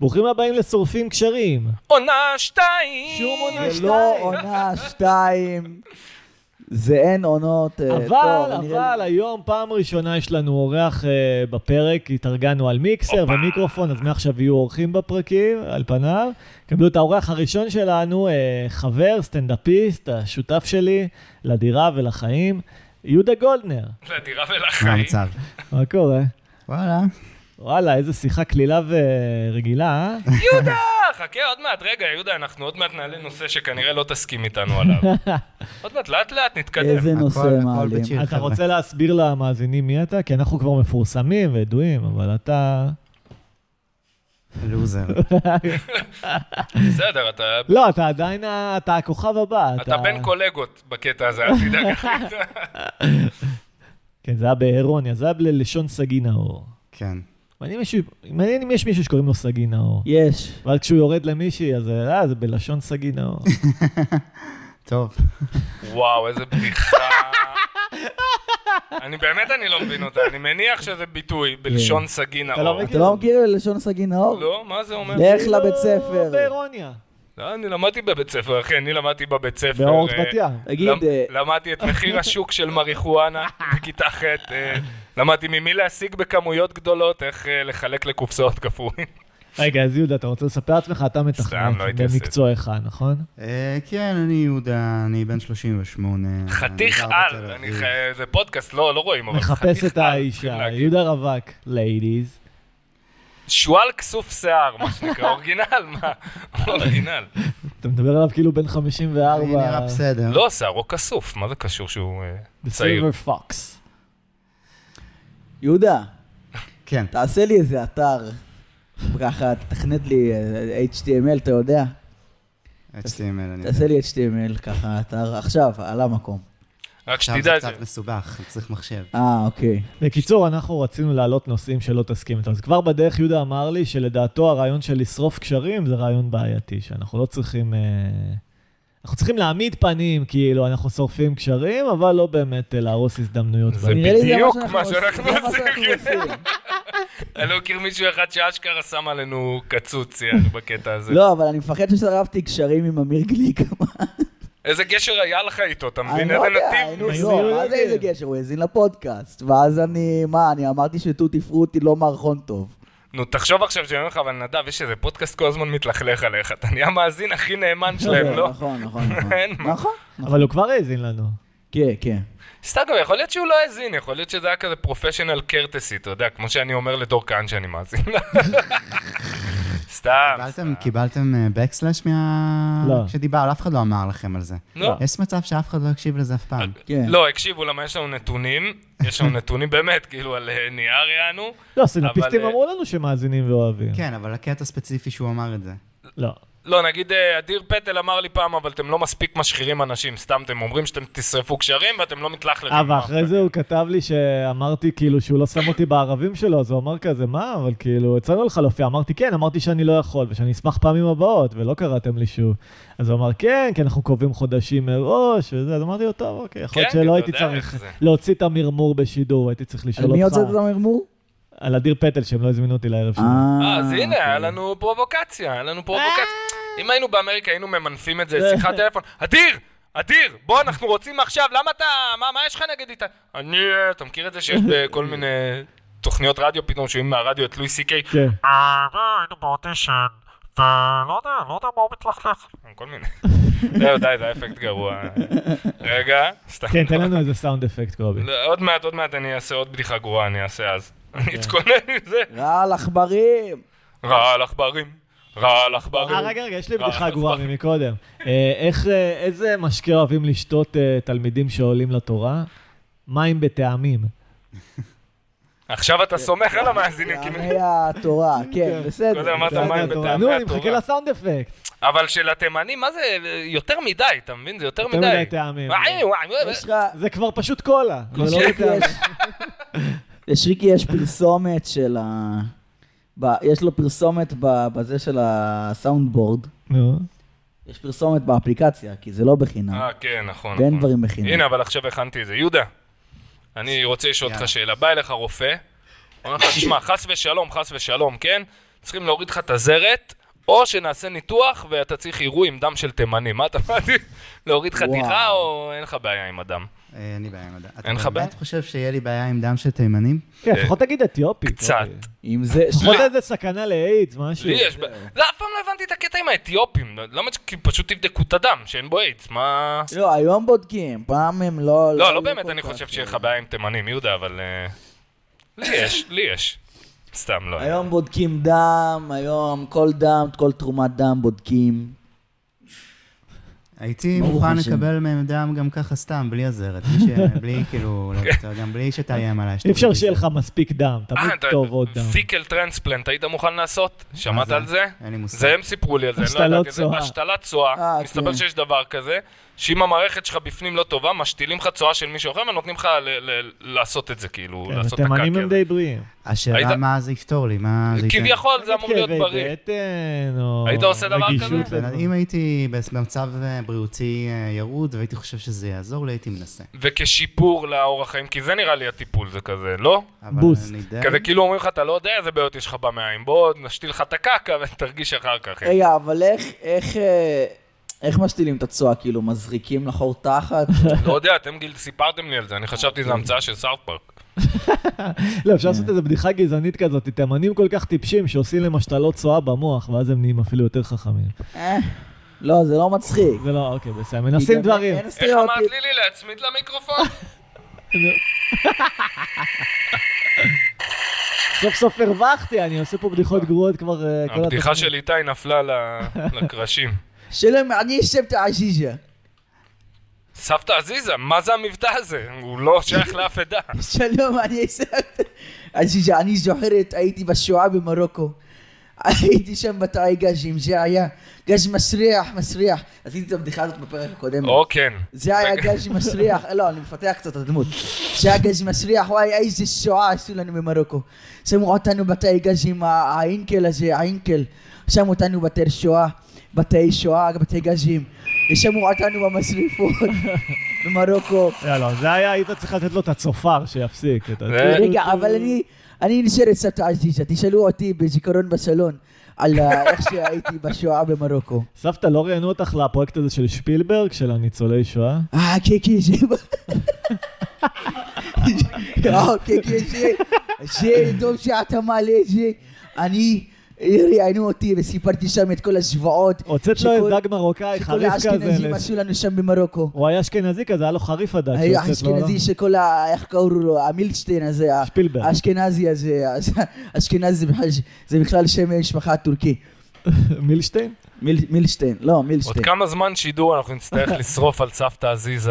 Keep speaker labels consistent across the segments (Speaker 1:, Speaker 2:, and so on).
Speaker 1: ברוכים הבאים לשורפים קשרים.
Speaker 2: עונה שתיים!
Speaker 1: שום עונה
Speaker 3: זה
Speaker 1: שתיים.
Speaker 3: לא עונה שתיים. זה אין עונות. אה,
Speaker 1: אבל,
Speaker 3: טוב, נראה
Speaker 1: אבל
Speaker 3: לי-
Speaker 1: היום פעם ראשונה יש לנו אורח אה, בפרק, התארגנו על מיקסר ומיקרופון, אז מעכשיו יהיו אורחים בפרקים, על פניו. קבלו את האורח הראשון שלנו, אה, חבר, סטנדאפיסט, השותף שלי לדירה ולחיים, יהודה גולדנר.
Speaker 2: לדירה
Speaker 4: מה
Speaker 2: ולחיים.
Speaker 4: המצב?
Speaker 1: מה קורה?
Speaker 4: וואלה.
Speaker 1: וואלה, איזה שיחה קלילה ורגילה, אה?
Speaker 2: יהודה! חכה עוד מעט, רגע, יהודה, אנחנו עוד מעט נעלה נושא שכנראה לא תסכים איתנו עליו. עוד מעט, לאט לאט נתקדם.
Speaker 3: איזה נושא
Speaker 4: הכל
Speaker 3: מעלים.
Speaker 4: בצ'יל.
Speaker 1: אתה
Speaker 4: חבר'ה.
Speaker 1: רוצה להסביר למאזינים מי אתה? כי אנחנו כבר מפורסמים וידועים, אבל אתה...
Speaker 4: לוזר.
Speaker 2: בסדר, אתה...
Speaker 1: לא, אתה עדיין, ה- אתה הכוכב הבא.
Speaker 2: אתה בין קולגות בקטע הזה, אל תדאג.
Speaker 1: כן, זה היה באירוניה, זה היה בלשון סגי נאור.
Speaker 4: כן.
Speaker 1: מעניין מישהו- מעניין אם יש מישהו שקוראים לו סגי נאור.
Speaker 3: יש.
Speaker 1: ואז כשהוא יורד למישהי, אז אה, זה בלשון סגי נאור.
Speaker 4: טוב.
Speaker 2: וואו, איזה בדיחה. אני באמת, אני לא מבין אותה. אני מניח שזה ביטוי בלשון סגי
Speaker 1: אתה לא
Speaker 2: נאור.
Speaker 1: מכיר?
Speaker 3: אתה לא מכיר לשון סגי נאור?
Speaker 2: לא, מה זה אומר?
Speaker 3: לך לבית
Speaker 1: לא,
Speaker 3: ספר.
Speaker 1: באירוניה.
Speaker 2: לא, אני למדתי בבית ספר, אחי, אני למדתי בבית ספר.
Speaker 1: באורט
Speaker 2: אה,
Speaker 1: בת ים.
Speaker 3: תגיד,
Speaker 2: למ-
Speaker 3: אה,
Speaker 2: למדתי את מחיר השוק של מריחואנה בכיתה ח', אה, למדתי ממי להשיג בכמויות גדולות, איך אה, לחלק לקופסאות כפוי.
Speaker 1: רגע, אז יהודה, אתה רוצה לספר לעצמך? אתה מתכנת
Speaker 2: סתם, לא הייתי עושה את
Speaker 1: במקצועך, נכון?
Speaker 4: אה, כן, אני יהודה, אני בן 38. אני
Speaker 2: חתיך
Speaker 4: גר בתל
Speaker 2: על,
Speaker 4: אביב.
Speaker 2: אני ח- זה פודקאסט, לא לא רואים, אבל
Speaker 1: מחפש
Speaker 2: חתיך
Speaker 1: את
Speaker 2: על,
Speaker 1: האישה,
Speaker 2: צריכים להגיד.
Speaker 1: יהודה רווק, ליידיז. אה,
Speaker 2: שועל כסוף שיער, מה שנקרא, אורגינל, מה? אורגינל.
Speaker 4: כן.
Speaker 1: אתה מדבר עליו כאילו בן
Speaker 4: אני נראה
Speaker 1: 54,
Speaker 4: בסדר.
Speaker 2: לא, שערו כסוף, מה זה קשור שהוא אה, צעיר?
Speaker 1: בסילבר פוקס.
Speaker 3: יהודה,
Speaker 4: כן.
Speaker 3: תעשה לי איזה אתר. ככה, תתכנת לי אה, HTML, אתה יודע?
Speaker 4: HTML אני יודע.
Speaker 3: תעשה לי HTML ככה, אתר עכשיו, על המקום.
Speaker 2: רק
Speaker 4: עכשיו
Speaker 2: שתדע את
Speaker 4: זה
Speaker 2: זה.
Speaker 4: קצת מסובך, צריך מחשב.
Speaker 3: אה, אוקיי.
Speaker 1: בקיצור, אנחנו רצינו להעלות נושאים שלא תסכים איתם. אז כבר בדרך יהודה אמר לי שלדעתו הרעיון של לשרוף קשרים זה רעיון בעייתי, שאנחנו לא צריכים... אה, אנחנו צריכים להעמיד פנים, כאילו, אנחנו שורפים קשרים, אבל לא באמת אה, להרוס הזדמנויות.
Speaker 2: זה
Speaker 1: בעניין.
Speaker 3: נראה לי זה
Speaker 2: בדיוק
Speaker 3: מה
Speaker 2: מה
Speaker 3: שאנחנו עושים.
Speaker 2: שאנחנו
Speaker 3: זה מה שאנחנו
Speaker 2: עושים.
Speaker 3: עושים.
Speaker 2: אני לא מכיר מישהו אחד שאשכרה שם עלינו קצוץ יענו, בקטע הזה.
Speaker 3: לא, אבל אני מפחד ששרפתי קשרים עם אמיר גליק.
Speaker 2: איזה קשר היה לך איתו, אתה
Speaker 3: אני
Speaker 2: מבין?
Speaker 3: לא
Speaker 2: איזה
Speaker 3: יודע,
Speaker 2: נתיב?
Speaker 3: היינו
Speaker 1: מי
Speaker 3: לא,
Speaker 1: זה
Speaker 3: מה זה איזה
Speaker 1: יודע?
Speaker 3: גשר? הוא האזין לפודקאסט. ואז אני, מה, אני אמרתי שטוטי פרוטי לא מערכון טוב.
Speaker 2: נו, תחשוב עכשיו שאני אומר לך, אבל נדב, יש איזה פודקאסט כל הזמן מתלכלך עליך. אתה נהיה המאזין הכי נאמן שלהם, לא?
Speaker 3: נכון, נכון, נכון.
Speaker 2: אין מה.
Speaker 3: נכון.
Speaker 1: אבל הוא כבר האזין לנו.
Speaker 3: כן, כן.
Speaker 2: סתם, גם יכול להיות שהוא לא האזין, יכול להיות שזה היה כזה פרופשיונל קרטסי, אתה יודע, כמו שאני אומר לדור כהן שאני מאזין. סתם.
Speaker 4: קיבלתם- קיבלתם אה, backslash מה...
Speaker 1: לא.
Speaker 4: שדיבר, אף אחד לא אמר לכם על זה.
Speaker 2: לא.
Speaker 4: יש מצב שאף אחד לא יקשיב לזה אף פעם.
Speaker 3: כן.
Speaker 2: לא, הקשיבו, למה יש לנו נתונים, יש לנו נתונים באמת, כאילו על אה, נייר יענו.
Speaker 1: לא, סינפיסטים
Speaker 2: אבל, אה,
Speaker 1: אמרו לנו שמאזינים ואוהבים.
Speaker 4: כן, אבל הקטע הספציפי שהוא אמר את זה.
Speaker 1: לא.
Speaker 2: לא, נגיד אה, אדיר פטל אמר לי פעם, אבל אתם לא מספיק משחירים אנשים, סתם אתם אומרים שאתם תשרפו קשרים ואתם לא מתלכלכים.
Speaker 1: אבל אחרי זה הוא כתב לי שאמרתי כאילו שהוא לא שם אותי בערבים שלו, אז הוא אמר כזה, מה? אבל כאילו, הצענו לך להופיע. אמרתי, כן, אמרתי שאני לא יכול ושאני אשמח פעמים הבאות, ולא קראתם לי שוב. אז הוא אמר, כן, כי אנחנו קובעים חודשים מראש, וזה, אז אמרתי לו, טוב, אוקיי, יכול להיות
Speaker 2: כן,
Speaker 1: שלא
Speaker 2: אתה
Speaker 1: הייתי
Speaker 2: יודע איך
Speaker 1: צריך
Speaker 2: זה.
Speaker 1: להוציא את המרמור בשידור, הייתי צריך
Speaker 3: על
Speaker 1: לשאול
Speaker 3: מי הוצאת את
Speaker 1: אותך.
Speaker 3: המרמור?
Speaker 1: על אדיר פטל, שהם לא הזמינו אותי לערב שלו.
Speaker 2: אה, אז הנה, היה לנו פרובוקציה, היה לנו פרובוקציה. אם היינו באמריקה, היינו ממנפים את זה, שיחת טלפון. אדיר! אדיר! בוא, אנחנו רוצים עכשיו, למה אתה... מה, מה יש לך נגד איתה? אני... אה, אתה מכיר את זה שיש בכל מיני תוכניות רדיו פתאום, שומעים מהרדיו את לואי סי קיי?
Speaker 1: כן.
Speaker 2: אה, זה, היינו באודישן, ולא יודע, לא יודע מה הוא מתלכלך. כל מיני. זהו, די, זה היה אפקט גרוע. רגע, סתם.
Speaker 1: כן, תן לנו איזה סאונד אפקט, קובי.
Speaker 2: לא, עוד מעט, עוד מעט אני אעשה עוד בדיחה גרועה, אני אעשה אז.
Speaker 1: אוקיי.
Speaker 2: אני אתכונן עם זה.
Speaker 3: רע על עכברים.
Speaker 2: רע על עכברים, רע על עכברים.
Speaker 1: אה, רגע, רגע, יש לי
Speaker 2: אה,
Speaker 1: בדיחה
Speaker 2: אז
Speaker 1: גרועה
Speaker 2: מה?
Speaker 1: ממקודם. אה, איך, אה, איזה משקה אוהבים לשתות אה, תלמידים שעולים לתורה? מים בטעמים.
Speaker 2: עכשיו
Speaker 1: כן.
Speaker 2: אתה סומך על המאזינים,
Speaker 1: אה,
Speaker 2: כי-
Speaker 3: יעני התורה, כן, בסדר.
Speaker 2: קודם אמרת
Speaker 1: בסדר,
Speaker 2: מים
Speaker 1: טוב.
Speaker 2: בטעמי
Speaker 1: נו, אני
Speaker 2: התורה.
Speaker 1: מחכה לסאונד אפקט.
Speaker 2: אבל של התימנים, מה זה, יותר מדי, אתה מבין? זה יותר
Speaker 1: יותר
Speaker 2: מדי.
Speaker 1: מדי טעמים.
Speaker 2: וואי, וואי, וואי.
Speaker 3: יש לך...
Speaker 1: זה כבר פשוט קולה. זה לא
Speaker 3: לשריקי
Speaker 1: בטעמים.
Speaker 3: יש- לשריקי יש פרסומת של ה... ב- יש לו פרסומת ב- בזה של הסאונדבורד.
Speaker 1: נו.
Speaker 3: יש פרסומת באפליקציה, כי זה לא בחינם.
Speaker 2: אה, כן, נכון.
Speaker 3: ואין
Speaker 2: נכון.
Speaker 3: דברים בחינם.
Speaker 2: הנה, אבל עכשיו הכנתי את זה. יהודה, אני רוצה לשאול אותך
Speaker 4: יאללה.
Speaker 2: שאלה. בא אליך רופא, אומר לך, תשמע, חס ושלום, חס ושלום, כן? צריכים להוריד לך את הזרת, או שנעשה ניתוח ואתה צריך עירוי עם דם של תימני. מה אתה מעדיף? להוריד חתיכה
Speaker 3: וואו.
Speaker 2: או אין לך בעיה עם הדם?
Speaker 4: אה, אין לי בעיה עם הדם.
Speaker 2: אין לך
Speaker 4: אתה
Speaker 2: בעיה?
Speaker 4: באמת חושב שיהיה לי בעיה עם דם של תימנים?
Speaker 1: כן, לפחות תגיד אתיופי.
Speaker 2: אה, קצת. לא.
Speaker 1: אוקיי.
Speaker 3: אם זה...
Speaker 1: לפחות איזה סכנה לאיידס, משהו.
Speaker 2: לי יש בעיה. לא, אף פעם לא הבנתי את הקטע עם האתיופים. למה ש- כי פשוט תבדקו את הדם, שאין בו איידס? מה...
Speaker 3: לא, היום בודקים, פעם הם לא...
Speaker 2: לא, לא באמת,
Speaker 3: כל
Speaker 2: אני
Speaker 3: כך.
Speaker 2: חושב שיהיה לך בעיה עם תימנים, יהודה, אבל... אה, לי יש, לי יש. סתם לא.
Speaker 3: היום בודקים דם, היום כל דם, כל תרומת דם בודקים.
Speaker 4: הייתי
Speaker 3: ברוך
Speaker 4: מוכן
Speaker 3: השם.
Speaker 4: לקבל מהם דם גם ככה סתם, בלי עזרת. בלי ש- בלי כאילו, לא, אתה- גם בלי שתאיים עליי.
Speaker 1: כן. אי אפשר שיהיה לך מספיק דם, תמיד
Speaker 2: אה, אתה-
Speaker 1: טוב עוד אה, דם.
Speaker 2: פיקל טרנספלנט, היית מוכן לעשות? שמעת
Speaker 4: זה?
Speaker 2: על זה?
Speaker 4: אין לי מושג.
Speaker 2: זה הם סיפרו לי על זה, אני
Speaker 1: השתלת
Speaker 2: לא ידעתי את זה.
Speaker 1: צואה.
Speaker 2: השתלת צואה.
Speaker 3: אה,
Speaker 2: מסתבר
Speaker 3: כן.
Speaker 2: שיש דבר כזה, שאם המערכת שלך בפנים לא טובה, משתילים לך צואה של מישהו אחר ונותנים לך ל- ל- לעשות את זה, כאילו,
Speaker 1: כן,
Speaker 2: לעשות את
Speaker 1: התימנים
Speaker 2: הקקי
Speaker 1: הם
Speaker 2: הזה.
Speaker 1: די בריאים.
Speaker 4: השאלה
Speaker 2: היית-
Speaker 4: מה זה יפתור לי, מה זה כן. ייתן.
Speaker 1: כן.
Speaker 2: כביכול זה אמור להיות
Speaker 1: כאבי
Speaker 2: בריא.
Speaker 1: בטן, או
Speaker 2: היית עושה דבר
Speaker 1: רגישות
Speaker 2: כזה?
Speaker 1: לדברים.
Speaker 4: אם הייתי במצב אה, בריאותי אה, ירוד והייתי חושב שזה יעזור לי, הייתי מנסה.
Speaker 2: וכשיפור לאורח חיים, כי זה נראה לי הטיפול, זה כזה, לא?
Speaker 4: אבל
Speaker 1: בוסט.
Speaker 4: אני די-
Speaker 2: כזה כאילו אומרים לך, אתה לא יודע איזה בעיות יש לך במעיים, בוא נשתיל לך את הקקה ותרגיש אחר כך.
Speaker 3: רגע, אבל איך, איך, אה, איך משתילים את הצואה? כאילו, מזריקים לחור תחת?
Speaker 2: לא יודע, אתם גיל, סיפרתם לי על זה, אני חשבתי שזו המצאה של סארט פארק.
Speaker 1: לא, אפשר לעשות איזו בדיחה גזענית כזאת, תימנים כל כך טיפשים שעושים להם השתלות צואה במוח, ואז הם נהיים אפילו יותר חכמים.
Speaker 3: אה, לא, זה לא מצחיק.
Speaker 1: זה לא, אוקיי, בסדר, מנסים
Speaker 3: כי גם
Speaker 1: דברים.
Speaker 3: אין
Speaker 2: איך אמרת
Speaker 3: סטריאוטיפ.
Speaker 2: לי לי להצמיד למיקרופון?
Speaker 1: סוף סוף הרווחתי, אני עושה פה בדיחות גרועות כבר אה, כל
Speaker 2: הבדיחה של איתי נפלה ל- לקרשים.
Speaker 3: שלום, אני יושב את העזיזה.
Speaker 2: סבתא עזיזה, מה זה המבטא הזה? הוא לא שייך לאף עדה.
Speaker 3: שלום, אני יושב את העזיזה. אני זוכרת, הייתי בשואה במרוקו. הייתי שם בתאי גזים, זה היה גז מסריח, מסריח. עשיתי את הבדיחה הזאת בפרק הקודם.
Speaker 2: או כן.
Speaker 3: זה היה גז מסריח, לא, אני מפתח קצת את הדמות. זה היה גז מסריח, וואי, איזה שואה עשו לנו במרוקו. שמו אותנו בתאי גז עם ה- האינקל הזה, האינקל. שמו אותנו בתאי שואה, בתאי שואה, בתאי גזים. שמו אותנו במשרפות במרוקו.
Speaker 1: לא, לא, זה היה, היית צריך לתת לו את הצופר, שיפסיק. אתה יודע.
Speaker 2: זה-
Speaker 3: רגע, אבל אני, אני נשארת סבתא עזיזה, תשאלו אותי בזיכרון בסלון על ה- איך שהייתי בשואה במרוקו.
Speaker 1: סבתא, לא ראיינו אותך לפרויקט הזה של שפילברג, של הניצולי שואה?
Speaker 3: אה, כן, כן, זה... אה, כן, כן, זה... זה טוב שאתה מעלה את זה. אני, ראיינו אותי וסיפרתי שם את כל הזוועות.
Speaker 1: הוצאת לו
Speaker 3: שכל-
Speaker 1: איזה דג מרוקאי,
Speaker 3: שכל
Speaker 1: חריף כזה.
Speaker 3: האשכנזים
Speaker 1: לס-
Speaker 3: עשו לנו שם במרוקו.
Speaker 1: הוא היה אשכנזי כזה, היה לו חריף הדג
Speaker 3: היה
Speaker 1: שהוצאת לו. לא?
Speaker 3: האשכנזי שכל ה... איך קראו לו? המילדשטיין הזה. ה-
Speaker 1: שפילברג.
Speaker 3: האשכנזי הזה. אשכנזי זה בכלל- זה בכלל שם משפחה טורקי.
Speaker 1: מילשטיין?
Speaker 3: מיל- מילדשטיין, לא,
Speaker 2: עוד
Speaker 3: מילדשטיין.
Speaker 2: כמה זמן שידור אנחנו נצטרך לשרוף על סבתא עזיזה.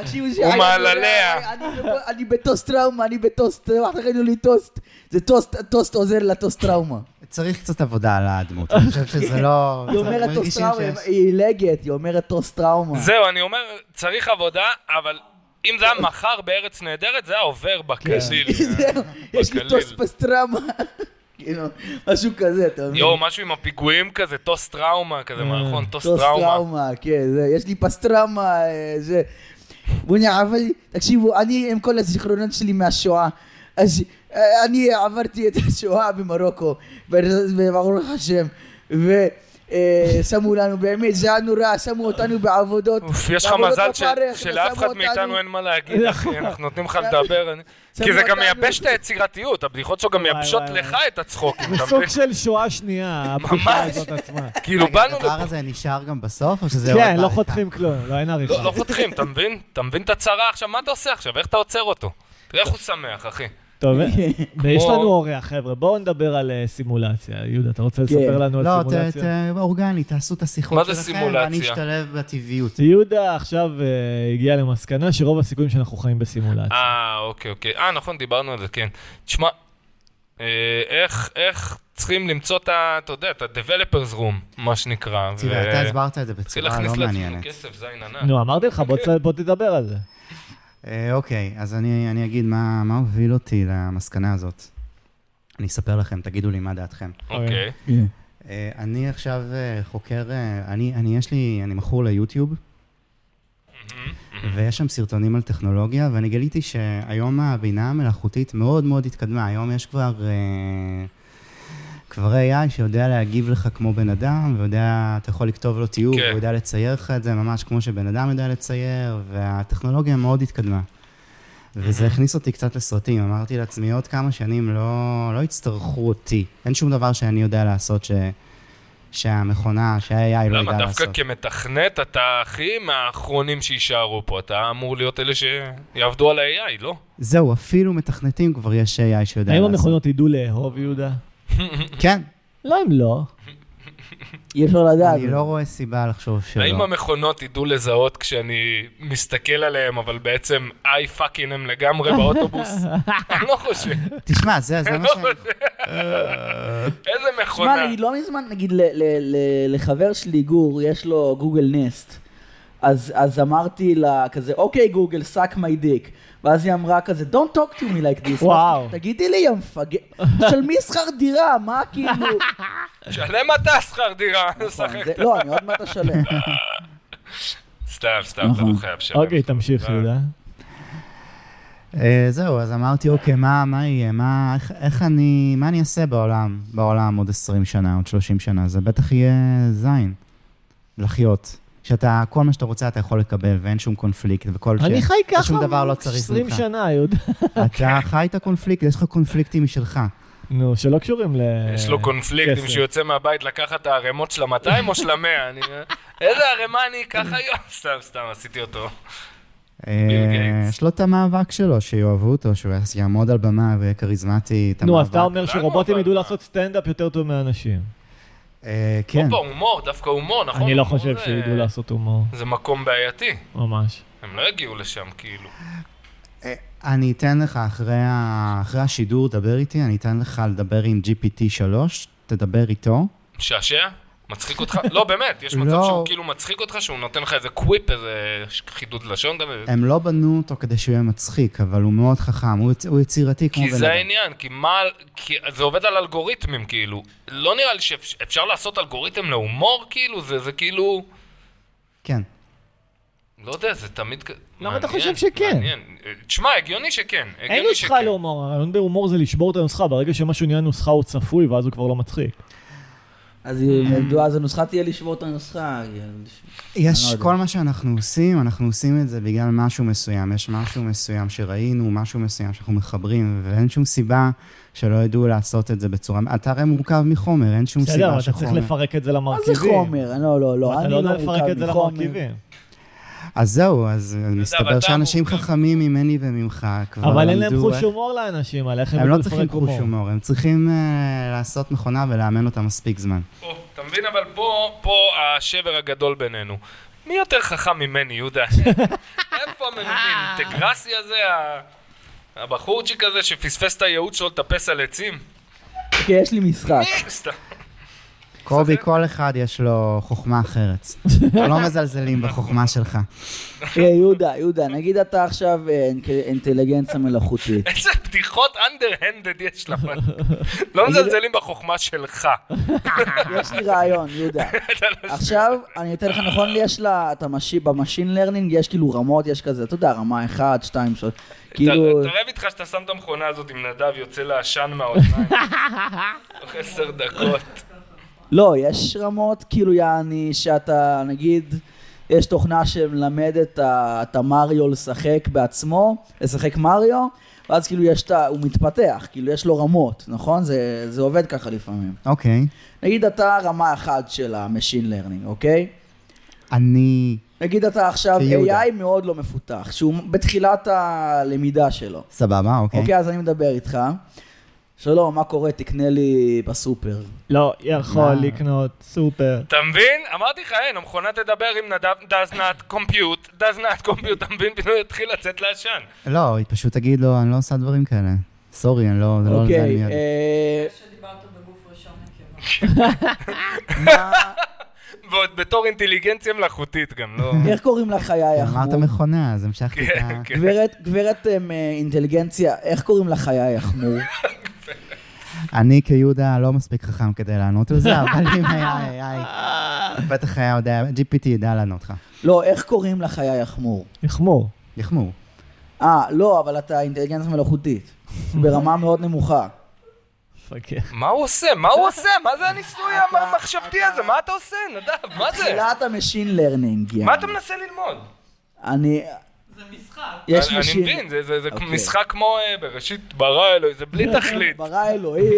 Speaker 3: תקשיבו,
Speaker 2: הוא מעלליה.
Speaker 3: אני- אני- אני בטוסט טראומה, אני בטוסט, אחר כך לי טוסט. זה טוסט, טוסט עוזר לטוסט טראומה.
Speaker 4: צריך קצת עבודה על הדמות, אני חושב שזה לא...
Speaker 3: היא אומרת טוסט
Speaker 4: מרגישים
Speaker 3: טראומה,
Speaker 4: שיש-
Speaker 3: היא עילגת, היא אומרת טוסט טראומה.
Speaker 2: זהו, אני אומר, צריך עבודה, אבל אם זה היה מחר בארץ נהדרת, זה היה עובר בקליל.
Speaker 3: זהו, יש לי
Speaker 2: בגליל.
Speaker 3: טוסט פסטרמה. כאילו, משהו כזה, אתה מבין?
Speaker 2: יואו, משהו עם הפיגועים כזה, טוס טראומה כזה, מערכון טוס
Speaker 3: טוסט
Speaker 2: טראומה.
Speaker 3: טראומה, כן, זה, יש לי פסטרמה, אה, זה... בוא'נה, אבל תקשיבו, אני עם כל הזיכרונות שלי מהשואה, אז אה, אני עברתי את השואה במרוקו, ב- ברוך השם, ו... אה, שמו לנו, באמת, זה היה נורא, שמו אותנו בעבודות.
Speaker 2: אוף, יש לך
Speaker 3: בעבודות
Speaker 2: מזל ש-
Speaker 3: בפרך,
Speaker 2: שלאף
Speaker 3: ושמו
Speaker 2: אחד
Speaker 3: אותנו-
Speaker 2: מאיתנו אין מה להגיד, אחי, אנחנו נותנים לך לדבר. אני-
Speaker 3: שמו
Speaker 2: כי זה גם
Speaker 3: אותנו-
Speaker 2: מייבש את היצירתיות, הבדיחות שלו גם
Speaker 1: וואי,
Speaker 2: מייבשות
Speaker 1: וואי,
Speaker 2: לך
Speaker 1: וואי.
Speaker 2: את הצחוקים,
Speaker 1: זה
Speaker 2: אתה
Speaker 1: סוג
Speaker 2: מבין?
Speaker 1: של שואה שנייה, הבדיחה הזאת עצמה.
Speaker 2: כאילו,
Speaker 4: רגע,
Speaker 2: באנו
Speaker 4: הדבר
Speaker 2: לפה,
Speaker 4: הזה נשאר גם בסוף, או שזה...
Speaker 1: כן,
Speaker 4: עוד
Speaker 1: לא
Speaker 4: בעריכה?
Speaker 1: חותכים כלום, לא, אין עריכה.
Speaker 2: לא לא חותכים, אתה מבין? אתה מבין את הצרה עכשיו? מה אתה עושה עכשיו? איך אתה עוצר אותו? תראה איך הוא שמח, אחי.
Speaker 1: טוב, אה, ויש
Speaker 2: כמו-
Speaker 1: לנו אורח, חבר'ה. בואו נדבר על אה, סימולציה. יהודה, אתה רוצה לספר
Speaker 3: כן.
Speaker 1: לנו על
Speaker 4: לא, ת-
Speaker 1: סימולציה?
Speaker 4: ת- אורגני, תעשו את
Speaker 2: מה
Speaker 4: השיחות
Speaker 2: זה
Speaker 4: שלכם,
Speaker 2: סימולציה?
Speaker 4: ואני אשתלב בטבעיות.
Speaker 1: יהודה עכשיו אה, הגיע למסקנה שרוב הסיכויים שאנחנו חיים בסימולציה.
Speaker 2: אה, אוקיי, אוקיי. אה, נכון, דיברנו על זה, כן. תשמע, אה, איך, איך צריכים למצוא את ה... אתה יודע, את ה-Developers Room, מה שנקרא.
Speaker 4: תראה,
Speaker 2: ו-
Speaker 4: אתה הסברת את זה
Speaker 2: צריכים
Speaker 4: בצורה
Speaker 2: להכניס
Speaker 4: לא
Speaker 2: לעצמנו
Speaker 4: מעניינת.
Speaker 2: כסף, זין ענק.
Speaker 1: נו, אמרתי לך,
Speaker 2: אוקיי.
Speaker 1: בוא ת- בוא תדבר על זה.
Speaker 4: אה, אוקיי, אז אני אני אגיד מה מה הוביל אותי למסקנה הזאת. אני אספר לכם, תגידו לי מה דעתכם.
Speaker 2: אוקיי.
Speaker 4: אה, אני עכשיו אה, חוקר, אה, אני, אני יש לי, אני מכור ליוטיוב, ויש שם סרטונים על טכנולוגיה, ואני גיליתי שהיום הבינה המלאכותית מאוד מאוד התקדמה, היום יש כבר... אה, כבר AI שיודע להגיב לך כמו בן אדם, ויודע, אתה יכול לכתוב לו תיאור,
Speaker 2: כן.
Speaker 4: הוא יודע לצייר לך את זה ממש כמו שבן אדם יודע לצייר, והטכנולוגיה מאוד התקדמה. וזה הכניס אותי קצת לסרטים, אמרתי לעצמי, עוד כמה שנים לא, לא יצטרכו אותי. אין שום דבר שאני יודע לעשות ש, שהמכונה, שה-AI לא
Speaker 2: למה
Speaker 4: ידע
Speaker 2: דווקא כן?
Speaker 4: לעשות.
Speaker 2: כמתכנת אתה הכי מהאחרונים שיישארו פה, אתה אמור להיות אלה שיעבדו על ה-AI, לא?
Speaker 4: זהו, אפילו מתכנתים כבר יש AI שיודע
Speaker 1: האם
Speaker 4: לעשות.
Speaker 1: המכונות ידעו לאהוב, יהודה?
Speaker 4: כן,
Speaker 1: לא, הם לא.
Speaker 3: אי אפשר לדעת.
Speaker 4: אני לא רואה סיבה לחשוב שלא.
Speaker 2: האם המכונות ידעו לזהות כשאני מסתכל עליהם, אבל בעצם איי פאקינג הם לגמרי באוטובוס? אני לא חושב.
Speaker 4: תשמע, זה זה
Speaker 2: אני
Speaker 4: מה
Speaker 2: לא
Speaker 4: ש...
Speaker 2: חושב. איזה
Speaker 3: שמע,
Speaker 2: מכונה.
Speaker 3: נגיד, לא מזמן, נגיד, ל- ל- ל- לחבר שלי, גור, יש לו גוגל נסט. אז, אז אמרתי לה, כזה, אוקיי, גוגל, suck my dick. ואז היא אמרה כזה, don't talk to me like this.
Speaker 1: וואו.
Speaker 3: ואז, תגידי לי, יא מפגר, שלמי שכר דירה, מה כאילו?
Speaker 2: שלם אתה שכר דירה,
Speaker 3: נכון,
Speaker 2: שחק.
Speaker 3: זה- לא, אני עוד מעט אשלם.
Speaker 2: סתם, סתם, אתה לא
Speaker 3: נכון.
Speaker 2: חייב שלם.
Speaker 1: אוקיי, תמשיך,
Speaker 2: אה.
Speaker 1: יהודה.
Speaker 4: אה, זהו, אז אמרתי, אוקיי, מה, מה יהיה? מה, איך, איך אני, מה אני אעשה בעולם, בעולם עוד 20 שנה, עוד 30 שנה? זה בטח יהיה זין, לחיות. שאתה, כל מה שאתה רוצה אתה יכול לקבל, ואין שום קונפליקט, וכל ש...
Speaker 1: אני חי ככה
Speaker 4: אוקיי. שום דבר לא צריך
Speaker 1: 20
Speaker 4: ממך.
Speaker 1: שנה, יהודה.
Speaker 2: אוקיי.
Speaker 4: אתה חי את הקונפליקט, יש לך קונפליקטים משלך.
Speaker 1: נו, שלא קשורים ל...
Speaker 2: יש לו קונפליקט אם
Speaker 1: אה, כסף.
Speaker 2: שהוא יוצא מהבית לקחת את הערימות של ה-200 או של ה-100. אני- איזה ערימה אני אקח היום? סתם, סתם, עשיתי אותו. ביל
Speaker 4: אה,
Speaker 2: גייטס.
Speaker 4: יש לו את המאבק שלו, שיאהבו אותו, שהוא יעמוד על במה ויהיה כריזמטי, את
Speaker 1: נו,
Speaker 4: המאבק.
Speaker 1: אז אתה אומר
Speaker 2: למה
Speaker 1: שרובוטים
Speaker 2: אבל?
Speaker 1: ידעו לעשות סטנדאפ יותר טוב מאנשים.
Speaker 4: אה, כן.
Speaker 2: הופה, לא הומור, דווקא הומור, נכון?
Speaker 1: אני לא
Speaker 2: הומור
Speaker 1: חושב
Speaker 2: זה-
Speaker 1: שידעו לעשות הומור,
Speaker 2: זה מקום בעייתי.
Speaker 1: ממש.
Speaker 2: הם לא יגיעו לשם, כאילו.
Speaker 4: אני אתן לך אחרי, ה... אחרי השידור, דבר איתי, אני אתן לך לדבר עם GPT-3, תדבר איתו.
Speaker 2: משעשע? מצחיק אותך? לא, באמת, יש מצב
Speaker 4: לא.
Speaker 2: שהוא כאילו מצחיק אותך, שהוא נותן לך איזה קוויפ, איזה ש- חידוד לשון
Speaker 1: אה,
Speaker 2: כזה.
Speaker 4: הם לא בנו אותו כדי שהוא יהיה מצחיק, אבל הוא מאוד חכם, הוא, יצ... הוא יצירתי כמו
Speaker 2: כי
Speaker 4: בן
Speaker 2: זה
Speaker 4: אדם.
Speaker 2: העניין, כי מה... כי זה עובד על אלגוריתמים, כאילו. לא נראה לי שאפשר לעשות אלגוריתם להומור, כאילו, זה זה כאילו...
Speaker 4: כן.
Speaker 2: לא יודע, זה תמיד... כ-
Speaker 1: למה אתה
Speaker 2: מעניין,
Speaker 1: חושב שכן?
Speaker 2: מעניין. תשמע, הגיוני שכן.
Speaker 1: אין
Speaker 2: הגיוני
Speaker 1: נוסחה
Speaker 2: שכן.
Speaker 1: להומור, הרעיון בהומור זה לשבור את הנוסחה, ברגע שמשהו נהיה נוסחה הוא צפוי ואז הוא כבר לא מצחיק.
Speaker 3: אז היא- אז הנוסחה תהיה לשבור את הנוסחה.
Speaker 1: לא
Speaker 4: יש
Speaker 3: יודע.
Speaker 4: כל מה שאנחנו עושים, אנחנו עושים את זה בגלל משהו מסוים. יש משהו מסוים שראינו, משהו מסוים שאנחנו מחברים, ואין שום סיבה שלא ידעו לעשות את זה בצורה... אתה הרי מורכב מחומר, אין שום
Speaker 1: בסדר, אבל
Speaker 4: סיבה
Speaker 1: אתה צריך
Speaker 4: שחומר...
Speaker 1: לפרק את זה
Speaker 3: מה
Speaker 1: למרכיבים.
Speaker 3: זה חומר? לא, לא, לא,
Speaker 1: אתה
Speaker 3: אני
Speaker 1: לא
Speaker 3: לא
Speaker 1: יודע לפרק את זה
Speaker 3: מורכב מחומר.
Speaker 1: למרכיבים.
Speaker 4: אז זהו, אז
Speaker 2: אבל
Speaker 4: מסתבר
Speaker 2: אתה
Speaker 4: שאנשים
Speaker 2: מורכב.
Speaker 4: חכמים ממני וממך כבר למדו...
Speaker 1: אבל אין להם חוש
Speaker 4: איך-
Speaker 1: הומור לאנשים האלה, איך הם
Speaker 4: הם לא
Speaker 1: ידעו
Speaker 4: צריכים
Speaker 1: לפרק
Speaker 4: חוש
Speaker 1: הומור?
Speaker 4: הומור, הם צריכים אה, לעשות מכונה ולאמן אותה מספיק זמן.
Speaker 2: פה, אתה מבין? אבל פה, פה השבר הגדול בינינו. מי יותר חכם ממני, יהודה? איפה המנודים? טגרסי הזה, ה- הבחורצ'יק הזה שפספס את הייעוד שלו לטפס על עצים?
Speaker 3: כי אוקיי, יש לי משחק.
Speaker 2: מי? סתם.
Speaker 4: קובי, כל אחד יש לו חוכמה אחרת. לא מזלזלים בחוכמה שלך.
Speaker 3: אה, יהודה, יהודה, נגיד אתה עכשיו אה, אינק- אינטליגנציה מלאכותית.
Speaker 2: איזה בדיחות underhanded יש לך. לא מזלזלים בחוכמה שלך.
Speaker 3: יש לי רעיון, יהודה.
Speaker 2: אתה לא-
Speaker 3: עכשיו, אני אתן לך, נכון לי יש לה, אתה משי, במשין לרנינג יש כאילו רמות, יש כזה, אתה יודע, רמה 1, 2, 3, כאילו,
Speaker 2: אתה- לא תערב איתך שאתה שם את המכונה הזאת עם נדב, יוצא לה עשן מהאוזניים. תוך עשר דקות.
Speaker 3: לא, יש רמות, כאילו, יעני, שאתה, נגיד, יש תוכנה שמלמדת את ה- את המריו לשחק בעצמו, לשחק מריו, ואז כאילו יש את ה... הוא מתפתח, כאילו, יש לו רמות, נכון? זה, זה עובד ככה לפעמים.
Speaker 4: אוקיי.
Speaker 3: נגיד אתה רמה אחת של המשין לרנינג, אוקיי?
Speaker 4: אני
Speaker 3: נגיד אתה עכשיו
Speaker 4: כיהודה.
Speaker 3: AI מאוד לא מפותח, שהוא בתחילת הלמידה שלו.
Speaker 4: סבבה, אוקיי.
Speaker 3: אוקיי, אז אני מדבר איתך. שלום, מה קורה? תקנה לי בסופר.
Speaker 1: לא, יכול
Speaker 4: מה?
Speaker 1: לקנות סופר.
Speaker 2: אתה מבין? אמרתי לך, אין, המכונה תדבר עם נדב, does not compute, does not compute, אתה מבין? פתאום יתחיל לצאת לעשן.
Speaker 4: לא, היא פשוט תגיד לו, אני לא עושה דברים כאלה. סורי, אני לא... זה לא לזה
Speaker 3: אוקיי,
Speaker 4: מיד.
Speaker 3: אה,
Speaker 5: שדיברת בגוף ראשון נקבה.
Speaker 3: מה-
Speaker 2: ועוד בתור אינטליגנציה מלאכותית גם, לא...
Speaker 3: איך קוראים לך חיי
Speaker 4: אמרת
Speaker 3: החמור?
Speaker 4: מכונה, אז המשכתי את ה...
Speaker 2: כן, כן.
Speaker 3: גברת- גברת אמ, אינטליגנציה, איך קוראים לך חיי החמור?
Speaker 4: אני כיהודה לא מספיק חכם כדי לענות על זה, אבל אם היה AI, בטח היה יודע, GPT ידע לענות לך.
Speaker 3: לא, איך קוראים לך חיי החמור?
Speaker 1: יחמור.
Speaker 4: יחמור.
Speaker 3: אה, לא, אבל אתה אינטליגנציה מלאכותית. ברמה מאוד נמוכה.
Speaker 1: מפגר.
Speaker 2: מה הוא עושה? מה הוא עושה? מה זה הניסוי המחשבתי הזה? מה אתה עושה, נדב? מה זה?
Speaker 3: תחילת המשין לרנינג.
Speaker 2: מה אתה מנסה ללמוד?
Speaker 3: אני...
Speaker 5: זה משחק.
Speaker 3: יש
Speaker 2: אני-
Speaker 3: משין.
Speaker 2: אני מבין, זה- זה זה
Speaker 3: אוקיי.
Speaker 2: משחק כמו אה, בראשית ברא אלוהי, זה בלי תכלית.
Speaker 3: ברא אלוהים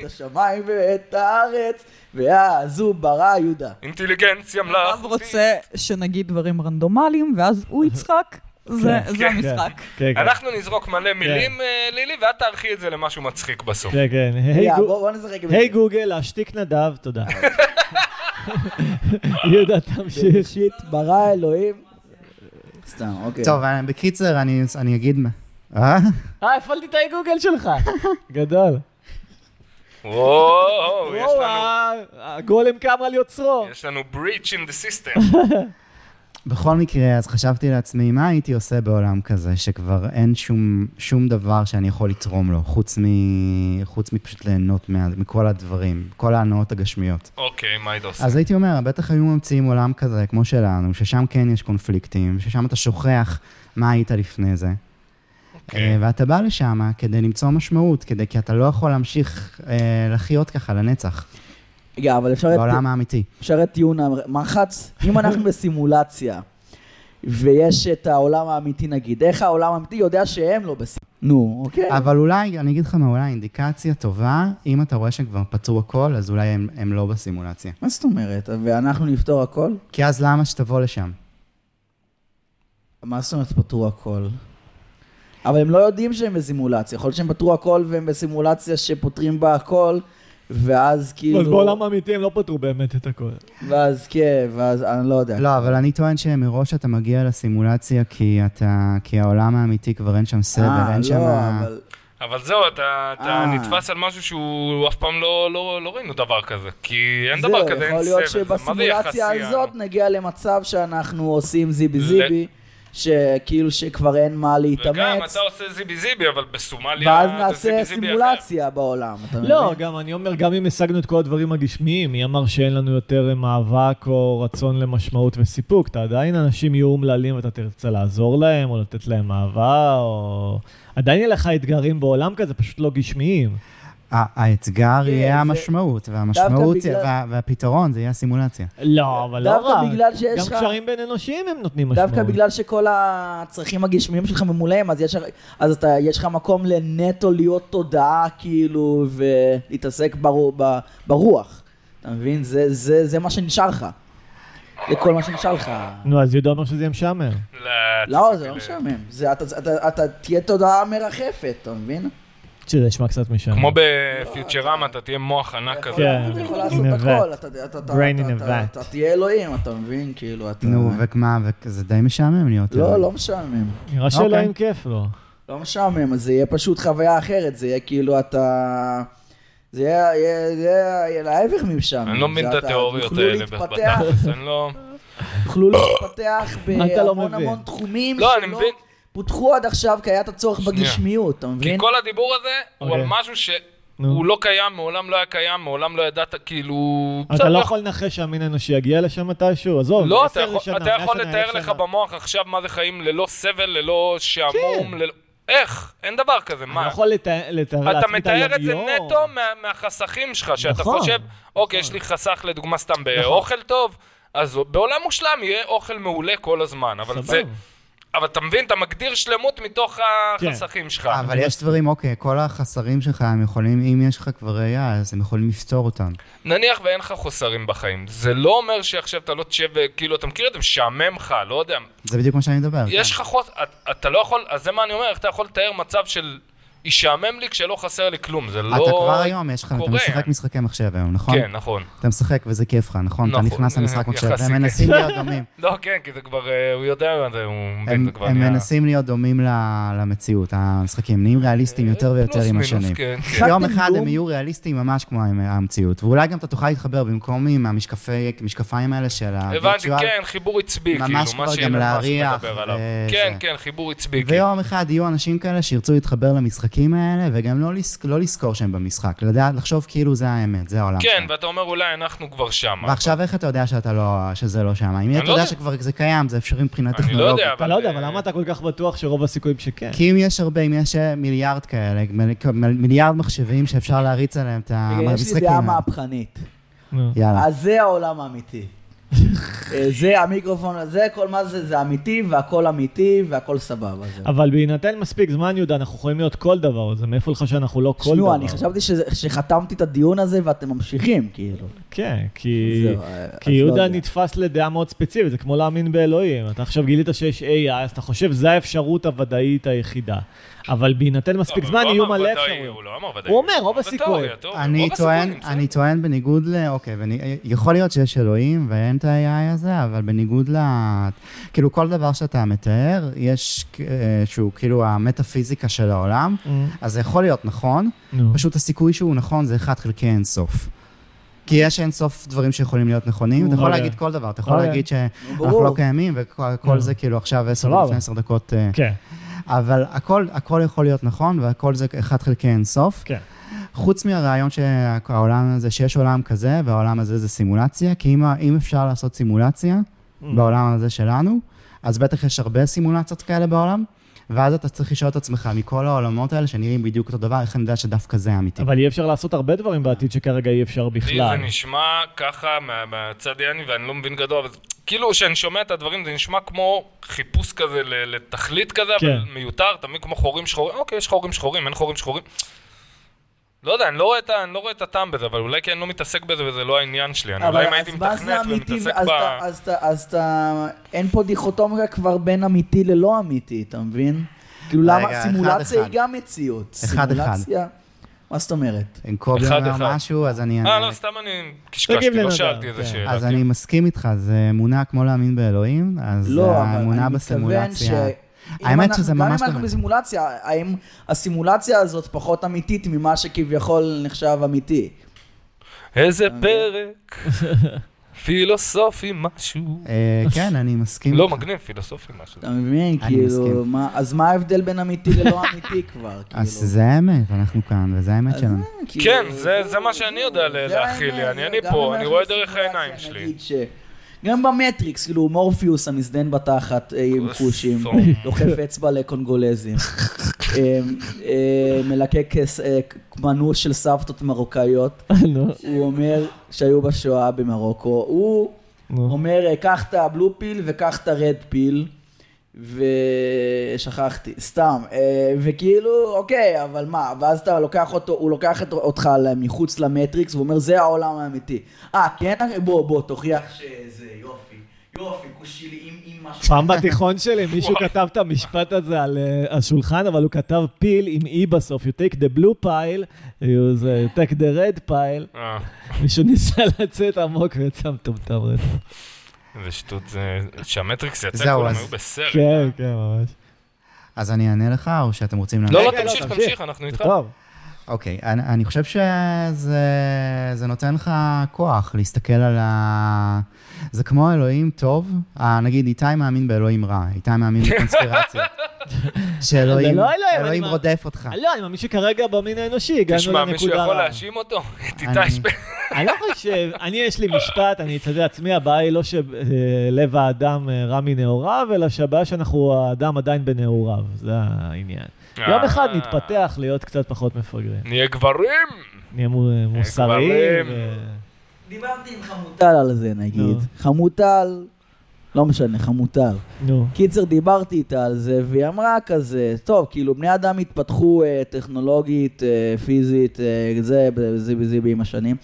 Speaker 3: את השמיים ואת הארץ, והזו ברא יהודה.
Speaker 2: אינטליגנציה
Speaker 6: הרב
Speaker 2: מלאכותית.
Speaker 6: רוצה שנגיד דברים רנדומליים, ואז הוא יצחק, זה זה
Speaker 2: כן.
Speaker 6: המשחק.
Speaker 1: כן, כן.
Speaker 2: אנחנו נזרוק מלא מילים, אה, לילי, ואת תערכי את זה למשהו מצחיק בסוף.
Speaker 1: כן, כן. היי,
Speaker 3: רגע,
Speaker 1: גו-
Speaker 3: בוא בוא נשחק. עם
Speaker 1: היי
Speaker 3: זה.
Speaker 1: גוגל, להשתיק נדב, תודה. יהודה, תמשיך.
Speaker 3: בראשית ברא אלוהים. סתם, אוקיי.
Speaker 4: טוב, אה, בקיצר, אני- אני אגיד מה. אה?
Speaker 1: אה, הפעלתי את ההי גוגל שלך. גדול.
Speaker 2: וואו, יש
Speaker 1: וואו,
Speaker 2: לנו-
Speaker 1: ה- הגולם קם על יוצרו.
Speaker 2: יש לנו breach in the system.
Speaker 4: בכל מקרה, אז חשבתי לעצמי, מה הייתי עושה בעולם כזה, שכבר אין שום, שום דבר שאני יכול לתרום לו, חוץ, מ, חוץ מפשוט ליהנות מה, מכל הדברים, כל ההנאות הגשמיות.
Speaker 2: אוקיי, מה היית עושה?
Speaker 4: אז הייתי אומר, בטח היו ממציאים עולם כזה, כמו שלנו, ששם כן יש קונפליקטים, ששם אתה שוכח מה היית לפני זה.
Speaker 2: אוקיי.
Speaker 4: אה, ואתה בא לשם כדי למצוא משמעות, כדי, כי אתה לא יכול להמשיך אה, לחיות ככה לנצח,
Speaker 3: רגע, אבל אפשר... את-
Speaker 4: בעולם האמיתי.
Speaker 3: אפשר את טיעון המחץ. אם אנחנו בסימולציה, ויש את העולם האמיתי נגיד, איך העולם האמיתי יודע שהם לא בסימולציה? נו, אוקיי.
Speaker 4: אבל אולי, אני אגיד לך מה, אולי אינדיקציה טובה, אם אתה רואה שכבר פתרו הכל, אז אולי הם, הם לא בסימולציה.
Speaker 3: מה זאת אומרת? ואנחנו נפתור הכל?
Speaker 4: כי אז למה שתבוא לשם?
Speaker 3: מה זאת אומרת פתרו הכל? אבל הם לא יודעים שהם בסימולציה, יכול להיות שהם פתרו הכל והם בסימולציה שפותרים בה הכל, ואז כאילו...
Speaker 1: אז בעולם האמיתי הם לא פתרו באמת את הכל.
Speaker 3: ואז כן, ואז אני לא יודע.
Speaker 4: לא, אבל אני טוען שמראש אתה מגיע לסימולציה כי אתה... כי העולם האמיתי כבר אין שם סבל,
Speaker 3: אה,
Speaker 4: אין
Speaker 3: לא,
Speaker 4: שם...
Speaker 3: אבל-
Speaker 2: אבל זהו, אתה אתה
Speaker 3: אה.
Speaker 2: נתפס על משהו שהוא אף פעם לא- לא לא ראינו דבר כזה. כי אין
Speaker 3: זהו,
Speaker 2: דבר כזה, אין
Speaker 3: יכול
Speaker 2: סבל.
Speaker 3: להיות
Speaker 2: מה זה יחסי
Speaker 3: שבסימולציה
Speaker 2: ה-
Speaker 3: הזאת נגיע למצב שאנחנו עושים זיבי זיבי, שכאילו שכבר אין מה
Speaker 2: וגם
Speaker 3: להתאמץ,
Speaker 2: אתה עושה זיבי זיבי, אבל בסומליה...
Speaker 3: ואז
Speaker 2: אתה
Speaker 3: נעשה
Speaker 2: זיבי זיבי אחר.
Speaker 3: סימולציה בעולם, אתה מבין?
Speaker 1: לא, גם אני אומר, גם אם השגנו את כל הדברים הגשמיים, מי אמר שאין לנו יותר מאבק או רצון למשמעות וסיפוק? אתה עדיין אנשים יהיו אומללים ואתה תרצה לעזור להם, או לתת להם אהבה, או... עדיין יהיה לך אתגרים בעולם כזה, פשוט לא גשמיים.
Speaker 4: ה- האתגר
Speaker 3: כן, זה-
Speaker 4: יהיה המשמעות, והמשמעות,
Speaker 3: דווקא בגלל-
Speaker 4: וה- והפתרון זה יהיה הסימולציה.
Speaker 1: לא, אבל לא
Speaker 3: דווקא
Speaker 1: רק.
Speaker 3: בגלל שיש
Speaker 1: גם
Speaker 3: לך-
Speaker 1: קשרים בין אנושיים הם נותנים משמעות.
Speaker 3: דווקא בגלל שכל הצרכים הגשמיים שלך ממולאים, אז יש, אז אתה, יש לך מקום לנטו להיות תודעה, כאילו, ולהתעסק ברו, ב, ברוח. אתה מבין? זה, זה, זה מה שנשאר לך. זה כל מה שנשאר לך.
Speaker 1: נו, אז יהודה אומר שזה יהיה משעמם.
Speaker 2: לא,
Speaker 3: לא,
Speaker 2: ציפיתי
Speaker 3: זה לא
Speaker 2: ל-
Speaker 3: משעמם. זה, אתה, אתה, אתה תהיה תודעה מרחפת, אתה מבין?
Speaker 1: שזה נשמע קצת משעמם.
Speaker 2: כמו
Speaker 3: לא,
Speaker 2: בפיוטרמה, אתה תהיה מוח ענק
Speaker 3: אתה
Speaker 2: כזה.
Speaker 3: יכול-
Speaker 1: כן.
Speaker 3: אתה יכול לעשות
Speaker 1: In a
Speaker 3: הכל,
Speaker 1: vat.
Speaker 3: אתה- אתה- אתה- אתה-
Speaker 1: Brain in a
Speaker 3: אתה-
Speaker 1: vat.
Speaker 3: אתה תהיה אלוהים, אתה מבין? כאילו, אתה...
Speaker 4: נו, ומה, וזה די משעמם להיות...
Speaker 3: לא,
Speaker 4: אלוהים.
Speaker 3: לא משעמם.
Speaker 1: נראה שלא
Speaker 4: אוקיי.
Speaker 1: עם כיף לו.
Speaker 3: לא משעמם, אז זה יהיה פשוט חוויה אחרת, זה יהיה כאילו אתה... זה יהיה, יהיה, זה יהיה להפך ממשעמם.
Speaker 2: אני לא מבין
Speaker 3: זה
Speaker 2: את
Speaker 3: אתה-
Speaker 2: התיאוריות
Speaker 3: יוכלו
Speaker 2: האלה
Speaker 3: להתפתח-
Speaker 2: בתכלס, אני לא...
Speaker 3: יוכלו להתפתח
Speaker 1: אתה לא
Speaker 3: בהמון
Speaker 1: מבין.
Speaker 3: המון תחומים
Speaker 2: לא, אני מבין.
Speaker 3: פותחו עד עכשיו כי היה את הצורך
Speaker 2: שנייה.
Speaker 3: בגשמיות, אתה
Speaker 2: כי
Speaker 3: מבין?
Speaker 2: כל הדיבור הזה הוא על
Speaker 1: אוקיי.
Speaker 2: משהו שהוא
Speaker 1: נו.
Speaker 2: לא קיים, מעולם לא היה קיים, מעולם לא ידעת, כאילו... בסדר,
Speaker 1: אתה לא יכול לנחש שהמין האנושי יגיע לשם מתישהו? עזוב,
Speaker 2: לא, אתה
Speaker 1: עשר
Speaker 2: יכול-
Speaker 1: שנה,
Speaker 2: אתה
Speaker 1: מאה
Speaker 2: יכול
Speaker 1: שנה, אלף
Speaker 2: לתאר לך
Speaker 1: שנה.
Speaker 2: במוח עכשיו מה זה חיים ללא סבל, ללא שעמום, ללא... איך? אין דבר כזה,
Speaker 1: כן. אני לא
Speaker 2: מה?
Speaker 1: יכול לתאר לעצמי את היומיום.
Speaker 2: אתה מתאר את זה נטו מה- מהחסכים שלך, שאתה
Speaker 1: נכון,
Speaker 2: חושב, אוקיי, יש לי חסך לדוגמה סתם באוכל טוב, אז בעולם מושלם יהיה אוכל מעולה כל הזמן, אבל זה...
Speaker 1: סבבה.
Speaker 2: אבל אתה מבין, אתה מגדיר שלמות מתוך
Speaker 1: כן.
Speaker 2: החסכים שלך.
Speaker 4: אבל יש דברים, אוקיי, כל החסרים שלך, הם יכולים, אם יש לך כבר ראייה, אז הם יכולים לפתור אותם.
Speaker 2: נניח ואין לך חוסרים בחיים, זה לא אומר שעכשיו אתה לא תשב, ו- כאילו, אתה מכיר את זה, משעמם לך, לא יודע.
Speaker 4: זה בדיוק מה שאני מדבר. כן.
Speaker 2: יש לך חוס... את- אתה לא יכול, אז זה מה אני אומר, איך אתה יכול לתאר מצב של... ישעמם לי כשלא חסר לי כלום, זה
Speaker 4: כן.
Speaker 2: לא...
Speaker 4: אתה כבר היום, יש לך, אתה
Speaker 2: קורה.
Speaker 4: משחק משחקי מחשב היום, נכון?
Speaker 2: כן, נכון.
Speaker 4: אתה משחק וזה כיף לך, נכון? אתה
Speaker 2: נכון,
Speaker 4: נכנס למשחק
Speaker 2: אה,
Speaker 4: מחשב,
Speaker 2: יחסי,
Speaker 4: והם
Speaker 2: כן.
Speaker 4: מנסים להיות דומים.
Speaker 2: לא, כן, כי זה כבר, אה, הוא יודע מה זה, הוא מבין,
Speaker 4: הם,
Speaker 2: זה כבר
Speaker 4: הם מנסים להיות דומים ל- למציאות, המשחקים נהיים ריאליסטיים יותר ויותר
Speaker 2: פלוס
Speaker 4: עם
Speaker 2: מינוס,
Speaker 4: השנים.
Speaker 2: כן, כן.
Speaker 4: יום
Speaker 3: משחק
Speaker 4: אחד
Speaker 3: דמדום.
Speaker 4: הם יהיו ריאליסטיים ממש כמו עם המציאות, ואולי גם אתה תוכל להתחבר במקום עם המשקפי- המשקפיים האלה של
Speaker 2: הבנתי,
Speaker 4: הווירטואל,
Speaker 2: כן, חיבור עצבי,
Speaker 4: אה, ממש
Speaker 2: כאילו,
Speaker 4: כבר
Speaker 2: מה
Speaker 4: גם
Speaker 2: שאילון מאסק
Speaker 4: להריח,
Speaker 2: מדבר עליו.
Speaker 4: אה,
Speaker 2: כן,
Speaker 4: זה.
Speaker 2: כן, חיבור עצבי, כאילו.
Speaker 4: ויום אחד יהיו אנשים כאלה שירצו להתחבר למשחק, במשחקים האלה, וגם לא, לז... לא לזכור שהם במשחק, לדעת, לחשוב כאילו זה האמת, זה העולם
Speaker 2: כן,
Speaker 4: שלנו.
Speaker 2: ואתה אומר אולי אנחנו כבר שם.
Speaker 4: ועכשיו איך אתה יודע שאתה לא, שזה לא שם? אם
Speaker 2: לא
Speaker 4: אתה יודע
Speaker 2: יודע.
Speaker 4: שכבר זה קיים, זה אפשרי מבחינה
Speaker 2: אני לא
Speaker 4: טכנולוגית.
Speaker 2: יודע,
Speaker 1: אתה לא יודע,
Speaker 2: אה,
Speaker 1: אבל למה אתה כל כך בטוח שרוב הסיכויים שכן?
Speaker 4: כי אם יש הרבה, אם יש אה, מיליארד כאלה, מ- כ- מ- מיליארד מחשבים שאפשר להריץ עליהם את
Speaker 1: אה,
Speaker 3: רגע, אה, יש לי
Speaker 4: המשחקים
Speaker 3: דעה
Speaker 4: האלה.
Speaker 3: מהפכנית. כן.
Speaker 1: נו.
Speaker 4: יאללה.
Speaker 3: אז זה העולם האמיתי. אה, זה המיקרופון הזה, כל מה זה, זה אמיתי, והכל אמיתי, והכל סבבה. זהו.
Speaker 1: אבל בהינתן מספיק זמן, יהודה, אנחנו יכולים להיות כל דבר, זה מאיפה לך שאנחנו לא כל
Speaker 3: תשמעו,
Speaker 1: דבר.
Speaker 3: אני חשבתי שזה- שחתמתי את הדיון הזה ואתם ממשיכים, כאילו.
Speaker 1: כן, כי...
Speaker 3: זהו, אה, אז
Speaker 1: כי
Speaker 3: לא
Speaker 1: יהודה
Speaker 3: יודע.
Speaker 1: נתפס לדעה מאוד ספציפית, זה כמו להאמין באלוהים. אתה עכשיו גילית שיש AI, אז אתה חושב, זו האפשרות הוודאית היחידה. אבל בהינתן
Speaker 2: לא,
Speaker 1: מספיק
Speaker 2: אבל
Speaker 1: זמן,
Speaker 2: הוא
Speaker 1: יהיו
Speaker 2: אמר
Speaker 1: מלא
Speaker 2: ודאי,
Speaker 1: אפשרויות.
Speaker 2: הוא לא אמר ודאי.
Speaker 1: הוא אומר, רוב
Speaker 2: אבל
Speaker 1: הסיכוי.
Speaker 2: תיאוריה, תיאוריה,
Speaker 4: אני
Speaker 2: רוב
Speaker 4: טוען,
Speaker 2: הסיכויים,
Speaker 4: אני טוען בניגוד ל... אוקיי, ואני- יכול להיות שיש אלוהים ואין את ה-AI הזה, אבל בניגוד ל... כאילו, כל דבר שאתה מתאר, יש אה, שהוא כאילו המטאפיזיקה של העולם, אז זה יכול להיות נכון,
Speaker 1: Mm, נו.
Speaker 4: פשוט הסיכוי שהוא נכון זה 1 חלקי אינסוף. כי יש אינסוף דברים שיכולים להיות נכונים, אתה יכול
Speaker 1: אוקיי.
Speaker 4: להגיד כל דבר, אתה יכול
Speaker 1: אוקיי. כן.
Speaker 4: להגיד שאנחנו
Speaker 3: ברור.
Speaker 4: לא קיימים, וכל כל זה כאילו עכשיו עשר,
Speaker 1: סבבה.
Speaker 4: לפני עשר דקות, אה,
Speaker 1: כן,
Speaker 4: אבל הכל, הכל יכול להיות נכון, והכל זה 1 חלקי אינסוף.
Speaker 1: כן.
Speaker 4: חוץ מהרעיון שהעולם הזה, שיש עולם כזה, והעולם הזה זה סימולציה, כי אם, אם אפשר לעשות סימולציה
Speaker 2: Mm.
Speaker 4: בעולם הזה שלנו, אז בטח יש הרבה סימולציות כאלה בעולם, ואז אתה צריך לשאול את עצמך, מכל העולמות האלה שנראים בדיוק אותו דבר, איך אני יודע שדווקא זה אמיתי?
Speaker 1: אבל אי אפשר לעשות הרבה דברים בעתיד שכרגע אי אפשר
Speaker 2: לי זה
Speaker 1: בכלל.
Speaker 2: נשמע ככה מה- מהצד יעני, ואני לא מבין גדול, אבל זה- כאילו כשאני שומע את הדברים זה נשמע כמו חיפוש כזה ל- לתכלית כזה, אבל
Speaker 1: כן.
Speaker 2: מיותר, אתה מבין? כמו חורים שחורים, אוקיי, יש חורים שחורים, אין חורים שחורים. לא יודע, אני לא רואה את ה- אני לא רואה את הטעם בזה, אבל אולי כי אני לא מתעסק בזה וזה לא העניין שלי. אני אולי אם הייתי מתכנת ומתעסק
Speaker 3: אז
Speaker 2: ב...
Speaker 3: אתה- אז אתה- אז אתה, אין פה דיכוטומיה כבר בין אמיתי ללא אמיתי, אתה מבין? כאילו
Speaker 4: רגע,
Speaker 3: למה,
Speaker 4: אחד,
Speaker 3: סימולציה
Speaker 4: אחד.
Speaker 3: היא גם מציאות.
Speaker 4: אחד, אחד.
Speaker 3: סימולציה- מה זאת אומרת?
Speaker 4: אם קובי
Speaker 2: אחד,
Speaker 4: אומר
Speaker 2: אחד.
Speaker 4: משהו, אז אני...
Speaker 2: אה, לא, סתם אני קשקשתי,
Speaker 1: תגיב
Speaker 2: לא
Speaker 1: לנדב,
Speaker 2: שאלתי איזה
Speaker 1: כן.
Speaker 2: שאלה.
Speaker 4: אז
Speaker 2: כן.
Speaker 4: אני מסכים איתך, זה אמונה כמו להאמין באלוהים, אז
Speaker 3: לא, אבל
Speaker 4: האמונה
Speaker 3: אני מתכוון ש...
Speaker 4: בסימולציה...
Speaker 3: אם
Speaker 4: האמת
Speaker 3: אנחנו-
Speaker 4: שזה
Speaker 3: גם
Speaker 4: ממש
Speaker 3: אם
Speaker 4: לא
Speaker 3: אנחנו
Speaker 4: נכון.
Speaker 3: בסימולציה, האם הסימולציה הזאת פחות אמיתית ממה שכביכול נחשב אמיתי?
Speaker 2: איזה פרק, פילוסופי משהו.
Speaker 4: אה, כן, אני מסכים
Speaker 2: לא,
Speaker 4: איתך.
Speaker 2: מגניב, פילוסופי משהו.
Speaker 3: אתה מבין?
Speaker 4: אני
Speaker 3: כאילו,
Speaker 4: מסכים.
Speaker 3: מה- אז מה ההבדל בין אמיתי ללא אמיתי כבר?
Speaker 4: אז
Speaker 3: כאילו?
Speaker 4: זה האמת, אנחנו כאן, וזה האמת
Speaker 3: אז
Speaker 4: שלנו.
Speaker 3: אה, כאילו,
Speaker 2: כן, זה- זה מה שאני יודע
Speaker 3: זה
Speaker 2: ל- להכיל,
Speaker 3: האמת,
Speaker 2: יעני, אני
Speaker 3: גם
Speaker 2: פה,
Speaker 3: אם
Speaker 2: אני
Speaker 3: אנחנו
Speaker 2: רואה דרך
Speaker 3: בסימולציה,
Speaker 2: העיניים שלי.
Speaker 3: נגיד ש- גם במטריקס, כאילו מורפיוס המזדיין בתחת אה, עם
Speaker 2: אוס,
Speaker 3: חושים,
Speaker 2: סום.
Speaker 3: דוחף אצבע לקונגולזים, אה, אה, מלקק אה, מנעוש של סבתות מרוקאיות,
Speaker 1: נו,
Speaker 3: הוא אומר שהיו בשואה במרוקו, הוא
Speaker 1: נו.
Speaker 3: אומר, אה, קח את הבלו פיל וקח את הרד פיל, ושכחתי, סתם, אה, וכאילו, אוקיי, אבל מה, ואז אתה לוקח אותו, הוא לוקח את- אותך ל- מחוץ למטריקס, והוא אומר, זה העולם האמיתי. אה, כן? בוא, בוא, תוכיח שזה יופי, יופי, כושי לי עם אמא שלך.
Speaker 1: פעם בתיכון שלי מישהו כתב את המשפט הזה על אה, השולחן, אבל הוא כתב פיל עם אי בסוף. You take the blue pile, you uh, take the red pile.
Speaker 2: אה,
Speaker 1: מישהו ניסה לצאת עמוק ויצא מטומטם
Speaker 2: כן,
Speaker 1: רצח.
Speaker 2: איזה שטות זה, שהמטריקס יצא,
Speaker 4: זהו,
Speaker 2: כולם
Speaker 4: אז-
Speaker 2: היו בסרט. לא,
Speaker 1: כן, כן, ממש.
Speaker 4: אז אני אענה לך, או שאתם רוצים לענות?
Speaker 2: לא, לא,
Speaker 1: רגע, לא,
Speaker 2: תמשיך,
Speaker 1: תמשיך.
Speaker 2: תמשיך, אנחנו
Speaker 1: זה
Speaker 2: איתך.
Speaker 1: טוב.
Speaker 4: אוקיי, אני, אני חושב שזה זה נותן לך כוח להסתכל על ה... זה כמו אלוהים טוב, אה, נגיד איתי מאמין באלוהים רע, איתי מאמין בקונספירציה. שאלוהים
Speaker 1: זה לא אלוהים, אני
Speaker 4: אלוהים
Speaker 1: מאמין.
Speaker 4: רודף אותך.
Speaker 1: לא, אני מאמין שכרגע במין האנושי הגענו לנקודה...
Speaker 2: תשמע, מישהו יכול
Speaker 1: הרעה.
Speaker 2: להאשים אותו? את
Speaker 4: אני-
Speaker 2: איתי שפ-
Speaker 1: אני לא חושב, אני יש לי משפט, אני אצטט לעצמי, הבעיה היא לא שלב האדם אה, רע מנעוריו, אלא שהבעיה שאנחנו, האדם עדיין בנעוריו, זה העניין. יום אחד
Speaker 2: אה,
Speaker 1: נתפתח להיות קצת פחות מפגרים.
Speaker 2: נהיה גברים!
Speaker 1: נהיה
Speaker 2: אה,
Speaker 1: מו- אה, מוסריים. אה,
Speaker 2: גברים.
Speaker 1: ו-
Speaker 3: דיברתי עם חמוטל על זה, נגיד.
Speaker 1: נו.
Speaker 3: חמוטל, לא משנה, חמוטל.
Speaker 1: נו,
Speaker 3: קיצר, דיברתי איתה על זה, והיא אמרה כזה, טוב, כאילו, בני אדם התפתחו אה, טכנולוגית, אה, פיזית, אה, זה, זה, זה, זה עם השנים,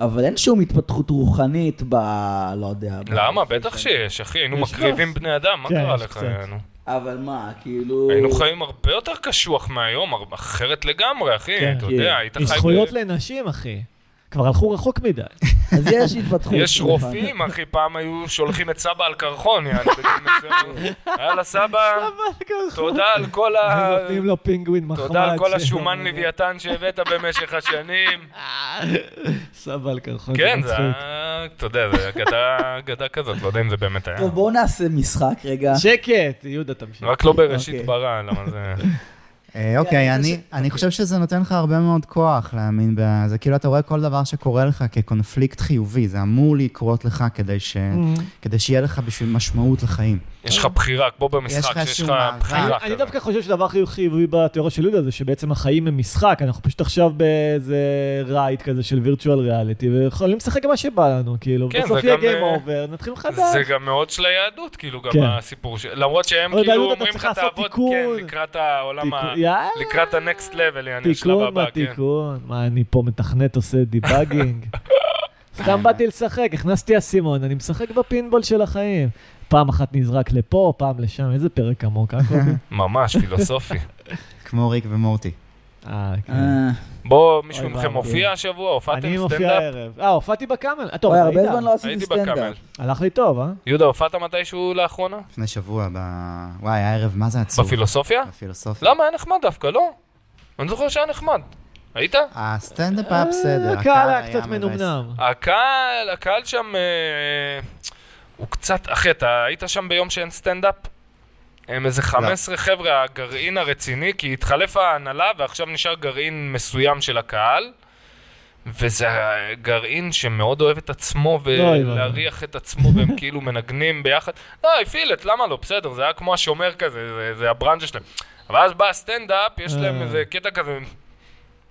Speaker 3: אבל אין שום התפתחות רוחנית ב... לא יודע. ב-
Speaker 2: למה? בטח שיש, אחי, היינו
Speaker 1: יש
Speaker 2: מקריבים בני אדם, מה
Speaker 1: כן,
Speaker 2: קרה
Speaker 1: יש
Speaker 2: לך?
Speaker 1: קצת.
Speaker 2: יענו?
Speaker 3: אבל מה, כאילו...
Speaker 2: היינו חיים הרבה יותר קשוח מהיום, הר- אחרת לגמרי, אחי,
Speaker 1: כן.
Speaker 2: אתה
Speaker 3: כן.
Speaker 2: יודע, היית
Speaker 1: יש
Speaker 2: חי...
Speaker 1: זכויות
Speaker 2: ב-
Speaker 1: לנשים, אחי. כבר הלכו רחוק מדי.
Speaker 3: אז יש התפתחות.
Speaker 2: יש
Speaker 3: רוחנית.
Speaker 2: רופאים, אחי, פעם היו שולחים את סבא על קרחון, יעני, בגיל מסוים. יאללה, סבא, תודה על כל ה...
Speaker 1: נותנים לו פינגווין מחמד.
Speaker 2: תודה על כל
Speaker 1: ש-
Speaker 2: השומן לוויתן שהבאת במשך השנים.
Speaker 1: סבא על קרחון.
Speaker 2: כן, זה
Speaker 1: אוקיי, מצחיק.
Speaker 2: היה, אתה יודע, זה אגדה- אגדה כזאת, לא יודע אם זה באמת היה.
Speaker 3: טוב, בואו נעשה משחק רגע.
Speaker 1: שקט, יהודה, תמשיך.
Speaker 2: רק לא בראשית
Speaker 3: אוקיי.
Speaker 2: ברא, למה זה...
Speaker 4: אה, אוקיי, אני- אני חושב שזה נותן לך הרבה מאוד כוח להאמין בזה. כאילו, אתה רואה כל דבר שקורה לך כקונפליקט חיובי, זה אמור לקרות לך כדי ש-
Speaker 1: Mm.
Speaker 4: כדי שיהיה לך בשביל משמעות לחיים.
Speaker 2: יש לך בחירה, כמו
Speaker 4: יש
Speaker 2: במשחק,
Speaker 4: לך
Speaker 2: שיש
Speaker 4: איזשהו
Speaker 2: לך
Speaker 4: מאבק.
Speaker 2: בחירה.
Speaker 1: אני
Speaker 2: כזה.
Speaker 1: דווקא חושב שהדבר הכי חיובי בתיאוריה של יהודה זה שבעצם החיים הם משחק, אנחנו פשוט עכשיו באיזה רייט כזה של וירטואל ריאליטי, ויכולים לשחק עם מה שבא לנו, כאילו,
Speaker 2: כן,
Speaker 1: בסוף
Speaker 2: זה
Speaker 1: יהיה
Speaker 2: גם,
Speaker 1: גיים
Speaker 2: אה,
Speaker 1: אובר, נתחיל מחדש.
Speaker 2: זה גם מאוד של היהדות, כאילו, גם
Speaker 1: כן.
Speaker 2: הסיפור של... למרות שהם
Speaker 1: אבל
Speaker 2: כאילו
Speaker 1: ביהדות אתה
Speaker 2: אומרים
Speaker 1: צריך
Speaker 2: לך
Speaker 1: לעשות
Speaker 2: תעבוד,
Speaker 1: תיקון.
Speaker 2: כן, לקראת העולם ה...
Speaker 1: תיקון, יאללה.
Speaker 2: לקראת ה-next level, יעני, השלב
Speaker 1: תיקון, מה
Speaker 2: הבא, כן.
Speaker 1: תיקון? מה, אני פה מתכנת עושה דיבאגינג? סתם באתי לשחק, הכנסתי אסימון, אני משחק בפינבול של החיים. פעם אחת נזרק לפה, פעם לשם, איזה פרק עמוק, אה, קובי?
Speaker 2: כן. ממש פילוסופי.
Speaker 4: כמו ריק ומורטי.
Speaker 1: אה, כן.
Speaker 3: אה,
Speaker 2: בוא, מישהו
Speaker 1: אוי,
Speaker 2: מכם
Speaker 1: ואבוי.
Speaker 2: מופיע השבוע?
Speaker 1: אני
Speaker 2: הופעתם
Speaker 1: מופיע
Speaker 2: סטנדאפ?
Speaker 1: הערב. אה, הופעתי בקאמל. אה, טוב,
Speaker 3: אוי, הרבה
Speaker 1: ראית?
Speaker 3: זמן לא עשיתי
Speaker 2: הייתי
Speaker 3: סטנדאפ.
Speaker 2: בקאמל.
Speaker 1: הלך לי טוב, אה?
Speaker 2: יהודה, הופעת מתישהו לאחרונה?
Speaker 4: לפני שבוע, ב... וואי, היה ערב, מה זה עצוב?
Speaker 2: בפילוסופיה?
Speaker 4: בפילוסופיה.
Speaker 2: למה? היה נחמד דווקא, לא? אני זוכר שהיה נחמד. היית?
Speaker 4: הסטנדאפ היה בסדר.
Speaker 1: אה, הקהל היה קצת
Speaker 4: מבאס.
Speaker 1: מנומנם.
Speaker 2: הקהל, הקהל שם אה, הוא קצת, אחי, אתה היית שם ביום שאין סטנדאפ? הם איזה 15 חבר'ה, הגרעין הרציני, כי התחלף ההנהלה ועכשיו נשאר גרעין מסוים של הקהל. וזה גרעין שמאוד אוהב את עצמו
Speaker 1: אוי, אוי,
Speaker 2: ולהריח את עצמו והם כאילו מנגנים ביחד. לא, הפעיל את, למה לא? בסדר, זה היה כמו השומר כזה, זה, זה הברנז'ה שלהם. אבל אז בא הסטנדאפ, יש להם
Speaker 1: אה.
Speaker 2: איזה קטע כזה,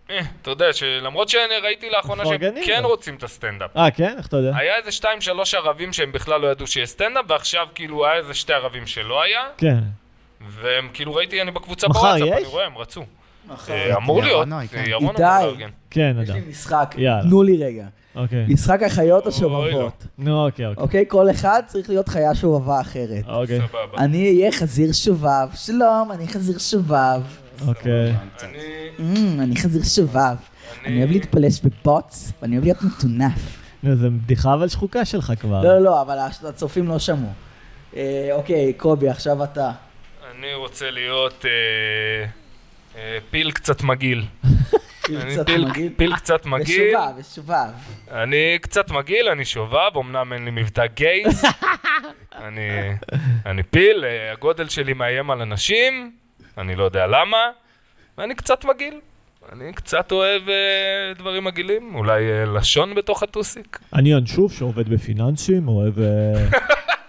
Speaker 2: אה, אתה יודע, שלמרות שראיתי לאחרונה שהם
Speaker 1: מפרגנים
Speaker 2: כן
Speaker 1: לו.
Speaker 2: רוצים את הסטנדאפ.
Speaker 1: אה, כן? איך אתה יודע?
Speaker 2: היה איזה שתיים, שלוש ערבים שהם בכלל לא ידעו שיש סטנדאפ, ועכשיו כאילו היה איזה שתי ערבים שלא היה,
Speaker 1: כן.
Speaker 2: והם כאילו ראיתי, אני בקבוצה
Speaker 1: מחר
Speaker 2: בוואטסאפ,
Speaker 1: יש?
Speaker 2: אני רואה, הם רצו. אה, אמור
Speaker 4: ירון
Speaker 2: להיות,
Speaker 4: נוי, כן.
Speaker 2: אה, ירון אמור
Speaker 3: איתי.
Speaker 2: לארגן.
Speaker 1: כן,
Speaker 3: יש לי
Speaker 1: אדם.
Speaker 3: משחק,
Speaker 1: יאללה.
Speaker 3: תנו לי רגע.
Speaker 1: אוקיי.
Speaker 3: משחק החיות השובבות.
Speaker 2: אוי, לא.
Speaker 1: נו, אוקיי, אוקיי.
Speaker 3: אוקיי? כל אחד צריך להיות חיה שובבה אחרת.
Speaker 1: אוקיי,
Speaker 2: סבבה.
Speaker 3: אני אהיה חזיר שובב. שלום, אני חזיר שובב.
Speaker 1: אוקיי.
Speaker 2: אני...
Speaker 3: אמ, אני חזיר שובב. אני אוהב להתפלש בבוץ, ואני אוהב להיות מטונף.
Speaker 1: נו, זו בדיחה אבל שחוקה שלך כבר.
Speaker 3: לא, לא, לא, אבל הצופים לא שמעו. אה, אוקיי, קובי, עכשיו אתה.
Speaker 2: אני רוצה להיות אה, אה, פיל קצת מגעיל.
Speaker 3: כאילו
Speaker 2: אני
Speaker 3: קצת
Speaker 2: פיל-
Speaker 3: מגעיל.
Speaker 2: פיל קצת מגעיל.
Speaker 3: ושובב, ושובב.
Speaker 2: אני קצת מגעיל, אני שובב, אמנם אין לי מבטא גייז. אני, אני פיל, אה, הגודל שלי מאיים על אנשים, אני לא יודע למה, ואני קצת מגעיל. אני קצת אוהב אה, דברים מגעילים, אולי אה, לשון בתוך הטוסיק.
Speaker 1: אני אנשוף שעובד בפיננסים, אוהב אה,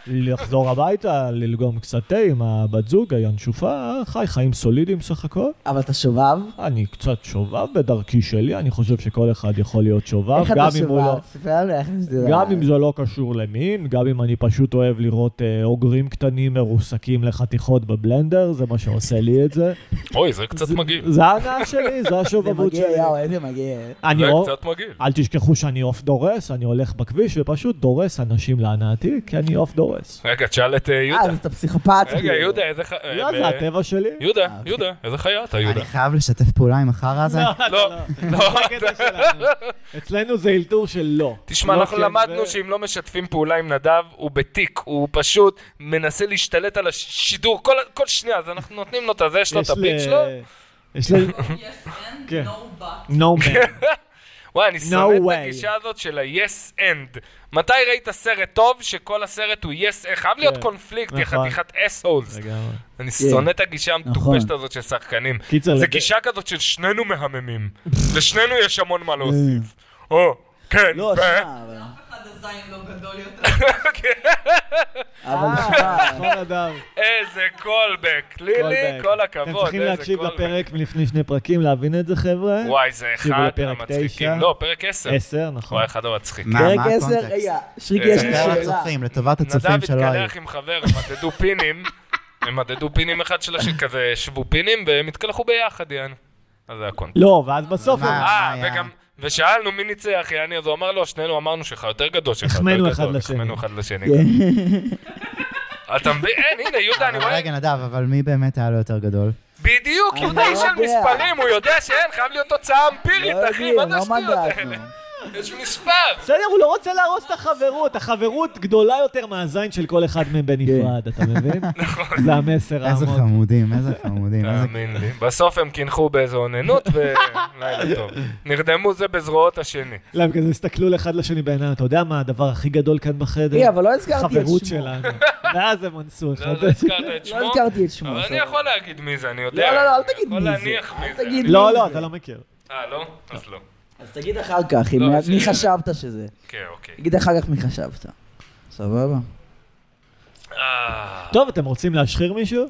Speaker 1: לחזור הביתה, ללגום קצת תה עם הבת זוג, הינשופה, חי חיים סולידיים סך הכל.
Speaker 3: אבל אתה שובב?
Speaker 1: אני קצת שובב בדרכי שלי, אני חושב שכל אחד יכול להיות שובב,
Speaker 3: איך
Speaker 1: גם
Speaker 3: אתה
Speaker 1: אם הוא לא...
Speaker 3: שובב? ספר לי איך זה נראה.
Speaker 1: גם אם זה לא קשור למין, גם אם אני פשוט אוהב לראות אה, אוגרים קטנים מרוסקים לחתיכות בבלנדר, זה מה שעושה לי את זה.
Speaker 2: אוי, זה קצת מגעיל.
Speaker 1: זה ההנאה שלי, זה
Speaker 3: זה
Speaker 1: השובבות
Speaker 3: מגיע,
Speaker 1: שלי.
Speaker 3: יאו, איזה מגיע.
Speaker 1: אני לא-
Speaker 2: זה
Speaker 1: אור-
Speaker 2: קצת מגעיל.
Speaker 1: אל תשכחו שאני עוף דורס, אני הולך בכביש ופשוט דורס אנשים להנאתי, כי אני עוף דורס.
Speaker 2: רגע, תשאל את אה,
Speaker 3: אה,
Speaker 2: יהודה.
Speaker 3: אז אתה פסיכופת.
Speaker 2: רגע,
Speaker 3: כאילו.
Speaker 2: יהודה, איזה חיה...
Speaker 1: לא, זה הטבע שלי.
Speaker 2: יהודה, יהודה, איזה חיה אתה, יהודה?
Speaker 4: אני חייב לשתף פעולה עם החרא
Speaker 1: אה,
Speaker 4: הזה.
Speaker 2: לא, לא.
Speaker 1: זה הקטע שלנו. אצלנו זה אלתור של לא.
Speaker 2: תשמע,
Speaker 1: לא
Speaker 2: אנחנו
Speaker 1: כן
Speaker 2: למדנו
Speaker 1: ו-
Speaker 2: שאם לא משתפים פעולה עם נדב, הוא בתיק, הוא פשוט מנסה להשתלט על השידור כל כל שנייה, אז אנחנו נותנים לו את הזה, יש לו את
Speaker 1: יש ל-
Speaker 2: הפיץ לא? שלו.
Speaker 1: יש ל...
Speaker 5: Yes and
Speaker 1: כן.
Speaker 5: no but.
Speaker 1: No
Speaker 2: כן.
Speaker 1: man.
Speaker 2: וואי, אני
Speaker 1: No
Speaker 2: שונא את
Speaker 1: way.
Speaker 2: הגישה הזאת של ה-yes and. מתי ראית סרט טוב שכל הסרט הוא yes and? חייב להיות
Speaker 1: כן,
Speaker 2: קונפליקט, יא
Speaker 1: נכון.
Speaker 2: חתיכת assholes.
Speaker 1: לגמרי.
Speaker 2: אני שונא את הגישה המטופשת הזאת של שחקנים.
Speaker 1: קיצר,
Speaker 2: זה
Speaker 1: לד-
Speaker 2: גישה כזאת של שנינו מהממים. לשנינו יש המון מה להוסיף.
Speaker 1: אה.
Speaker 2: או, כן,
Speaker 3: לא,
Speaker 2: ו...
Speaker 3: שמע, אבל...
Speaker 5: אף אחד הזין לא גדול יותר.
Speaker 3: אבל שמע,
Speaker 1: נכון, אדם.
Speaker 2: איזה קולבק. לילי,
Speaker 1: קולבק.
Speaker 2: כל
Speaker 1: אתם
Speaker 2: הכבוד,
Speaker 1: צריכים
Speaker 2: איזה
Speaker 1: להקשיב
Speaker 2: קולבק.
Speaker 1: לפרק מלפני שני פרקים, להבין את זה, חבר'ה.
Speaker 2: וואי, זה
Speaker 1: תקשיבו
Speaker 2: אחד
Speaker 1: לפרק
Speaker 2: המצחיקים.
Speaker 1: תשע.
Speaker 2: לא, פרק 10.
Speaker 1: עשר, נכון.
Speaker 2: וואי, אחד המצחיק.
Speaker 4: מה
Speaker 3: פרק
Speaker 4: מה
Speaker 3: 10,
Speaker 4: הקונטקסט?
Speaker 3: רגע, שריקי, יש לי
Speaker 2: אה,
Speaker 4: לטובת
Speaker 3: שאלה.
Speaker 4: הצופים, לטובת
Speaker 2: נדב
Speaker 4: הצופים שלא היו.
Speaker 2: התקלח עם חבר, הם מדדו פינים, הם מדדו פינים אחד של השני, כזה שבו פינים, והם התקלחו ביחד, יענו. אז זה הקונט.
Speaker 1: לא, ואז בסוף
Speaker 4: מה?
Speaker 1: הם-
Speaker 2: אה,
Speaker 4: היה.
Speaker 2: וגם, ושאלנו מי ניצח, יעני, אז הוא אמר לו, שנינו אמרנו שלך יותר גדול שלך. יותר
Speaker 1: החמאנו
Speaker 2: גדול."
Speaker 1: אחד לשני.
Speaker 2: החמאנו אחד לשני. אתה מבין? אין, הנה, יהודה, אני
Speaker 4: אבל
Speaker 2: רואה...
Speaker 4: רגע, נדב, אבל מי באמת היה לו יותר גדול?
Speaker 2: בדיוק,
Speaker 3: אני
Speaker 2: יהודה
Speaker 3: לא
Speaker 2: איש של
Speaker 3: יודע.
Speaker 2: מספרים, הוא יודע שאין, חייב להיות תוצאה אמפירית,
Speaker 3: לא
Speaker 2: אחי, מה
Speaker 3: יודעים,
Speaker 2: זה
Speaker 3: לא
Speaker 2: השטויות האלה?
Speaker 3: מדדנו.
Speaker 2: איזשהו נספר.
Speaker 1: בסדר, הוא לא רוצה להרוס את החברות. החברות גדולה יותר מהזין של כל אחד מהם
Speaker 3: כן.
Speaker 1: בנפרד, אתה מבין? נכון. זה המסר
Speaker 4: איזה
Speaker 1: העמוק.
Speaker 4: חמודים, איזה חמודים. איזה-
Speaker 2: תאמין לי. בסוף הם קינחו באיזו אוננות, ולילה טוב. נרדמו זה בזרועות השני.
Speaker 1: להם כזה הסתכלו לאחד לשני בעיניים, אתה יודע מה הדבר הכי גדול כאן בחדר?
Speaker 3: אה, אבל לא הזכרתי את
Speaker 1: חברות
Speaker 3: שמו.
Speaker 1: שלנו. ואז הם אנסו אחד.
Speaker 2: לא לא הזכרת את שמו?
Speaker 3: לא הזכרתי את שמו.
Speaker 2: אבל אני
Speaker 3: אבל-
Speaker 2: יכול להגיד מי זה, אני יודע.
Speaker 3: לא, לא, לא, אל
Speaker 2: אני
Speaker 3: תגיד
Speaker 2: יכול
Speaker 3: מי זה.
Speaker 2: להניח
Speaker 3: אל
Speaker 2: מי זה.
Speaker 3: תגיד.
Speaker 2: אני-
Speaker 1: לא, לא, אתה לא מכיר.
Speaker 2: אה, לא? אז לא.
Speaker 3: אז תגיד אחר כך, אם-
Speaker 2: לא,
Speaker 3: מי-
Speaker 2: זה-
Speaker 3: מי חשבת שזה.
Speaker 2: אוקיי, אוקיי.
Speaker 3: תגיד אחר כך מי חשבת. סבבה.
Speaker 2: אה,
Speaker 1: טוב, אתם רוצים להשחיר מישהו?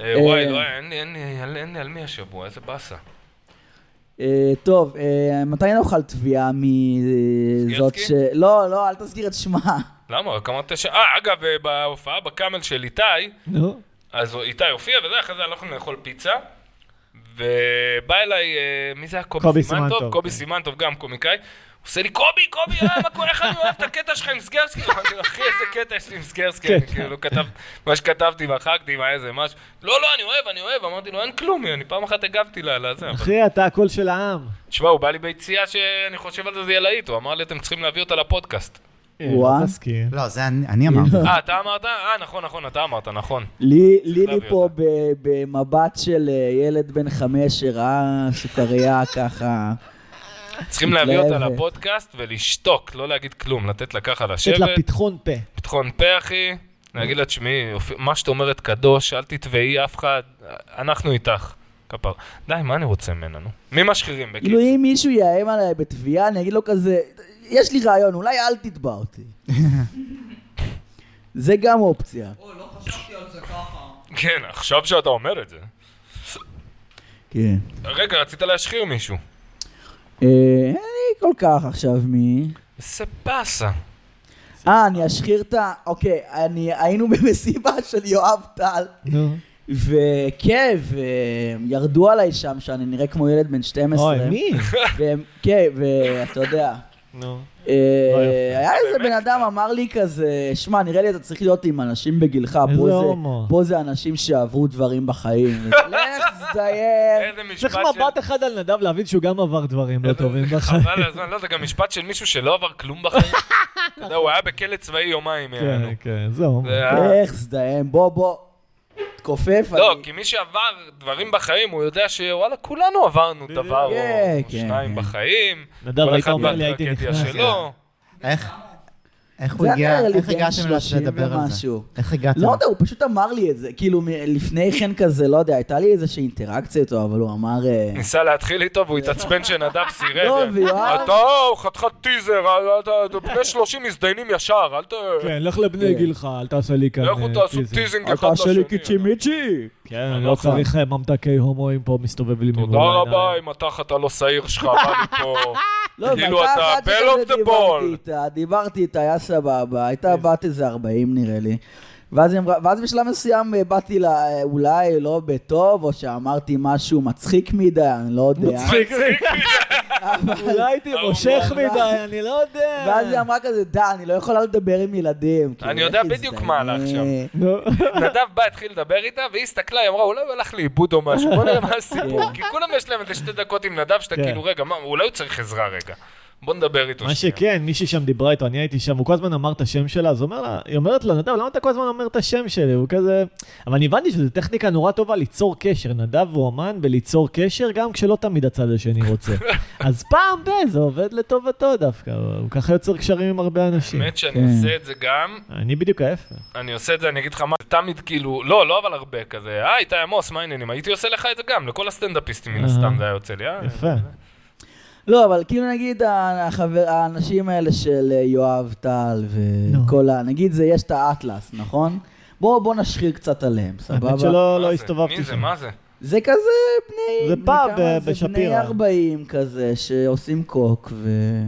Speaker 2: אה, וואי, וואי, אין לי- אין לי- אין לי- אין לי על מי השבוע, איזה באסה.
Speaker 3: אה, טוב, אה, מתי נאכל תביעה מזאת ש...
Speaker 2: סבירסקי?
Speaker 3: לא, לא, אל תזכיר את שמה.
Speaker 2: למה? רק אמרת ש... אה, אגב, אה, בהופעה בקאמל של איתי,
Speaker 1: נו.
Speaker 2: אז איתי הופיע וזה, אחרי זה הלכנו לאכול פיצה. ובא אליי, אה, מי זה היה? קובי,
Speaker 1: קובי
Speaker 2: סימנטוב?
Speaker 1: סימנטוב,
Speaker 2: קובי
Speaker 1: כן.
Speaker 2: סימנטוב, גם קומיקאי. הוא עושה לי, קובי, קובי, אה, מה קורה? איך אני אוהב את הקטע שלך עם סגרסקי? אמרתי לו, אחי, איזה קטע יש לי עם סגרסקי? אני
Speaker 1: קטע.
Speaker 2: כאילו כתב, מה שכתבתי, מחקתי, מה איזה, משהו. לא, לא, אני אוהב, אני אוהב. אמרתי לו, אין כלום, אני פעם אחת הגבתי לה, לזה. אבל-
Speaker 1: אחי, אתה הקול של העם.
Speaker 2: תשמע, הוא בא לי ביציאה שאני חושב על זה, זה יהיה להיט. הוא אמר לי, אתם צריכים להביא אותה לפודקאסט.
Speaker 3: וואה.
Speaker 1: לא תסכים.
Speaker 4: לא, זה אני אני אמרתי.
Speaker 2: אה, אתה אמרת? אה, נכון, נכון, אתה אמרת, נכון.
Speaker 3: לי לי
Speaker 2: להביא
Speaker 3: פה
Speaker 2: אותה.
Speaker 3: ב- במבט של אה, ילד בן חמש שראה סוכריה ככה.
Speaker 2: צריכים להביא אותה
Speaker 3: מתלהבת.
Speaker 2: לפודקאסט ולשתוק, לא להגיד כלום, לתת לה ככה
Speaker 1: לתת לה
Speaker 2: לשבת.
Speaker 1: פתחון פה.
Speaker 2: ביטחון פה, אחי. להגיד לה, תשמעי, אופי- מה שאת אומרת קדוש, אל תתבעי אף אחד, אנחנו איתך. כפר. די, מה אני רוצה ממנה, נו? מי משחירים
Speaker 3: כאילו
Speaker 2: בקיצור?
Speaker 3: אם מישהו יאיים עליי בתביעה, אני אגיד לו כזה, יש לי רעיון, אולי אל תתבע אותי. זה גם אופציה.
Speaker 5: או, לא חשבתי על זה ככה.
Speaker 2: כן, עכשיו שאתה אומר את זה.
Speaker 3: כן.
Speaker 2: רגע, רצית להשחיר מישהו.
Speaker 3: אה, אין לי כל כך עכשיו מי...
Speaker 2: איזה באסה.
Speaker 3: אה, אני אשחיר את ה... אוקיי, אני... היינו במסיבה של יואב טל,
Speaker 1: נו.
Speaker 3: וכן, וירדו עליי שם, שאני נראה כמו ילד בן 12.
Speaker 1: אוי, מי?
Speaker 3: והם- כן, ואתה יודע.
Speaker 1: נו.
Speaker 3: אה,
Speaker 1: לא יפה.
Speaker 3: היה איזה
Speaker 2: באמת
Speaker 3: בן אדם אמר לי כזה, שמע, נראה לי אתה צריך להיות עם אנשים בגילך, פה
Speaker 1: איזה
Speaker 3: זה-
Speaker 1: הומו."
Speaker 3: פה זה אנשים שעברו דברים בחיים. לך תזדיין.
Speaker 2: איזה משפט
Speaker 1: צריך
Speaker 2: של...
Speaker 1: מבט אחד על נדב להבין שהוא גם עבר דברים לא טובים בחיים.
Speaker 2: חבל על הזמן, לא, זה גם משפט של מישהו שלא עבר כלום בחיים. אתה יודע, הוא היה בכלא צבאי יומיים, יענו.
Speaker 1: כן, כן, זהו.
Speaker 2: זה היה-
Speaker 3: לך תזדיין, בוא, בוא. תכופף.
Speaker 2: לא,
Speaker 3: אני-
Speaker 2: כי מי שעבר דברים בחיים, הוא יודע שוואלה, כולנו עברנו דבר או
Speaker 3: כן,
Speaker 2: או
Speaker 3: כן.
Speaker 2: שניים בחיים.
Speaker 1: נדב,
Speaker 2: כל
Speaker 1: היית
Speaker 2: אחד
Speaker 1: אומר לא, לי, הייתי
Speaker 2: והטרגדיה
Speaker 1: נכנס.
Speaker 2: שלו.
Speaker 4: איך- איך הוא
Speaker 3: זה
Speaker 4: הגיע,
Speaker 3: היה לי
Speaker 4: איך
Speaker 3: בן
Speaker 4: הגעתם אליו
Speaker 3: 30
Speaker 4: לדבר על זה?
Speaker 3: ומשהו.
Speaker 4: איך הגעתם?
Speaker 3: לא יודע, הוא פשוט אמר לי את זה, כאילו מ- לפני כן כזה, לא יודע, הייתה לי איזושהי אינטראקציה איתו, אבל הוא אמר... אה,
Speaker 2: ניסה להתחיל איתו והוא התעצבן שנדב
Speaker 3: לא,
Speaker 2: סירב.
Speaker 3: ויואב-
Speaker 2: אתה הוא חתיכת טיזר, אה, אתה- אתה- בני 30 מזדיינים ישר, אל ת...
Speaker 1: כן, לך לבני
Speaker 3: כן.
Speaker 1: גילך, אל תעשה לי כאן...
Speaker 2: לכו
Speaker 1: אה,
Speaker 2: תעשו
Speaker 1: טיזר.
Speaker 2: טיזינג
Speaker 3: אל
Speaker 2: אחד
Speaker 3: תעשה לי
Speaker 2: לשני.
Speaker 3: קיצ'ימיצ'י.
Speaker 1: כן, לא צריך אה, ממתקי הומואים פה מסתובבים לי
Speaker 2: תודה רבה אם התחת הלא שעיר שלך בא לי פה. כאילו,
Speaker 3: ואתה
Speaker 2: אתה
Speaker 3: לא,
Speaker 2: bell
Speaker 3: אחת שכזה
Speaker 2: of the
Speaker 3: דיברתי
Speaker 2: ball.
Speaker 3: איתה, דיברתי איתה, היה סבבה, הייתה
Speaker 2: כן.
Speaker 3: בת איזה 40 נראה לי. ואז, היא אמרה- ואז בשלב מסוים אה, באתי לה אה, אולי לא בטוב, או שאמרתי משהו מצחיק מדי, אני לא יודע.
Speaker 1: מצחיק אולי לא הייתי
Speaker 2: ההומור.
Speaker 1: מושך מדי, אני לא יודע.
Speaker 3: ואז היא אמרה כזה, די, אני לא יכולה לדבר עם ילדים. כאילו,
Speaker 2: אני יודע
Speaker 3: איך
Speaker 2: בדיוק
Speaker 3: הזדהה?"
Speaker 2: מה הלך שם.
Speaker 1: נו.
Speaker 2: נדב בא, התחיל לדבר איתה, והיא הסתכלה, היא אמרה, אולי הוא הלך לאיבוד או משהו, בוא נראה מה
Speaker 3: כן.
Speaker 2: הסיפור. כי כולם יש להם איזה שתי דקות עם נדב, שאתה
Speaker 1: כן.
Speaker 2: כאילו, רגע, מה, אולי הוא צריך עזרה רגע. בוא נדבר איתו
Speaker 1: מה
Speaker 2: שנייה."
Speaker 1: שכן, מישהי שם דיברה איתו, אני הייתי שם, הוא כל הזמן אמר את השם שלה, אז הוא אומר לה, היא אומרת לו, נדב, למה אתה כל הזמן אומר את השם שלי? הוא כזה... אבל אני הבנתי שזו טכניקה נורא טובה ליצור קשר. נדב הוא אמן בליצור קשר, גם כשלא תמיד הצד השני רוצה. אז פעם ב- זה עובד לטובתו דווקא, הוא ככה יוצר קשרים עם הרבה אנשים.
Speaker 2: האמת שאני
Speaker 3: כן.
Speaker 2: עושה את זה גם,
Speaker 1: אני בדיוק ההפך.
Speaker 2: אני עושה את זה, אני אגיד לך מה, זה תמיד כאילו, לא, לא אבל הרבה כזה, אה, איתי עמוס, מה העניינים? הייתי עושה לך את זה גם, לכל הסטנדאפיסטים מן
Speaker 1: אהה.
Speaker 2: הסתם זה היה יוצא לי, אה?
Speaker 1: יפה.
Speaker 3: לא, אבל כאילו נגיד החבר, האנשים האלה של אה, יואב טל וכל ה... נגיד זה, יש את האטלס, נכון? בואו בוא נשחיר קצת עליהם,
Speaker 1: האמת
Speaker 3: סבבה?
Speaker 1: שלא
Speaker 2: מה
Speaker 1: לא
Speaker 2: זה?
Speaker 1: הסתובבתי
Speaker 2: מי זה,
Speaker 1: שם.
Speaker 2: מה זה?
Speaker 3: זה כזה בני...
Speaker 1: זה
Speaker 3: בני
Speaker 1: פאב,
Speaker 3: כמה
Speaker 1: אה,
Speaker 3: זה? בני
Speaker 1: בשפירא.
Speaker 3: 40 כזה, שעושים קוק ו... והם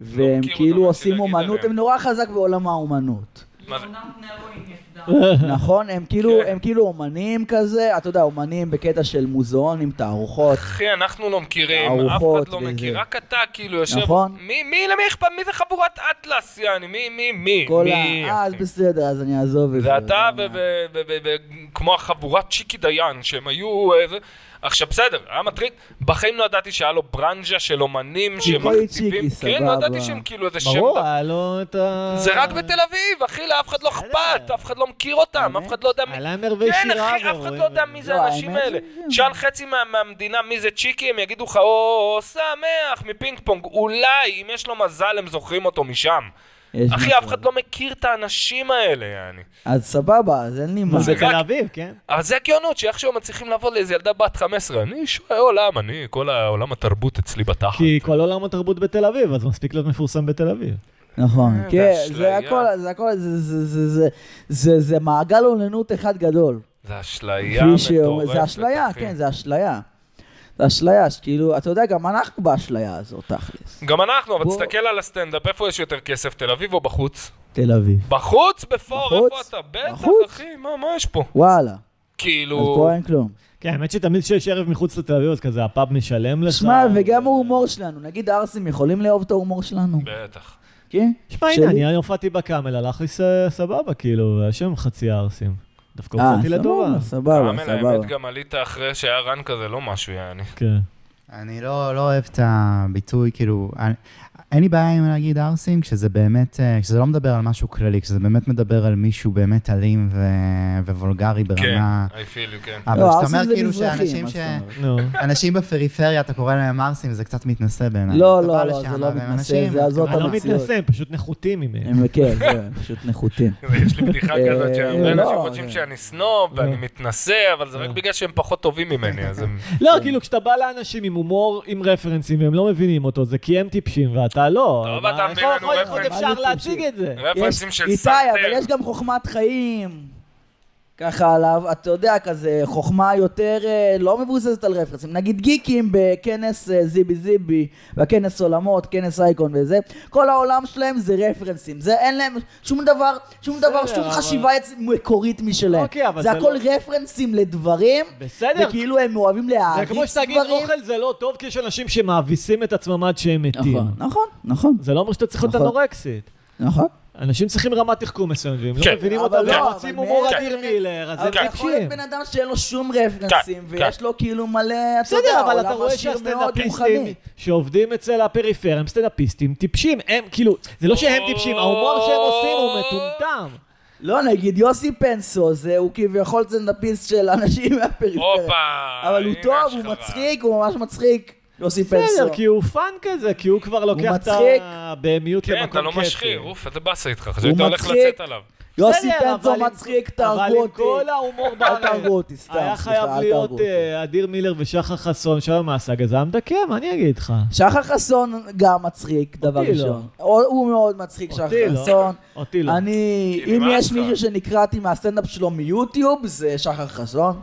Speaker 2: מכיר
Speaker 3: כאילו
Speaker 2: לא אותם,
Speaker 3: עושים
Speaker 2: רציתי להגיד
Speaker 3: אומנות,
Speaker 2: עליהם.
Speaker 3: הם נורא חזק בעולם האומנות.
Speaker 2: מה זה?
Speaker 5: עונת נרואין נפדה.
Speaker 3: נכון? הם כאילו,
Speaker 2: כן.
Speaker 3: הם כאילו אומנים כזה, אתה יודע, אומנים בקטע של מוזיאונים, תערוכות.
Speaker 2: אחי, אנחנו לא מכירים, אף
Speaker 3: ארוחות
Speaker 2: אחד לא
Speaker 3: וזה.
Speaker 2: מכיר, רק אתה כאילו יושב...
Speaker 3: נכון.
Speaker 2: מי, מי, למי אכפת? מי זה חבורת אטלס, יעני? מי, מי, מי?
Speaker 3: כל
Speaker 2: מי,
Speaker 3: ה... אה, אז
Speaker 2: אחי?
Speaker 3: בסדר, אז אני אעזוב את זה.
Speaker 2: זה אתה
Speaker 3: למה?
Speaker 2: ו- ו- ו- ו- ו- כמו החבורת צ'יקי דיין, שהם היו... אה, זה- עכשיו בסדר, היה מטריד. בחיים לא ידעתי שהיה לו ברנז'ה של אומנים שמכתיבים.
Speaker 3: קויצ'יקי,
Speaker 2: כן, לא ידעתי
Speaker 3: סבבה. אה,
Speaker 2: שהם כאילו איזה שם.
Speaker 1: ברור, היה לו את ה...
Speaker 2: זה רק בתל אביב, אחי, לאף אחד לא אכפת, אף אחד לא מכיר אותם, אף אחד לא יודע מי...
Speaker 1: הלמר
Speaker 2: כן,
Speaker 1: ושירה.
Speaker 2: אחי, אף אחד
Speaker 1: ואומרים,
Speaker 2: לא יודע מי זה
Speaker 3: לא,
Speaker 2: האנשים
Speaker 3: האמת
Speaker 2: האלה.
Speaker 3: שזה-
Speaker 2: תשאל חצי מה- מהמדינה מי זה צ'יקי, הם יגידו לך, או, שמח, מפינג פונג. אולי, אם יש לו מזל, הם זוכרים אותו משם.
Speaker 3: יש
Speaker 2: אחי,
Speaker 3: מצב.
Speaker 2: אף אחד לא מכיר את האנשים האלה, יעני.
Speaker 3: אז סבבה, אז אין לי מה.
Speaker 1: זה
Speaker 2: זה
Speaker 1: תל
Speaker 2: רק-
Speaker 1: אביב, כן.
Speaker 2: אבל זה הגאונות, שאיכשהו מצליחים לבוא לאיזה ילדה בת 15. אני שואל עולם, אני, כל העולם התרבות אצלי בתחת.
Speaker 1: כי כל עולם התרבות בתל אביב, אז מספיק להיות מפורסם בתל אביב.
Speaker 3: נכון,
Speaker 2: אה,
Speaker 3: כן, זה
Speaker 2: ואשליה.
Speaker 3: הכל, זה הכל, זה- זה- זה- זה- זה- זה מעגל אוננות אחד גדול.
Speaker 2: זה אשליה
Speaker 3: כפי שאומר-
Speaker 2: מטורפת.
Speaker 3: זה אשליה,
Speaker 2: אחי.
Speaker 3: כן, זה אשליה. זה אשליה, שכאילו, אתה יודע, גם אנחנו באשליה הזאת, תכלס.
Speaker 2: גם אנחנו, אבל
Speaker 3: בוא.
Speaker 2: תסתכל על הסטנדאפ, איפה יש יותר כסף, תל אביב או בחוץ?
Speaker 3: תל אביב.
Speaker 2: בחוץ, בפור,
Speaker 3: בחוץ,
Speaker 2: איפה אתה? בטח,
Speaker 3: בחוץ.
Speaker 2: אחי, מה מה יש פה?
Speaker 3: וואלה, אז
Speaker 2: כאילו...
Speaker 3: פה אין כלום.
Speaker 1: כן, האמת שתמיד כשיש ערב מחוץ לתל אביב, אז כזה הפאב משלם לך.
Speaker 3: שמע, וגם ההומור שלנו, נגיד הערסים יכולים לאהוב את ההומור שלנו?
Speaker 2: בטח.
Speaker 3: כן?
Speaker 1: שמע,
Speaker 3: שלי.
Speaker 1: הנה, אני היום הופעתי בקאמל, הלך לי ס- סבבה, כאילו, היה שם חצי ערסים. דווקא
Speaker 3: אה,
Speaker 1: הופעתי לטובה.
Speaker 3: סבבה, סבבה,
Speaker 2: אמל, האמת, כן.
Speaker 3: סבבה.
Speaker 2: גם עלית אחרי שהיה רן כזה, לא משהו, יעני.
Speaker 1: כן.
Speaker 4: אני לא, לא אוהב את הביטוי, כאילו, אני, אין לי בעיה עם להגיד ערסים, כשזה באמת, אה, כשזה לא מדבר על משהו כללי, כשזה באמת מדבר על מישהו באמת אלים ו, ווולגרי
Speaker 2: כן,
Speaker 4: ברמה...
Speaker 2: I feel you, כן.
Speaker 4: אבל
Speaker 3: לא,
Speaker 4: כשאתה
Speaker 3: ערסים
Speaker 4: אומר
Speaker 3: זה
Speaker 4: כאילו
Speaker 3: מזרחים,
Speaker 4: שאנשים
Speaker 3: מה
Speaker 4: ש...
Speaker 3: זאת אומרת?
Speaker 1: נו.
Speaker 4: אנשים בפריפריה, אתה קורא להם ערסים, זה קצת מתנשא בעיניי.
Speaker 3: לא,
Speaker 4: אתה בא
Speaker 3: לא, לא,
Speaker 4: לשם,
Speaker 3: זה לא
Speaker 4: והם
Speaker 3: מתנשא,
Speaker 4: אנשים-
Speaker 3: זה זאת
Speaker 1: אני לא
Speaker 3: המציאות.
Speaker 1: מתנשא, הם פשוט נחותים ממני.
Speaker 3: הם- כן, זה, הם פשוט נחותים.
Speaker 2: יש לי בדיחה
Speaker 3: אה,
Speaker 2: כזאת שהרבה
Speaker 3: לא, אה.
Speaker 2: אנשים חושבים
Speaker 3: זה-
Speaker 2: שאני סנוב ואני מתנשא, אבל זה רק
Speaker 1: אה.
Speaker 2: בגלל שהם פחות טובים ממני, אז הם...
Speaker 1: לא,
Speaker 3: כן.
Speaker 1: כאילו, כשאתה בא לאנשים עם הומור, עם רפרנסים, והם לא מבינים אותו, זה כי הם טיפשים ואתה לא.
Speaker 2: טוב,
Speaker 1: מה-
Speaker 2: אתה מבין
Speaker 1: איך-
Speaker 2: לנו
Speaker 1: איך עוד
Speaker 2: רפרנס.
Speaker 1: אפשר
Speaker 3: מה זה
Speaker 1: להציג
Speaker 3: טיפשים?
Speaker 1: את זה?
Speaker 2: רפרנסים
Speaker 3: יש-
Speaker 2: של
Speaker 3: איתי, אבל
Speaker 2: סרטר.
Speaker 3: יש גם חוכמת חיים. ככה עליו, אתה יודע, כזה חוכמה יותר אה, לא מבוססת על רפרנסים. נגיד גיקים בכנס אה, זיבי זיבי, בכנס עולמות, כנס אייקון וזה, כל העולם שלהם זה רפרנסים. זה אין להם שום דבר, שום
Speaker 1: בסדר,
Speaker 3: דבר, שום
Speaker 1: אבל-
Speaker 3: חשיבה יצ- מקורית משלהם.
Speaker 1: אוקיי, אבל
Speaker 3: זה
Speaker 1: זה
Speaker 3: הכל
Speaker 1: לא-
Speaker 3: רפרנסים לדברים,
Speaker 1: בסדר.
Speaker 3: וכאילו הם אוהבים
Speaker 1: זה
Speaker 3: להעריץ כאילו דברים.
Speaker 1: כמו שתגיד אוכל זה לא טוב, כי יש אנשים שמאביסים את עצמם עד שהם מתים.
Speaker 3: נכון, נכון, נכון,
Speaker 1: זה לא אומר שאתה צריך להיות
Speaker 3: נכון.
Speaker 1: אנורקסית.
Speaker 3: נכון.
Speaker 1: אנשים צריכים רמת תחכום מסוימת, ואם
Speaker 2: כן.
Speaker 1: לא מבינים
Speaker 3: אבל
Speaker 1: אותה
Speaker 3: לא,
Speaker 1: והם
Speaker 3: אבל
Speaker 1: רוצים
Speaker 3: מעבר
Speaker 1: הומור
Speaker 3: לזה-
Speaker 1: אדיר מילר, אז
Speaker 3: אבל
Speaker 1: הם
Speaker 3: אתה יכול
Speaker 1: טיפשים.
Speaker 3: להיות בן אדם שאין לו שום רפרנסים,
Speaker 2: כן,
Speaker 3: ויש לו כאילו מלא, אתה יודע,
Speaker 1: בסדר, אבל אתה
Speaker 3: עולם
Speaker 1: רואה
Speaker 3: עשיר מאוד רוחני.
Speaker 1: שהסטנדאפיסטים שעובדים אצל הפריפריה הם סטנדאפיסטים טיפשים. הם, כאילו, זה לא שהם טיפשים, ההומור שהם עושים הוא מטומטם.
Speaker 3: לא, נגיד יוסי פנסו, זה הוא כביכול סטנדאפיסט של אנשים מהפריפריה.
Speaker 2: הופה!
Speaker 3: אבל הוא
Speaker 2: הנה
Speaker 3: טוב, הוא
Speaker 2: השחרה.
Speaker 3: מצחיק, הוא ממש מצחיק, יוסי פנסו.
Speaker 1: בסדר, כי הוא פאן כזה, כי הוא כבר לוקח את
Speaker 3: מצחיק.
Speaker 1: הבהמיות למקום
Speaker 2: כן,
Speaker 1: כיפי.
Speaker 2: אתה לא משחיר, אוף, איזה באסה איתך, חשבתי שאתה הולך
Speaker 3: מצחיק.
Speaker 2: לצאת עליו.
Speaker 3: יוסי
Speaker 1: בסדר,
Speaker 3: פנסו
Speaker 1: אבל עם-
Speaker 3: מצחיק,
Speaker 1: אבל
Speaker 3: תהרגו
Speaker 1: עם
Speaker 3: אותי.
Speaker 1: כל ההומור
Speaker 3: אל
Speaker 1: בארץ,
Speaker 3: תהרגו אותי, סתם,
Speaker 1: היה
Speaker 3: סליחה,
Speaker 1: חייב
Speaker 3: אל
Speaker 1: להיות
Speaker 3: תהרגו אותי.
Speaker 1: אה, אדיר מילר ושחר חסון, שלום מהסאגה, זה היה מדכא, מה אני אגיד לך?
Speaker 3: שחר חסון גם מצחיק, דבר
Speaker 1: אותי לא.
Speaker 3: ראשון. הוא הוא מאוד מצחיק,
Speaker 1: אותי
Speaker 3: שחר
Speaker 1: לא.
Speaker 3: חסון.
Speaker 1: אותי לא.
Speaker 3: אני,
Speaker 2: כי
Speaker 3: אם
Speaker 2: נמאס
Speaker 3: יש
Speaker 2: לך.
Speaker 3: מישהו שנקרעתי מהסטנדאפ שלו מיוטיוב, זה שחר חסון.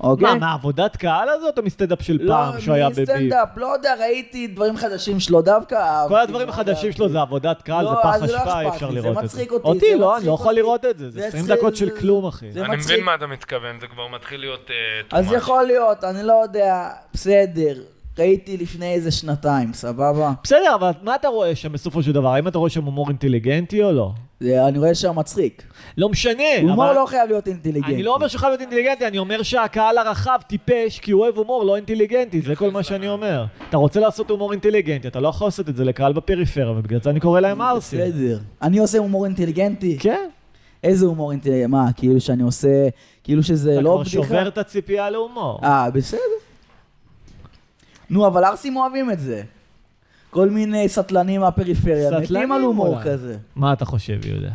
Speaker 3: אוקיי?
Speaker 1: מה, מהעבודת קהל הזאת או מסטנדאפ של פעם שהוא היה בביב?
Speaker 3: לא, מסטנדאפ, לא יודע, ראיתי דברים חדשים שלו דווקא. אהבתי,
Speaker 1: כל הדברים
Speaker 3: לא
Speaker 1: החדשים
Speaker 3: יודע.
Speaker 1: שלו זה עבודת קהל,
Speaker 3: לא,
Speaker 1: זה פח
Speaker 3: אז לא
Speaker 1: אשפה, אי
Speaker 3: אכפת
Speaker 1: אפשר
Speaker 3: לי, זה
Speaker 1: לראות את זה.
Speaker 3: מצחיק אותי,
Speaker 1: אותי
Speaker 3: זה
Speaker 1: לא, אני
Speaker 3: מצחיק
Speaker 1: לא יכול
Speaker 3: אותי.
Speaker 1: לראות את זה, זה
Speaker 3: זה
Speaker 1: 20
Speaker 3: מצחיק,
Speaker 1: דקות של
Speaker 3: זה-
Speaker 1: כלום, אחי.
Speaker 3: זה
Speaker 2: אני
Speaker 3: מצחיק.
Speaker 2: מבין מה אתה מתכוון, זה כבר מתחיל להיות... אה, too
Speaker 3: אז
Speaker 2: much.
Speaker 3: יכול להיות, אני לא יודע, בסדר. ראיתי לפני איזה שנתיים, סבבה?
Speaker 1: בסדר, אבל מה אתה רואה שם בסופו של דבר? האם אתה רואה שם הומור אינטליגנטי או לא?
Speaker 3: זה- אני רואה שם מצחיק.
Speaker 1: לא משנה,
Speaker 3: הומור
Speaker 1: אבל-
Speaker 3: לא חייב להיות אינטליגנטי.
Speaker 1: אני לא אומר שהוא חייב להיות אינטליגנטי, אני אומר שהקהל הרחב טיפש כי הוא אוהב הומור לא אינטליגנטי, זה כל מה שאני אומר. אתה רוצה לעשות הומור אינטליגנטי, אתה לא יכול לעשות את זה לקהל בפריפריה, ובגלל זה אני קורא להם ערסים.
Speaker 3: בסדר. אני עושה הומור אינטליגנטי?
Speaker 1: כן,
Speaker 3: איזה הומור אינטליגנטי? מה, כאילו שאני עושה, כאילו שזה
Speaker 1: אתה
Speaker 3: לא
Speaker 1: כבר
Speaker 3: בדיחה?
Speaker 1: שובר את הציפייה להומור.
Speaker 3: אה, בסדר. נו, אבל ערסים אוהבים את זה. כל מיני סטלנים מהפריפריה,
Speaker 1: סטלנים
Speaker 3: מתים על הומור
Speaker 1: אולי.
Speaker 3: כזה.
Speaker 1: מה אתה חושב, יהודה?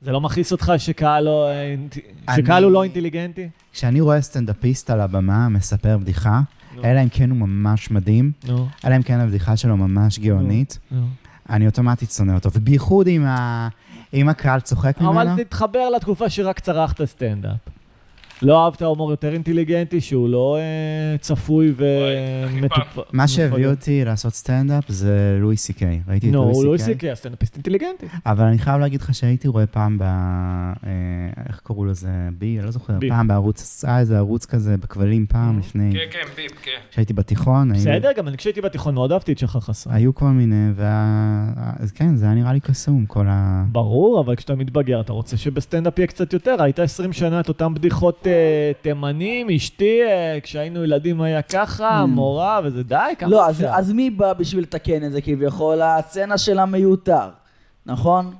Speaker 1: זה לא מכעיס אותך שקהל לא אינט-
Speaker 4: אני-
Speaker 1: שקהל הוא לא אינטליגנטי?
Speaker 4: כשאני רואה סטנדאפיסט על הבמה מספר בדיחה, אלא אם כן הוא ממש מדהים,
Speaker 1: נו,
Speaker 4: אלא אם כן הבדיחה שלו ממש גאונית,
Speaker 1: נו.
Speaker 4: אני אוטומטית שונא אותו, ובייחוד אם ה- אם הקהל צוחק ממנו.
Speaker 1: אבל תתחבר לתקופה שרק צרחת סטנדאפ. לא אהבת הומור יותר אינטליגנטי, שהוא לא אה, צפוי
Speaker 2: וואי, אחי,
Speaker 1: ומטופ...
Speaker 4: מה שהביא אותי לעשות סטנדאפ זה לואי סי קיי. ראיתי את
Speaker 1: נו, הוא
Speaker 4: לואי
Speaker 1: לואי
Speaker 4: סי קיי.
Speaker 1: סי.קיי, הסטנדאפיסט אינטליגנטי.
Speaker 4: אבל אני חייב להגיד לך שהייתי רואה פעם ב... אה, איך קראו לזה? בי? אני לא זוכר.
Speaker 1: בי.
Speaker 4: פעם בערוץ, היה איזה ערוץ כזה בכבלים פעם לפני,
Speaker 2: כן, כן, ביפ, כן.
Speaker 4: כשהייתי בתיכון. היו-
Speaker 1: בסדר, גם אני כשהייתי בתיכון מאוד אהבתי את שחר חסון.
Speaker 4: היו כל מיני, וה... אז כן, זה היה נראה לי קסום, כל ה...
Speaker 1: ברור, אבל כשאתה מתבגר, אתה רוצה שבסטנדאפ יהיה קצת יותר. ראית 20 שנה את אותן בדיחות אה, אה, תימנים, אשתי, אה, כשהיינו ילדים היה ככה, מורה, וזה די, כמה
Speaker 3: Mm. לא, אז-
Speaker 1: אפשר?
Speaker 3: אז מי בא בשביל לתקן את זה כביכול? הסצנה של המיותר, נכון?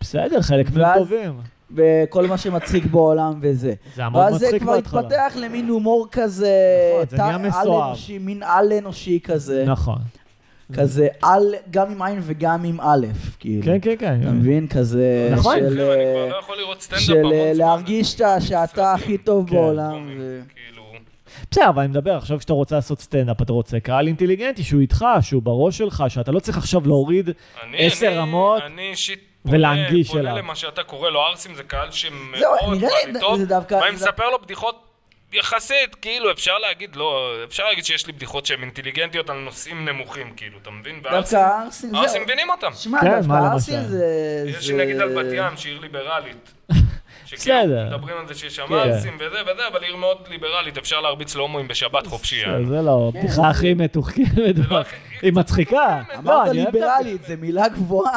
Speaker 1: בסדר, חלק מהם
Speaker 3: ואז-
Speaker 1: טובים.
Speaker 3: וכל מה שמצחיק בעולם וזה.
Speaker 1: זה היה מאוד
Speaker 3: ואז זה
Speaker 1: מצחיק
Speaker 3: כבר
Speaker 1: בהתחלה.
Speaker 3: התפתח למין הומור כזה,
Speaker 1: נכון, זה נהיה
Speaker 3: תא-
Speaker 1: מסואב.
Speaker 3: על-אנושי, מין על-אנושי כזה,
Speaker 1: נכון.
Speaker 3: כזה על, גם עם עין וגם עם א', כאילו.
Speaker 1: כן, כן, כן.
Speaker 3: אתה מבין? כזה
Speaker 1: נכון.
Speaker 3: של...
Speaker 2: חבר'ה, אני כבר
Speaker 3: אה,
Speaker 2: לא יכול לראות סטנדאפ
Speaker 3: של
Speaker 2: המון
Speaker 3: אה,
Speaker 2: זמן.
Speaker 3: להרגיש שאתה- שאתה הכי טוב
Speaker 1: כן.
Speaker 3: בעולם. ו-
Speaker 2: כאילו...
Speaker 1: בסדר, אבל אני מדבר, עכשיו כשאתה רוצה לעשות סטנדאפ, אתה רוצה קהל אינטליגנטי שהוא איתך, שהוא בראש שלך, שאתה לא צריך עכשיו להוריד
Speaker 2: אני-
Speaker 1: עשר
Speaker 2: אני-
Speaker 1: רמות.
Speaker 2: אני אישית
Speaker 1: ולהנגיש
Speaker 2: פונה
Speaker 1: אליו.
Speaker 2: למה שאתה קורא לו ערסים, זה קהל שמאוד
Speaker 3: זהו, נראה
Speaker 2: בא
Speaker 3: לי
Speaker 2: לי
Speaker 3: זה
Speaker 2: טוב,
Speaker 3: דווקא-
Speaker 2: ואני
Speaker 3: זה-
Speaker 2: מספר לו בדיחות יחסית, כאילו, אפשר להגיד, לא, אפשר להגיד שיש לי בדיחות שהן אינטליגנטיות על נושאים נמוכים, כאילו, אתה מבין?
Speaker 3: דווקא הערסים, זהו.
Speaker 2: ערסים מבינים אותם.
Speaker 3: שמע,
Speaker 1: כן,
Speaker 3: דווקא
Speaker 1: מה למשל?
Speaker 3: הערסים זה...
Speaker 2: יש
Speaker 3: זה-
Speaker 2: לי נגיד על בת ים, שהיא עיר ליברלית.
Speaker 1: בסדר.
Speaker 2: שכאילו מדברים על זה שיש שם
Speaker 1: כן.
Speaker 2: ערסים וזה וזה, אבל עיר מאוד ליברלית, אפשר להרביץ להומואים בשבת חופשי. אה.
Speaker 1: זה- זה לא, הבדיחה הכי מתוחכמת,
Speaker 2: כן. לא
Speaker 1: אבל-
Speaker 2: הכי-
Speaker 1: היא מצחיקה. לא,
Speaker 3: אמרת
Speaker 1: אני אוהב את
Speaker 3: ליברלית, זו מילה גבוהה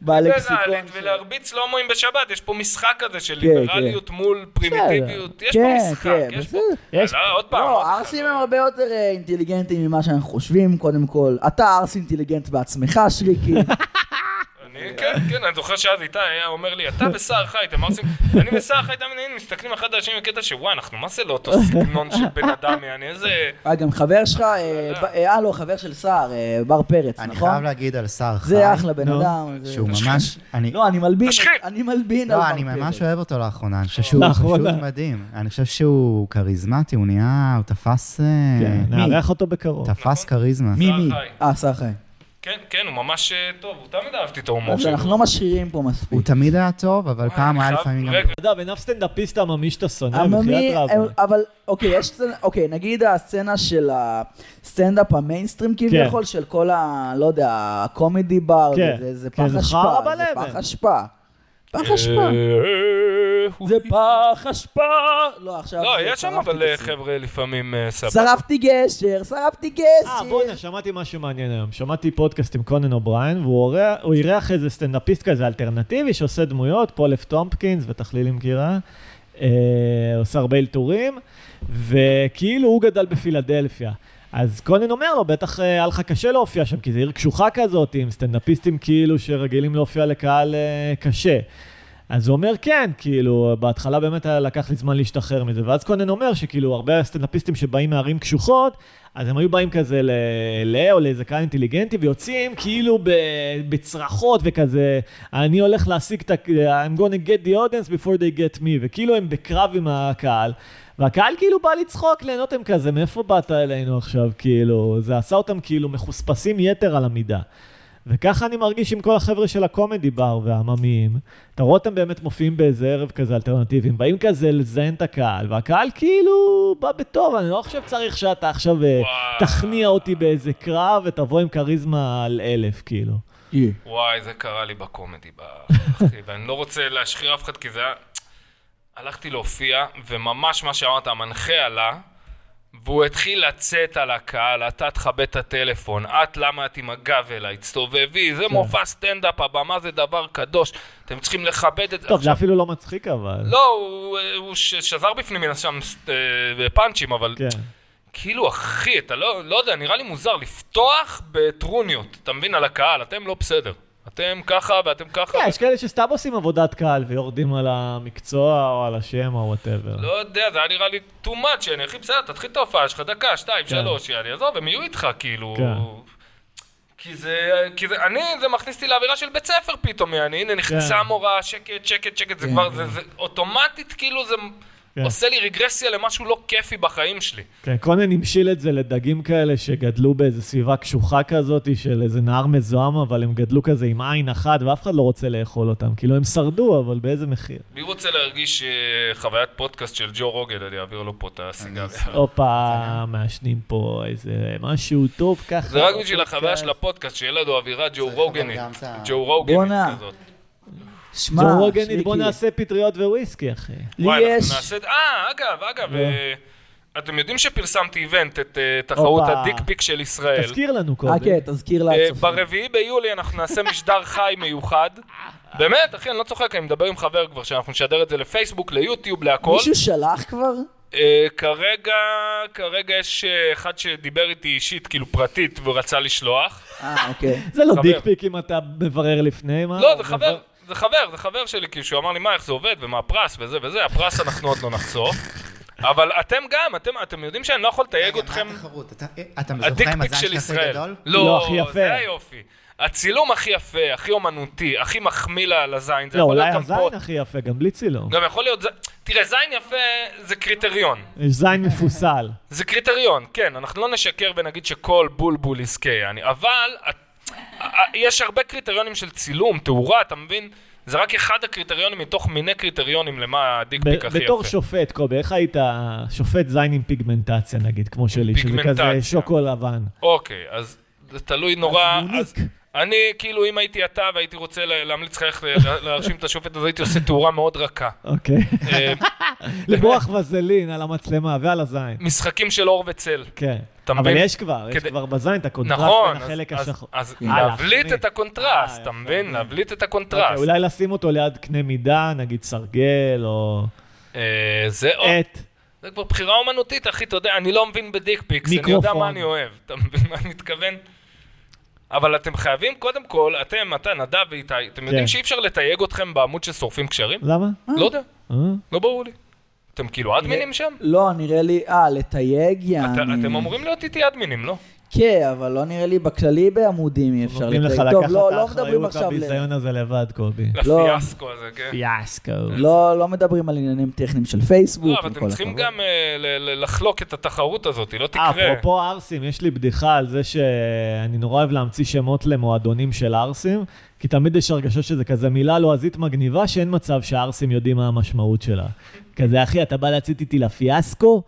Speaker 3: בלקסיקון.
Speaker 2: ליברלית
Speaker 3: של-
Speaker 2: ולהרביץ להומואים בשבת, יש פה משחק כזה של
Speaker 3: כן,
Speaker 2: ליברליות מול פרימיטיביות, יש פה
Speaker 3: כן,
Speaker 2: משחק,
Speaker 3: כן,
Speaker 2: יש פה...
Speaker 3: בסדר.
Speaker 1: יש-
Speaker 2: לא, עוד פעם,
Speaker 3: לא,
Speaker 2: עוד-
Speaker 3: ערסים הם הרבה יותר אה, אינטליגנטים ממה שאנחנו חושבים, קודם כל. אתה ערס אינטליגנט בעצמך, שריקי.
Speaker 2: אני- כן, כן, אני זוכר שאז איתי היה אומר לי, אתה וסער חי, אתם עושים... אני וסער חי תמיד היינו מסתכלים אחד על השני בקטע שוואי, אנחנו מה זה לא אותו סגנון של בן אדם, יעני, איזה...
Speaker 3: אה, גם חבר שלך, אה, ב- אה, הלו, חבר של סער, אה, בר פרץ,
Speaker 4: אני
Speaker 3: נכון?
Speaker 4: חייב להגיד על שר חי,
Speaker 3: זה אחלה בן
Speaker 1: נו.
Speaker 3: אדם. זה-
Speaker 4: שהוא ממש... אני-
Speaker 3: לא, אני מלבין,
Speaker 2: תשחיר.
Speaker 3: אני מלבין על
Speaker 4: לא,
Speaker 3: בר
Speaker 4: אני ממש
Speaker 3: פרץ.
Speaker 4: אוהב אותו לאחרונה, אני חושב שהוא פשוט
Speaker 1: לאחרונה.
Speaker 4: מדהים. אני חושב שהוא כריזמטי, הוא נהיה, הוא תפס... אה,
Speaker 1: כן, נארח אותו בקרוב.
Speaker 4: תפס כריזמה.
Speaker 3: מי, מי?
Speaker 2: סער חי.
Speaker 3: אה, סער חי.
Speaker 2: כן, כן, הוא ממש אה, טוב, הוא תמיד אהבתי את ההומור
Speaker 3: אז
Speaker 2: שלו.
Speaker 3: אנחנו לא משחירים פה מספיק.
Speaker 4: הוא תמיד היה טוב, אבל
Speaker 2: וואי,
Speaker 4: פעם
Speaker 2: אני
Speaker 4: היה
Speaker 2: חייב-
Speaker 4: לפעמים גם...
Speaker 2: רגע,
Speaker 1: אתה יודע, בעיניו סטנדאפיסט עממי שאתה שונא,
Speaker 3: עממי, אה,
Speaker 1: בחייאת רב. אה.
Speaker 3: אבל אוקיי, יש סצנה, אוקיי, נגיד הסצנה של הסטנדאפ המיינסטרים כביכול, של כל ה... לא יודע, הקומדי בר,
Speaker 1: כן.
Speaker 3: זה- זה
Speaker 1: כן,
Speaker 3: פח
Speaker 1: זה
Speaker 3: אשפה,
Speaker 1: חרא
Speaker 3: זה
Speaker 1: בלבן.
Speaker 3: פח אשפה.
Speaker 2: אה,
Speaker 3: פח אשפה. זה פח אשפה. לא, עכשיו...
Speaker 2: לא,
Speaker 3: זה
Speaker 2: יש שם
Speaker 3: שרפתי
Speaker 2: אבל
Speaker 3: את
Speaker 2: אה,
Speaker 3: זה.
Speaker 2: חבר'ה לפעמים אה, סבבה.
Speaker 3: שרפתי גשר, שרפתי
Speaker 1: אה,
Speaker 3: גשר.
Speaker 1: בואנה, שמעתי משהו מעניין היום. שמעתי פודקאסט עם קונן אובריין, והוא אורח- הוא אירח איזה סטנדאפיסט כזה אלטרנטיבי שעושה דמויות, פול אף טומפקינס ותכליל עם קירה. אה, עושה הרבה אלתורים, וכאילו הוא גדל בפילדלפיה. אז קונן אומר לו, בטח אה, היה לך קשה להופיע שם, כי זו עיר קשוחה כזאת, עם סטנדאפיסטים כאילו שרגילים להופיע לקהל אה, קשה. אז הוא אומר כן, כאילו, בהתחלה באמת היה לקח לי זמן להשתחרר מזה, ואז קונן אומר שכאילו הרבה סטנדאפיסטים שבאים מערים קשוחות, אז הם היו באים כזה ל- ל... או לאיזה קהל אינטליגנטי, ויוצאים כאילו ב- בצרחות וכזה, אני הולך להשיג את ה... I'm gonna get the audience before they get me, וכאילו הם בקרב עם הקהל. והקהל כאילו בא לצחוק, ליהנות הם כזה, מאיפה באת אלינו עכשיו, כאילו, זה עשה אותם כאילו מחוספסים יתר על המידה. וככה אני מרגיש עם כל החבר'ה של הקומדי בר והעממיים. אתה רואה אותם באמת מופיעים באיזה ערב כזה אלטרנטיבי, הם באים כזה לזיין את הקהל, והקהל כאילו בא בטוב, אני לא עכשיו צריך שאתה עכשיו אה,
Speaker 2: וואו.
Speaker 1: תכניע אותי באיזה קרב ותבוא עם כריזמה על אלף, כאילו.
Speaker 2: וואי, זה קרה לי בקומדי, ב- אחי, ואני לא רוצה להשחיר אף אחד, כי זה היה... הלכתי להופיע, וממש מה שאמרת, המנחה עלה, והוא התחיל לצאת על הקהל, אתה תכבה את הטלפון, את למה את עם הגב אליי, תסתובבי,
Speaker 3: כן.
Speaker 2: זה מופע סטנדאפ, הבמה זה דבר קדוש, אתם צריכים לכבד את זה.
Speaker 1: טוב, זה אפילו לא מצחיק אבל.
Speaker 2: לא, הוא, הוא ש- שזר בפנים מן הסתם אה, פאנצ'ים, אבל
Speaker 1: כן.
Speaker 2: כאילו, אחי, אתה לא, לא יודע, נראה לי מוזר לפתוח בטרוניות, אתה מבין, על הקהל, אתם לא בסדר. אתם ככה ואתם ככה.
Speaker 1: כן, יש כאלה שסתם עושים עבודת קהל ויורדים על המקצוע או על השם או וואטאבר.
Speaker 2: לא יודע, זה היה נראה לי too much, יעני, אחי, בסדר, תתחיל את ההופעה שלך, דקה, שתיים, שלוש, יעני, עזוב, הם יהיו איתך, כאילו...
Speaker 1: כן.
Speaker 2: כי זה, כי זה, אני, זה מכניס אותי לאווירה של בית ספר פתאום, יעני, הנה נכנסה
Speaker 1: כן.
Speaker 2: המורה, שקט, שקט, שקט, זה כבר, זה, זה אוטומטית, כאילו, זה
Speaker 1: כן.
Speaker 2: עושה לי רגרסיה למשהו לא כיפי בחיים שלי.
Speaker 1: כן, קונן המשיל את זה לדגים כאלה שגדלו באיזו סביבה קשוחה כזאת של איזה נהר מזוהם, אבל הם גדלו כזה עם עין אחת ואף אחד לא רוצה לאכול אותם. כאילו, הם שרדו, אבל באיזה מחיר?
Speaker 2: מי רוצה להרגיש אה, חוויית פודקאסט של ג'ו רוגן, אני אעביר לו פה את הסיגריה.
Speaker 1: הופה, אה, מעשנים פה איזה משהו טוב ככה.
Speaker 2: זה רק בשביל החוויה של הפודקאסט, שיהיה לנו אווירה ג'ו
Speaker 4: אבל
Speaker 2: רוגנית,
Speaker 4: גם את ה-
Speaker 2: ג'ו רוגנית
Speaker 3: בואנה.
Speaker 2: כזאת.
Speaker 3: שמע,
Speaker 1: ג'ו רוגנית, בוא
Speaker 3: שריקי,
Speaker 1: נעשה פטריות וויסקי, אחי.
Speaker 3: לי
Speaker 2: וואי, אנחנו
Speaker 3: יש...
Speaker 2: נעשה את... אה, אגב, אגב, אה, אתם יודעים שפרסמתי איבנט, את אה, תחרות
Speaker 1: הופה.
Speaker 2: הדיק פיק של ישראל.
Speaker 1: תזכיר לנו קודם.
Speaker 3: אה, כן, תזכיר
Speaker 2: אה,
Speaker 3: לעצמך.
Speaker 2: ברביעי ביולי אנחנו נעשה משדר חי מיוחד. באמת, אחי, אני לא צוחק, אני מדבר עם חבר כבר, שאנחנו נשדר את זה לפייסבוק, ליוטיוב, להכל.
Speaker 3: מישהו שלח כבר?
Speaker 2: אה, כרגע, כרגע יש אה, אחד שדיבר איתי אישית, כאילו פרטית, והוא רצה לשלוח.
Speaker 3: אה, אוקיי.
Speaker 1: זה לא
Speaker 2: חבר.
Speaker 1: דיק פיק אם אתה מברר לפני, מה?
Speaker 2: לא, זה חבר, זה חבר, זה חבר שלי, כאילו, שהוא אמר לי מה, איך זה עובד, ומה הפרס, וזה וזה, הפרס אנחנו עוד לא נחשוף. אבל אתם גם, אתם, אתם יודעים שאני לא יכול לתייג אתכם.
Speaker 4: התחרות? אתה- אה, אתה
Speaker 2: הדיק
Speaker 4: זוכר עם
Speaker 2: פיק
Speaker 4: הזין
Speaker 2: של
Speaker 4: שלך כזה
Speaker 2: ישראל.
Speaker 4: גדול?
Speaker 1: לא, הכי יפה.
Speaker 2: זה היופי. הצילום הכי יפה, הכי אומנותי, הכי מחמיא ל- לזין. זה
Speaker 1: לא,
Speaker 2: יכול להיות
Speaker 1: אולי
Speaker 2: גם פה.
Speaker 1: הזין הכי יפה, גם לא. בלי צילום.
Speaker 2: גם יכול להיות... ז- תראה, זין יפה זה קריטריון.
Speaker 1: יש זין מפוסל.
Speaker 2: זה קריטריון, כן, אנחנו לא נשקר ונגיד שכל בולבול יזכה, אני, אבל את- אה, יש הרבה קריטריונים של צילום, תאורה, אתה מבין? זה רק אחד הקריטריונים מתוך מיני קריטריונים למה הדיק פיק
Speaker 1: ב-
Speaker 2: הכי
Speaker 1: בתור
Speaker 2: יפה.
Speaker 1: שופט, קובי, איך היית שופט זין עם פיגמנטציה, נגיד, כמו שלי, שזה
Speaker 2: פיגמנטציה.
Speaker 1: כזה שוקו לבן?
Speaker 2: אוקיי, אז זה תלוי נורא...
Speaker 3: יוניק.
Speaker 2: אז אני, כאילו, אם הייתי אתה והייתי רוצה ל- להמליץ לך איך ל- להרשים את השופט, אז הייתי עושה תאורה מאוד רכה.
Speaker 1: אוקיי.
Speaker 2: אה,
Speaker 1: לברוח וזלין על המצלמה ועל הזין.
Speaker 2: משחקים של אור וצל.
Speaker 1: כן.
Speaker 2: אתה
Speaker 1: אבל
Speaker 2: מבין?
Speaker 1: יש כבר, יש
Speaker 2: כדי-
Speaker 1: כבר בזין את הקונטרסט
Speaker 2: נכון,
Speaker 1: בין
Speaker 2: אז-
Speaker 1: החלק
Speaker 2: אז-
Speaker 1: השחור.
Speaker 2: אז
Speaker 1: יאללה,
Speaker 2: להבליט
Speaker 1: שני.
Speaker 2: את הקונטרסט,
Speaker 1: אה,
Speaker 2: אתה
Speaker 1: יפה,
Speaker 2: מבין? להבליט את
Speaker 1: אוקיי,
Speaker 2: הקונטרסט.
Speaker 1: אולי לשים אותו ליד קנה מידה, נגיד סרגל או
Speaker 2: אה, זה עוד-
Speaker 1: עט.
Speaker 2: זה כבר בחירה אומנותית, אחי, אתה יודע, אני לא מבין בדיק פיקס, אני יודע
Speaker 1: מיקרופון.
Speaker 2: מה אני אוהב, אתה מבין מה אני מתכוון? אבל אתם חייבים, קודם כל, אתם, אתה, נדב ואיתי, אתם יודעים
Speaker 1: כן.
Speaker 2: שאי אפשר לתייג אתכם בעמוד ששורפים קשרים?
Speaker 1: למה?
Speaker 2: לא יודע,
Speaker 1: אה?
Speaker 2: לא ברור לי. אתם כאילו אדמינים שם?
Speaker 3: לא, נראה לי, אה, לתייג
Speaker 2: אתה-
Speaker 3: יעני.
Speaker 2: אתם אמורים להיות איתי אדמינים, לא?
Speaker 3: כן, אבל לא נראה לי בכללי בעמודים אי אפשר
Speaker 1: נותנים
Speaker 3: לתייג.
Speaker 1: לך
Speaker 3: טוב,
Speaker 1: לקחת
Speaker 3: לא,
Speaker 1: את
Speaker 3: לא מדברים
Speaker 1: האחריות
Speaker 3: עכשיו... ל-
Speaker 1: לביזיון הזה לבד, קובי.
Speaker 3: לא.
Speaker 2: לפיאסקו הזה, כן.
Speaker 1: יאסקו.
Speaker 3: לא, לא מדברים על עניינים טכניים של פייסבוק.
Speaker 2: לא, אבל אתם
Speaker 3: וכל
Speaker 2: צריכים
Speaker 3: הכבוד.
Speaker 2: גם אה, ל- ל- לחלוק את התחרות הזאת, היא לא
Speaker 1: אה,
Speaker 2: תקרה.
Speaker 1: אפרופו ערסים, יש לי בדיחה על זה שאני נורא אוהב להמציא שמות למועדונים של ערסים, כי תמיד יש הרגשה שזה כזה מילה לועזית מגניבה, שאין מצב שהערסים יודעים מה המשמעות שלה. כזה, אחי, אתה בא לצאת איתי לפיאסקו?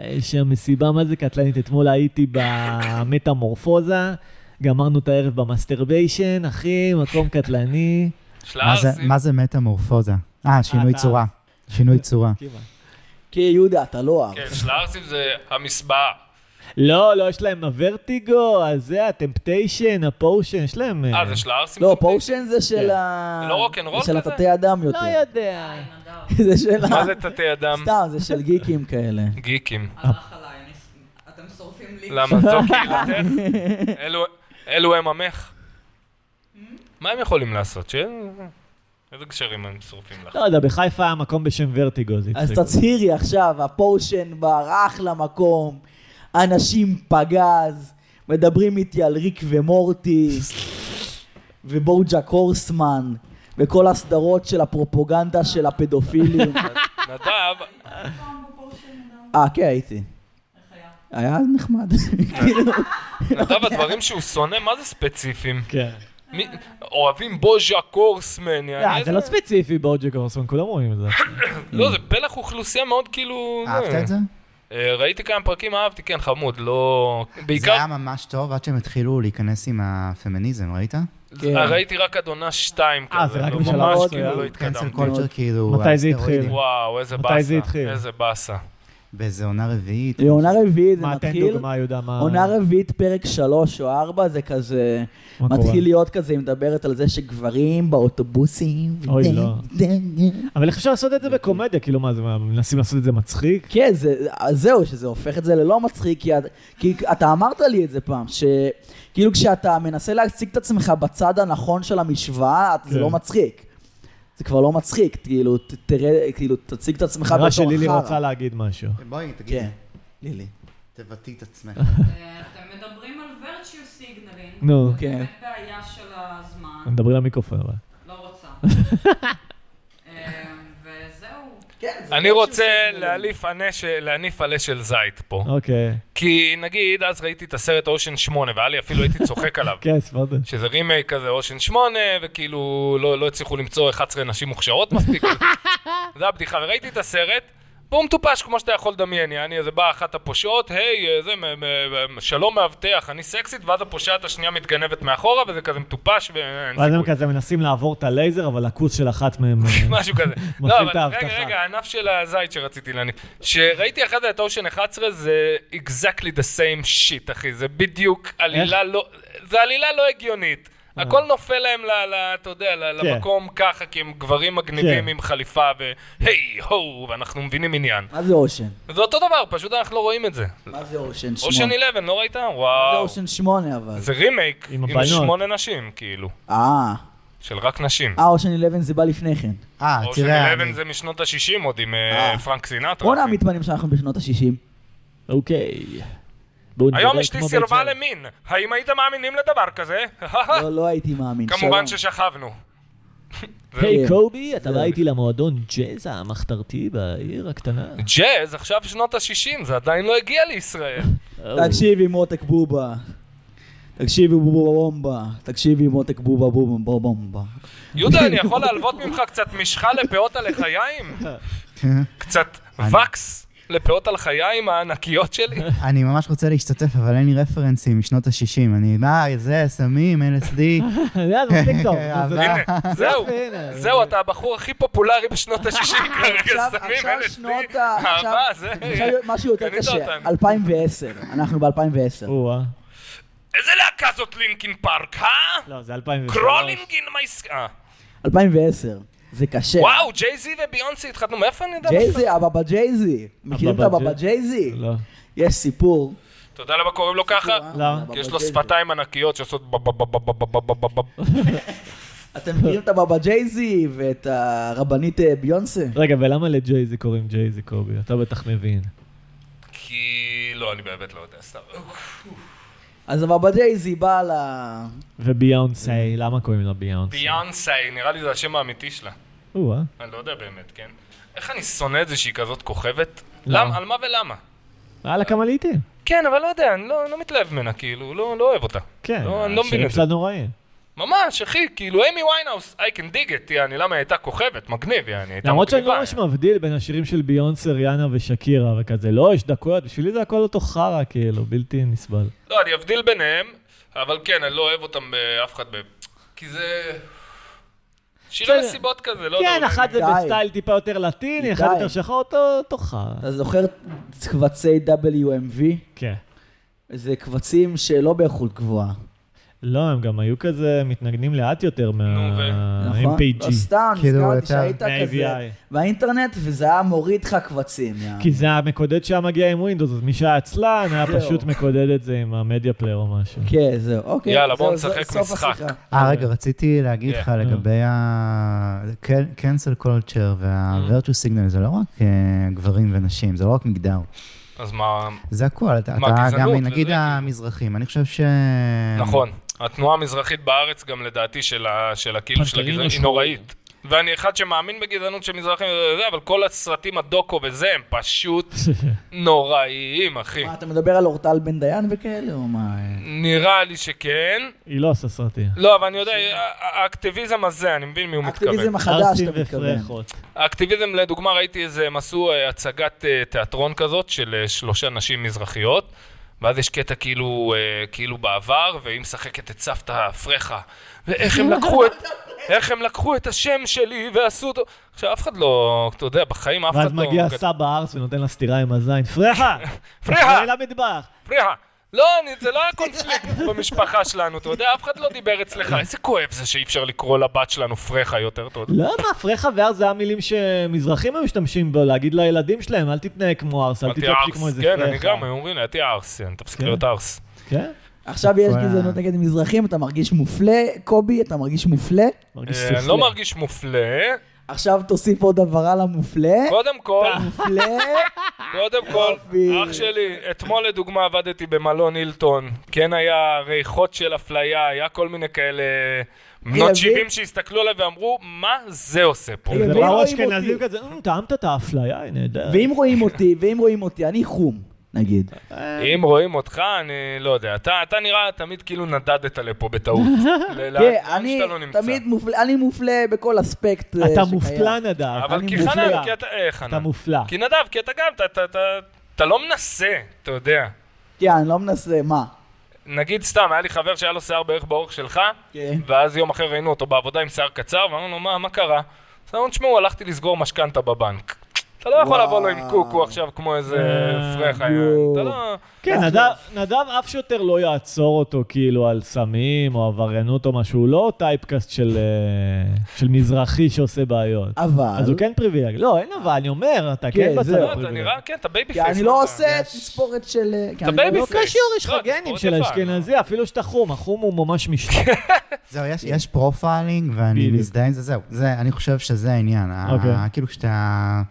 Speaker 1: אה, יש שם מסיבה מה זה קטלנית, אתמול הייתי במטמורפוזה, גמרנו את הערב במאסטרביישן, אחי, מקום קטלני.
Speaker 2: של
Speaker 4: מה זה-
Speaker 2: הערסים.
Speaker 4: מה זה מטמורפוזה? אה, שינוי
Speaker 1: אתה-
Speaker 4: צורה. שינוי צורה.
Speaker 1: כמעט.
Speaker 3: כי יהודה, אתה לא אהב.
Speaker 2: כן, של הערסים זה המסבעה.
Speaker 1: לא, לא, יש להם הוורטיגו, הזה, הטמפטיישן, הפושן, יש להם...
Speaker 2: אה, זה של הערסים?
Speaker 3: לא,
Speaker 2: גם?
Speaker 3: פורשן זה של
Speaker 1: כן.
Speaker 3: ה...
Speaker 2: לא rock'n'roll
Speaker 3: של
Speaker 2: כזה?
Speaker 3: התתי אדם יותר.
Speaker 1: לא יודע.
Speaker 3: זה של ה...
Speaker 2: מה זה תתי אדם?
Speaker 3: סתם, זה של גיקים כאלה.
Speaker 2: גיקים.
Speaker 5: הלך עליי, אני ס- אתם שורפים לי.
Speaker 2: למה זו קהילתך? אלו- אלו הם עמך. מה הם יכולים לעשות? ש- איזה גשרים הם שורפים לך?
Speaker 1: לא יודע, בחיפה היה מקום בשם ורטיגו, זה
Speaker 3: אז
Speaker 1: הצחיק. אותי.
Speaker 3: תצהירי עכשיו, הפורשן בר, אחלה מקום, אנשים פגז, מדברים איתי על ריק ומורטי, ובורג'ק הורסמן, וכל הסדרות של הפרופוגנדה של הפדופילים.
Speaker 2: נדב,
Speaker 3: אה, כן, הייתי. היה נחמד. כאילו,
Speaker 2: נדב הדברים שהוא שונא, מה זה ספציפיים?
Speaker 1: כן.
Speaker 2: מי- אוהבים בוז'ה קורסמן,
Speaker 1: לא,
Speaker 2: יעני,
Speaker 1: זה לא ספציפי באוג'ה גורסון, כולם רואים את זה.
Speaker 2: לא, זה פלח אוכלוסייה מאוד כאילו...
Speaker 4: אהבת את זה?
Speaker 2: אה, ראיתי כמה פרקים, אהבתי, כן, חמוד, לא...
Speaker 4: זה
Speaker 2: בעיקר
Speaker 4: היה ממש טוב עד שהם התחילו להיכנס עם הפמיניזם, ראית?
Speaker 3: כן.
Speaker 2: אה, ראיתי רק עד עונה 2 כזה.
Speaker 1: אה, זה רק
Speaker 2: לא,
Speaker 1: בשלב
Speaker 2: ממש
Speaker 1: מסוים.
Speaker 2: כאילו לא
Speaker 4: קנסל
Speaker 2: התקדמתי.
Speaker 4: קולצ'ר כאילו...
Speaker 1: מתי זה התחיל?
Speaker 4: הסטרואידים.
Speaker 2: וואו, איזה
Speaker 1: מתי זה התחיל?
Speaker 2: באסה. איזה באסה.
Speaker 4: באיזה עונה רביעית.
Speaker 3: זה עונה רביעית, זה
Speaker 1: מה, תן
Speaker 3: מתחיל.
Speaker 1: דוגמה, יהודה, מה...
Speaker 3: עונה רביעית, פרק שלוש או ארבע, זה כזה...
Speaker 1: מה קורה?
Speaker 3: מתחיל להיות כזה, היא מדברת על זה שגברים באוטובוסים.
Speaker 1: אוי, לא. אבל איך אפשר לעשות את זה בקומדיה? כאילו, מה, זה- מה, מנסים לעשות את זה מצחיק?
Speaker 3: כן, זה, אז זהו, שזה הופך את זה ללא מצחיק, כי, את- כי אתה אמרת לי את זה פעם, שכאילו כשאתה מנסה להציג את עצמך בצד הנכון של המשוואה, את- זה
Speaker 1: כן.
Speaker 3: לא מצחיק. זה כבר לא מצחיק, כאילו, ת- תראה, כאילו, תציג את עצמך בתור
Speaker 1: נראה שלילי
Speaker 3: חרא.
Speaker 1: רוצה להגיד משהו.
Speaker 4: בואי, תגידי,
Speaker 3: כן, לילי.
Speaker 4: תבטאי את עצמך.
Speaker 5: אה, אתם מדברים על virtue signaling.
Speaker 1: נו.
Speaker 5: זה באמת
Speaker 3: כן.
Speaker 5: בעיה של הזמן.
Speaker 1: מדברים למיקרופון, אבל.
Speaker 5: לא רוצה. אה, וזהו.
Speaker 2: אני רוצה להניף עלה של- להניף עלה של זית פה.
Speaker 1: אוקיי.
Speaker 2: כי נגיד, אז ראיתי את הסרט אושן 8, והיה לי אפילו הייתי צוחק עליו.
Speaker 1: כן, ספרדה.
Speaker 2: שזה רימייק כזה, אושן 8, וכאילו לא, לא הצליחו למצוא 11 נשים מוכשרות מספיק. זה הבדיחה, וראיתי את הסרט, והוא מטופש כמו שאתה יכול לדמיין, יעני, איזה באה אחת הפושעות, היי, אה, זה, מ- מ- מ- שלום מאבטח, אני סקסית, ואז הפושעת השנייה מתגנבת מאחורה, וזה כזה מטופש ואין
Speaker 1: ואז הם
Speaker 2: סיכוי.
Speaker 1: כזה מנסים לעבור את הלייזר, אבל הכוס של אחת מהם... אה,
Speaker 2: משהו כזה.
Speaker 1: מפעיל
Speaker 2: לא,
Speaker 1: את
Speaker 2: אבל רגע,
Speaker 1: ההבטחה.
Speaker 2: רגע, הענף של הזית שרציתי להניף. שראיתי אחרי זה את אושן 11, זה exactly the same shit, אחי. זה בדיוק עלילה לא... זה עלילה לא הגיונית. הכל נופל להם, ל- ל- אתה יודע, ל-
Speaker 1: כן.
Speaker 2: למקום ככה, כי הם גברים מגניבים
Speaker 1: כן.
Speaker 2: עם חליפה והי, הו, ואנחנו מבינים עניין.
Speaker 3: מה זה אושן?
Speaker 2: זה אותו דבר, פשוט אנחנו לא רואים את זה.
Speaker 3: מה זה אושן
Speaker 2: אושן
Speaker 3: שמונה?
Speaker 2: 11, לא ראית?
Speaker 3: זה
Speaker 2: וואו.
Speaker 3: אושן שמונה אבל.
Speaker 2: זה רימייק
Speaker 1: עם
Speaker 2: עם
Speaker 1: הבנות.
Speaker 2: שמונה נשים, כאילו.
Speaker 3: אה,
Speaker 2: של רק נשים.
Speaker 3: אה, אושן 11 זה בא לפני כן.
Speaker 4: אה,
Speaker 2: אושן
Speaker 4: תראה, אני-
Speaker 2: 11 זה משנות ה-60 עוד עם אה,
Speaker 3: אה.
Speaker 2: פרנק סינטרה.
Speaker 3: בואנה
Speaker 2: אחי.
Speaker 3: המתמנים שאנחנו בשנות ה-60.
Speaker 1: אוקיי. בואו נדבר
Speaker 2: היום
Speaker 1: כמו
Speaker 2: אשתי
Speaker 1: בית
Speaker 2: סירבה
Speaker 1: שמש.
Speaker 2: למין, האם הייתם מאמינים לדבר כזה?
Speaker 3: לא, לא הייתי מאמין.
Speaker 2: כמובן
Speaker 3: שלום.
Speaker 2: ששכבנו.
Speaker 1: היי
Speaker 3: כן.
Speaker 1: קובי, אתה בא איתי למועדון ג'אז המחתרתי בעיר הקטנה.
Speaker 2: ג'אז, עכשיו שנות ה-60, זה עדיין לא הגיע לישראל. Oh.
Speaker 3: תקשיבי מותק בובה. תקשיבי בובה בומבה. תקשיבי מותק בובה בובה בובה בומבה.
Speaker 2: יהודה, אני יכול להלוות ממך קצת משחה לפאות על החיים? קצת וקס לפאות על החיים הענקיות שלי?
Speaker 4: אני ממש רוצה להשתתף, אבל אין לי רפרנסים משנות ה-60. אני, מה, זה, סמים, LSD.
Speaker 1: אתה יודע, זה מספיק טוב.
Speaker 4: אה,
Speaker 1: זה-
Speaker 4: אה,
Speaker 2: הנה, זהו,
Speaker 1: הנה.
Speaker 2: זהו, אתה הבחור הכי פופולרי בשנות ה-60 כרגע,
Speaker 3: עכשיו-
Speaker 2: סמים,
Speaker 3: עכשיו שנות
Speaker 2: LSD,
Speaker 3: ה- עכשיו-
Speaker 2: אהבה, זה...
Speaker 3: עכשיו משהו יותר
Speaker 2: קנית
Speaker 3: קשה.
Speaker 2: אותנו.
Speaker 3: 2010. אנחנו ב-2010.
Speaker 1: או-אה.
Speaker 2: איזה להקה זאת לינקין פארק, אה?
Speaker 1: לא, זה 2003.
Speaker 2: קרולינג אין מייס... אה.
Speaker 3: 2010. זה קשה.
Speaker 2: וואו, ג'ייזי וביונסי התחתנו, מאיפה אני יודע?
Speaker 3: כן. ג'ייזי, הבבא ג'ייזי. מכירים את הבבא
Speaker 1: הבבא
Speaker 3: ג'ייזי?
Speaker 1: לא.
Speaker 3: יש סיפור.
Speaker 2: אתה יודע למה קוראים לו ככה?
Speaker 1: למה?
Speaker 3: אה?
Speaker 2: כי לא. יש לו שפתיים ענקיות שעושות בבבבבבבבבבב.
Speaker 3: אתם מכירים את הבבא ג'ייזי ואת הרבנית אה, ביונסה?
Speaker 1: רגע, ולמה לג'ייזי קוראים ג'ייזי קובי? אתה בטח מבין.
Speaker 2: כי... לא, אני באמת לא יודע, סתם.
Speaker 3: אז הבבא ג'ייזי באה ל...
Speaker 1: וביונסי,
Speaker 3: Mm.
Speaker 1: למה קוראים לה ביונסי? אה.
Speaker 2: ביונסי, נראה לי זה השם האמיתי שלה.
Speaker 1: או-אה.
Speaker 2: אני לא יודע באמת, כן? איך אני שונא את זה שהיא כזאת כוכבת?
Speaker 1: למה?
Speaker 2: למה? על מה ולמה?
Speaker 1: היה לה כמה לעיתים.
Speaker 2: כן, אבל לא יודע, אני לא לא מתלהב ממנה, כאילו, לא לא אוהב אותה.
Speaker 1: כן,
Speaker 2: לא, אני לא מבין
Speaker 1: השירים
Speaker 2: את זה.
Speaker 1: שלה נוראים.
Speaker 2: ממש, אחי, כאילו, אמי ויינהאוס, I can dig it, יעני, למה היא הייתה כוכבת, מגניב, יעני, הייתה
Speaker 1: למרות שאני
Speaker 2: מגניבה,
Speaker 1: לא ממש
Speaker 2: יעני.
Speaker 1: מבדיל בין השירים של ביונסה, ריאנה ושקירה וכזה. לא, יש דקויות, בשבילי זה הכל אותו חרא, כאילו, בלתי נסבל.
Speaker 2: לא, אני אבדיל ביניהם, אבל כן, אני לא אוהב אותם באף אחד מהם. כי זה... שיר
Speaker 1: בסדר.
Speaker 2: לסיבות כזה, לא יודע.
Speaker 1: כן,
Speaker 2: אולי-
Speaker 1: אחת זה
Speaker 3: די.
Speaker 1: בסטייל טיפה יותר לטיני, אחד
Speaker 3: די. אה.
Speaker 1: יותר שחור, אותו- אותו חרא.
Speaker 3: אתה זוכר את קבצי WMV?
Speaker 1: כן.
Speaker 3: זה קבצים שלא באיכות גבוהה.
Speaker 1: לא, הם גם היו כזה מתנגנים לאט יותר
Speaker 2: נו, ו-
Speaker 1: אה,
Speaker 3: נכון? לא,
Speaker 1: מה-MPG.
Speaker 3: סתם,
Speaker 4: כאילו,
Speaker 3: נזכרתי
Speaker 4: אתה-
Speaker 3: שהיית כזה
Speaker 1: מה-AVI.
Speaker 3: באינטרנט, וזה היה מוריד לך קבצים. יא.
Speaker 1: כי זה המקודד שהיה מגיע עם ווינדוס, אז מי שהיה עצלן היה
Speaker 3: זהו.
Speaker 1: פשוט מקודד את זה עם המדיה פלייר או משהו.
Speaker 3: כן, זהו, אוקיי.
Speaker 2: יאללה, בוא
Speaker 3: זהו, זה
Speaker 2: נשחק
Speaker 3: סוף
Speaker 2: משחק.
Speaker 3: השיחה.
Speaker 4: אה, רגע, רציתי להגיד לך
Speaker 2: Yeah.
Speaker 4: לגבי ה-cancel culture
Speaker 2: Mm.
Speaker 4: וה-virtue signal, זה לא רק אה, גברים ונשים, זה לא רק מגדר.
Speaker 2: אז מה...
Speaker 4: זה הכל, אתה
Speaker 2: מה,
Speaker 4: אתה גם,
Speaker 2: גזענות וזה,
Speaker 4: נגיד
Speaker 2: כאילו.
Speaker 4: המזרחים, אני חושב ש...
Speaker 2: נכון. התנועה המזרחית בארץ גם לדעתי של ה- של הכאילו של
Speaker 1: פנתרים
Speaker 2: הגזענות היא
Speaker 1: השחורים.
Speaker 2: נוראית. ואני אחד שמאמין בגזענות של מזרחים, וזה, אבל כל הסרטים הדוקו וזה, הם פשוט נוראיים, אחי.
Speaker 3: מה, אתה מדבר על אורטל בן דיין וכאלה, או מה?
Speaker 2: לא נראה לי שכן.
Speaker 1: היא לא עושה סרטים.
Speaker 2: לא, אבל אני יודע, ה- האקטיביזם הזה, אני מבין מי הוא מתכוון.
Speaker 3: אקטיביזם החדש,
Speaker 1: ערסים
Speaker 3: אתה מתכוון.
Speaker 1: ופרחות.
Speaker 2: האקטיביזם, לדוגמה, ראיתי איזה, הם עשו אה, הצגת אה, תיאטרון כזאת של אה, שלושה נשים מזרחיות, ואז יש קטע כאילו, אה, כאילו בעבר, והיא משחקת את סבתא פרחה. ואיך הם לקחו את... איך הם לקחו את השם שלי ועשו אותו... עכשיו, אף אחד לא, אתה יודע, בחיים אף אחד לא...
Speaker 1: ואז מגיע סבא ארס ונותן לה סטירה עם הזין. פרחה!
Speaker 2: פרחה!
Speaker 1: תחזרי למטבח!
Speaker 2: פריחה. לא, אני, זה לא היה קונפליקט במשפחה שלנו, אתה יודע, אף אחד לא דיבר אצלך. איזה כואב זה שאי אפשר לקרוא לבת שלנו פרחה יותר, אתה יודע.
Speaker 1: למה? "לא, פרחה וארס זה המילים שמזרחים היו משתמשים בו, להגיד לילדים שלהם, אל תתנהג כמו ארס, אל
Speaker 2: הייתי
Speaker 1: תתנהג כמו
Speaker 2: ארס,
Speaker 1: איזה
Speaker 2: כן,
Speaker 1: פרחה.
Speaker 2: אני גם, היו אומרים לי, הייתי ארס, יעני, תפסיק
Speaker 1: כן.
Speaker 2: להיות ארס.
Speaker 1: כן?
Speaker 3: עכשיו יש
Speaker 4: כל ה-
Speaker 3: גזענות נגד מזרחים, אתה מרגיש מופלה, קובי, אתה מרגיש מופלה.
Speaker 1: מרגיש
Speaker 2: אה, אני
Speaker 1: סופלה.
Speaker 2: לא מרגיש מופלה.
Speaker 3: עכשיו תוסיף עוד הבהרה למופלה.
Speaker 2: קודם כל,
Speaker 3: מופלה.
Speaker 2: קודם כל,
Speaker 3: יופי.
Speaker 2: אח שלי, אתמול לדוגמה עבדתי במלון הילטון. כן היה ריחות של אפליה, היה כל מיני כאלה בנות
Speaker 3: ילדים.
Speaker 2: 70 שהסתכלו עליי ואמרו, מה זה עושה פה?
Speaker 1: זה
Speaker 3: ואם
Speaker 1: באו
Speaker 3: רואים
Speaker 1: אשכנזים "אה,
Speaker 3: אותי?
Speaker 1: כזה, "אמ, טעמת את האפליה, היא נהדרת.
Speaker 3: ואם רואים אותי, ואם רואים אותי, אני חום. נגיד.
Speaker 2: אם רואים אותך, אני לא יודע. אתה אתה נראה תמיד כאילו נדדת לפה בטעות. ל- לאן
Speaker 3: כן, אני
Speaker 2: שאתה לא נמצא.
Speaker 3: תמיד מופלה, אני מופלה בכל אספקט אה,
Speaker 1: אתה
Speaker 3: שקיים.
Speaker 1: מופלא, נדב.
Speaker 2: אבל
Speaker 1: אני
Speaker 2: כי
Speaker 1: מופלא.
Speaker 2: חנן, כי אתה... אה, חנן.
Speaker 1: אתה מופלא.
Speaker 2: כי נדב, כי אתה גם, אתה- אתה- אתה- אתה לא מנסה, אתה יודע.
Speaker 3: כן, אני לא מנסה, מה?
Speaker 2: נגיד סתם, היה לי חבר שהיה לו שיער בערך באורך שלך,
Speaker 3: כן.
Speaker 2: ואז יום אחר ראינו אותו בעבודה עם שיער קצר, ואמרנו לו, מה, מה קרה? אז אמרנו, תשמעו, הלכתי לסגור משכנתה בבנק. אתה לא יכול
Speaker 3: וואו.
Speaker 2: לבוא לו עם קוקו עכשיו כמו איזה
Speaker 1: אה,
Speaker 2: פרח היה.
Speaker 3: יואו.
Speaker 2: אתה לא...
Speaker 1: כן, נדב, נדב, אף שוטר לא יעצור אותו כאילו על סמים או עבריינות או משהו, הוא לא טייפקאסט של, אה, של מזרחי שעושה בעיות.
Speaker 3: אבל...
Speaker 1: אז הוא כן פריבילג. לא, אין אבל, אני אומר, אתה
Speaker 3: כן,
Speaker 1: כן בצד
Speaker 3: זהו.
Speaker 2: לא, אתה
Speaker 1: הפריבילג.
Speaker 2: נראה, כן, אתה בייבי
Speaker 3: כי
Speaker 2: פייס.
Speaker 3: אני לא
Speaker 2: אתה-
Speaker 3: עושה תספורת של... כי אני
Speaker 2: בייבי
Speaker 3: לא-
Speaker 1: לא
Speaker 2: פייס.
Speaker 1: קשור, יש לך
Speaker 2: לא, זה
Speaker 1: גנים
Speaker 2: מאוד
Speaker 1: של
Speaker 2: יפה,
Speaker 1: האשכנזי, אפילו שאתה חום, החום הוא ממש
Speaker 4: כן.
Speaker 1: משתנה.
Speaker 4: זהו, יש, יש פרופיילינג, ואני
Speaker 1: בדיוק.
Speaker 4: מזדהה עם זה, זהו. זה, אני חושב שזה העניין.
Speaker 1: אוקיי.
Speaker 4: ה- כאילו כשאתה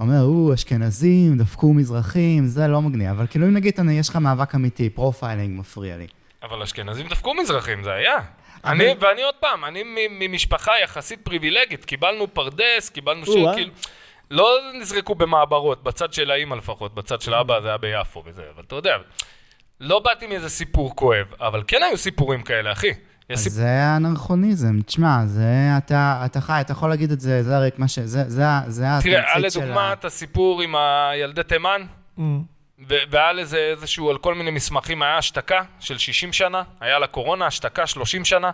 Speaker 4: אומר, או, אשכנזים, דפקו מזרחים, זה לא מגניב. אבל כאילו, אם נגיד, אתה- יש לך מאבק אמיתי, פרופיילינג מפריע לי.
Speaker 2: אבל אשכנזים דפקו מזרחים, זה היה. אני, ואני עוד פעם, אני מ- ממשפחה יחסית פריבילגית, קיבלנו פרדס, קיבלנו
Speaker 1: או-אה.
Speaker 3: אה.
Speaker 2: שקל. לא נזרקו במעברות, בצד של האימא לפחות, בצד של אבא זה היה ביפו וזה, אבל אתה יודע, לא באתי מאיזה סיפור כואב, אבל כן היו סיפורים כאלה, אחי. יש
Speaker 4: אז
Speaker 2: סיפ...
Speaker 4: זה אנרכוניזם, תשמע, זה, אתה, אתה חי, אתה יכול להגיד את זה, זה הרי מה ש... זה, זה, ה- זה התמצית של ה... Mm.
Speaker 2: תראה, היה לדוגמה את הסיפור עם הילדי תימן, ו- והיה לזה איזשהו, על כל מיני מסמכים, היה השתקה של 60 שנה, היה לקורונה השתקה 30 שנה.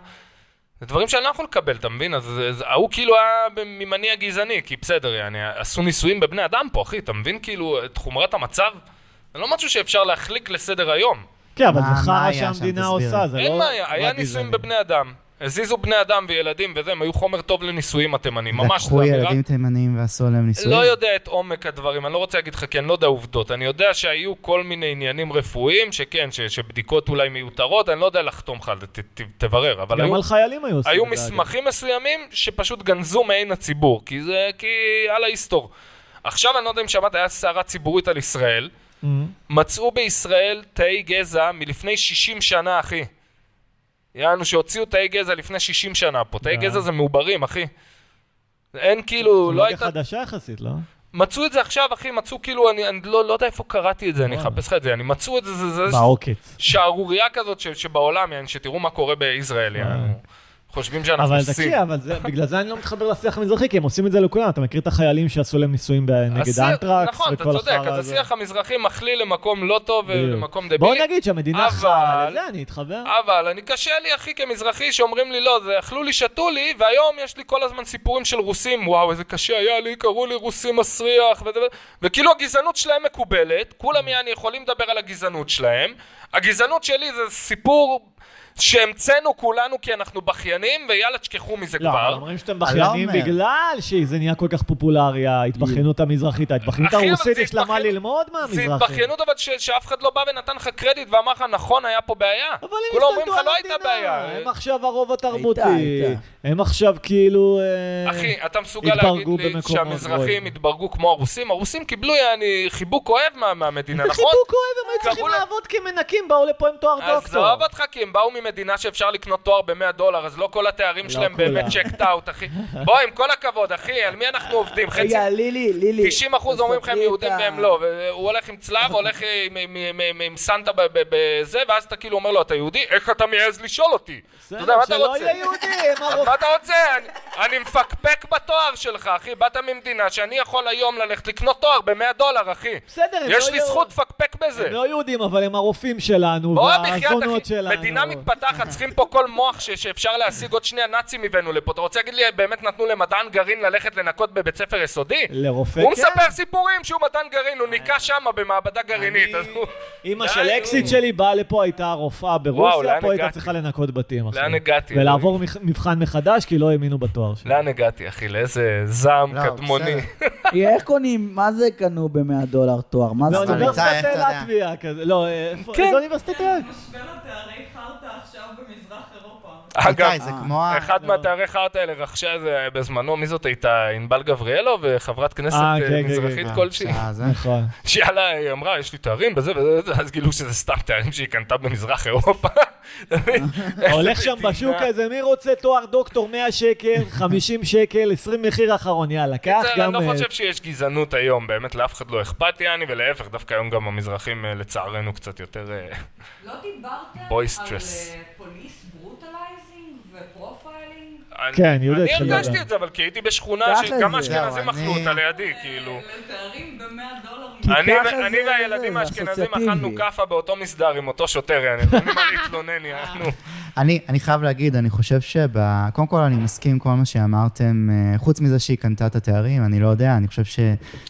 Speaker 2: זה דברים שאני לא יכול לקבל, אתה מבין? אז אז ההוא כאילו היה ב- ממניע גזעני, כי בסדר, יעני, עשו ניסויים בבני אדם פה, אחי, אתה מבין כאילו את חומרת המצב? זה לא משהו שאפשר להחליק לסדר היום.
Speaker 1: כן, אבל זה
Speaker 4: מה- מה
Speaker 1: חרא
Speaker 4: היה שם?
Speaker 1: שהמדינה
Speaker 4: תסביר לי.
Speaker 1: עושה, זה לא...
Speaker 2: אין בעיה, היה
Speaker 1: רק גזעני.
Speaker 2: ניסויים בבני אדם. הזיזו בני אדם וילדים וזה, הם היו חומר טוב לניסויים התימנים, ממש.
Speaker 4: לקחו
Speaker 2: זה אמירה-
Speaker 4: ילדים תימנים ועשו עליהם ניסויים?
Speaker 2: לא יודע את עומק הדברים, אני לא רוצה להגיד לך כי אני לא יודע עובדות. אני יודע שהיו כל מיני עניינים רפואיים, שכן, ש, שבדיקות אולי מיותרות, אני לא יודע לחתום לך על זה, ת- ת- תברר. אבל
Speaker 1: גם
Speaker 2: היו,
Speaker 1: על חיילים היו עושים
Speaker 2: היו
Speaker 1: את זה, אגב.
Speaker 2: מסמכים מסוימים שפשוט גנזו מעין הציבור, כי זה, כי על ההיסטור. עכשיו אני לא יודע אם שמעת, היה סערה ציבורית על ישראל.
Speaker 1: אמ.
Speaker 2: מצאו בישראל תאי גזע מלפני 60 שנה, אחי. יענו שהוציאו תאי גזע לפני 60 שנה פה. תאי
Speaker 1: די.
Speaker 2: גזע זה מעוברים, אחי. אין כאילו, לא
Speaker 1: טכנולוגיה
Speaker 2: הייתה...
Speaker 1: חדשה יחסית, לא?
Speaker 2: מצאו את זה עכשיו, אחי, מצאו כאילו, אני, אני לא, לא יודע איפה קראתי את זה, אני
Speaker 1: וואלה.
Speaker 2: אחפש לך את זה, אני מצאו את זה, זה, זה
Speaker 1: בעוקץ.
Speaker 2: שערורייה כזאת ש, שבעולם, יעני, שתראו מה קורה בישראל,
Speaker 1: וואלה.
Speaker 2: יענו. חושבים שאנחנו
Speaker 1: אה. אבל
Speaker 2: סין.
Speaker 1: תקשיב, אבל זה- בגלל זה אני לא מתחבר לשיח המזרחי, כי הם עושים את זה לכולם. אתה מכיר את החיילים שעשו להם ניסויים ב- נגד
Speaker 2: השיח-
Speaker 1: האנטרקס
Speaker 2: נכון, אתה
Speaker 1: וכל
Speaker 2: צודק,
Speaker 1: החרא
Speaker 2: אז
Speaker 1: הזה?
Speaker 2: השיח המזרחי מכליל למקום לא טוב
Speaker 1: בדיוק.
Speaker 2: ולמקום דבילי.
Speaker 1: בואו נגיד שהמדינה
Speaker 2: אבל-
Speaker 1: חרא, לזה אני אתחבר.
Speaker 2: אבל אני קשה לי, אחי, כמזרחי, שאומרים לי לא, זה אכלו לי, שתו לי, והיום יש לי כל הזמן סיפורים של רוסים, וואו, איזה קשה היה לי, קראו לי רוסי מסריח, וזה- וזה- וכאילו הגזענות שלהם מקובלת,
Speaker 1: Mm.
Speaker 2: כולם יעני יכולים לדבר על הגזענות שלהם, הגזענות שלי זה סיפור שהמצאנו כולנו כי אנחנו בכיינים, ויאללה, תשכחו מזה
Speaker 1: לא, אבל
Speaker 2: כבר.
Speaker 1: אומרים שאתם
Speaker 4: אני לא
Speaker 1: בכיינים
Speaker 4: אומר.
Speaker 1: בגלל שזה נהיה כל כך פופולרי, ההתבכיינות המזרחית, ההתבכיינות
Speaker 2: אחי, אבל
Speaker 1: הרוסית,
Speaker 2: זה
Speaker 1: יש לה מה
Speaker 2: התבכיינות-
Speaker 1: ללמוד
Speaker 2: זה
Speaker 1: מהמזרחים.
Speaker 2: התבכיינות אבל ש- שאף אחד לא בא ונתן לך קרדיט ואמר לך נכון היה פה בעיה.
Speaker 1: אבל הם
Speaker 2: כולם אומרים לך
Speaker 1: השתלטו
Speaker 2: לא
Speaker 1: על
Speaker 2: הייתה
Speaker 1: המדינה,
Speaker 2: בעיה.
Speaker 1: הם עכשיו הרוב התרבותי,
Speaker 3: הייתה.
Speaker 1: הם עכשיו כאילו... אה,
Speaker 2: אחי, אתה מסוגל להגיד
Speaker 1: התברגו
Speaker 2: לי
Speaker 1: במקומות
Speaker 2: שהמזרחים
Speaker 1: גבוהים.
Speaker 2: התברגו כמו הרוסים? הרוסים קיבלו יעני חיבוק אוהב מה- מהמדינה,
Speaker 1: זה
Speaker 2: נכון?
Speaker 1: חיבוק אוהב, הם היו צריכים
Speaker 2: קראו לה-
Speaker 1: לעבוד כמנקים, באו לפה עם תואר דוקטור.
Speaker 2: עזוב אותך, כי הם באו ממדינה שאפשר לקנות תואר ב-100 דולר, אז לא כל התארים שלהם
Speaker 1: כולם.
Speaker 2: באמת צ'קט אאוט, אחי. בוא, עם כל הכבוד, אחי, על מי אנחנו עובדים?
Speaker 1: אה,
Speaker 2: חצי...
Speaker 3: רגע, לילי, לילי.
Speaker 2: 90 אחוז אומרים לך הם
Speaker 3: תספרי את
Speaker 2: יהודים
Speaker 3: ה-
Speaker 2: והם לא, והוא הולך עם צלב, הולך עם- עם- עם- עם- עם סנטה ב- ב- בזה, ואז אתה כאילו אומר לו, אתה יהודי? איך אתה מעז לשאול אותי? אתה
Speaker 1: בסדר,
Speaker 2: יודע, מה אתה
Speaker 1: שלא
Speaker 2: רוצה?
Speaker 1: יהיה יהודי, הם
Speaker 2: אז
Speaker 1: הרוב...
Speaker 2: מה אתה רוצה? אני- אני מפקפק בתואר שלך, אחי. באת ממדינה שאני יכול היום ללכת לקנות תואר ב-100 דולר, אחי.
Speaker 1: בסדר, הם
Speaker 2: יש
Speaker 1: לא
Speaker 2: לי
Speaker 1: יהיו-
Speaker 2: זכות לפקפק בזה.
Speaker 1: הם לא יהודים, אבל הם הרופאים שלנו,
Speaker 2: בוא בחייאת,
Speaker 1: והזונות
Speaker 2: אחי.
Speaker 1: שלנו.
Speaker 2: מדינה מתפתחת, צריכים פה כל מוח ש- שאפשר להשיג עוד שנייה נאצים הבאנו לפה. אתה רוצה להגיד לי, באמת נתנו למדען גרעין ללכת לנקות בבית ספר יסודי?
Speaker 1: לרופא,
Speaker 2: הוא
Speaker 1: כן. אה.
Speaker 2: מספר סיפורים שהוא מדען גרעין, הוא ניקה שמה במעבדה גרעינית. אז הוא-
Speaker 1: אימא
Speaker 2: די,
Speaker 1: של אקסיט
Speaker 2: נו.
Speaker 1: שלי באה לפה, הייתה רופאה
Speaker 2: וואו, לאן
Speaker 1: ברוסיה, פה הייתה
Speaker 2: הגעתי?
Speaker 1: צריכה לנקות בתים. אחי.
Speaker 2: לאן הגעתי?
Speaker 1: ולעבור מח- מבחן מחדש, כי לא האמינו בתואר שלי.
Speaker 2: לאן הגעתי, אחי? לאיזה זעם
Speaker 4: לא,
Speaker 2: קדמוני.
Speaker 4: בסדר.
Speaker 3: אה, איך קונים, מה זה קנו ב-100 דולר תואר? מה זה?
Speaker 1: לא,
Speaker 4: אבל ניצן,
Speaker 1: אוניברסיטת
Speaker 4: איך אתה יודע?
Speaker 1: לטביה כזה, לא, איפה-
Speaker 2: כן.
Speaker 1: איזה אוניברסיטת
Speaker 5: משבר התארי חרטא עכשיו במזרח אירופה.
Speaker 2: אגב,
Speaker 4: איתי, זה כמו...
Speaker 1: אה,
Speaker 4: ה-
Speaker 1: לא.
Speaker 2: אחד מהתארי חרטא האלה רכשה איזה בזמנו, מי זאת הייתה? ענבל גבריאלו וחברת כנסת
Speaker 1: אה, כן,
Speaker 2: אה,
Speaker 1: כן,
Speaker 2: מזרחית
Speaker 4: אה,
Speaker 2: כלשהי.
Speaker 4: שעה, זה-
Speaker 1: נכון.
Speaker 2: שיאללה, היא אמרה, יש לי תארים בזה וזה, וזה, אז גילו שזה סתם תארים שהיא קנתה במזרח אירופה.
Speaker 1: הולך שם בשוק הזה, מי רוצה תואר דוקטור 100 שקל, 50 שקל, 20 מחיר אחרון, יאללה, קח
Speaker 2: קיצר,
Speaker 1: גם...
Speaker 2: אני לא
Speaker 1: אה,
Speaker 2: חושב שיש גזענות היום, באמת לאף אחד לא אכפת יעני, ולהפך, דווקא היום גם המזרחים אה, לצערנו קצת יותר... אה,
Speaker 5: לא דיברתם על
Speaker 2: Boisterous.
Speaker 5: אה, פוליס ברוטלייזינג ופרופיילינג?
Speaker 1: כן,
Speaker 2: אני-
Speaker 1: אני יודע
Speaker 2: אני
Speaker 1: שאתה מדבר.
Speaker 2: הרגשתי את זה, אבל כי הייתי בשכונה
Speaker 3: ככה
Speaker 2: שגם
Speaker 3: זה.
Speaker 2: האשכנזים
Speaker 4: זהו, אני-
Speaker 2: אכלו אותה לידי, כאילו.
Speaker 5: לתארים ב-100 דולר.
Speaker 2: אני
Speaker 3: ככה זה-
Speaker 2: אני והילדים
Speaker 3: זה
Speaker 2: האשכנזים
Speaker 3: אסוציאטיבי.
Speaker 2: אכלנו כאפה באותו מסדר עם אותו שוטר, יעני, אין לי מה להתלונן, יענו.
Speaker 4: אני, אני חייב להגיד, אני חושב שב... קודם כל, אני מסכים עם כל מה שאמרתם, אה, חוץ מזה שהיא קנתה את התארים, אני לא יודע, אני חושב ש...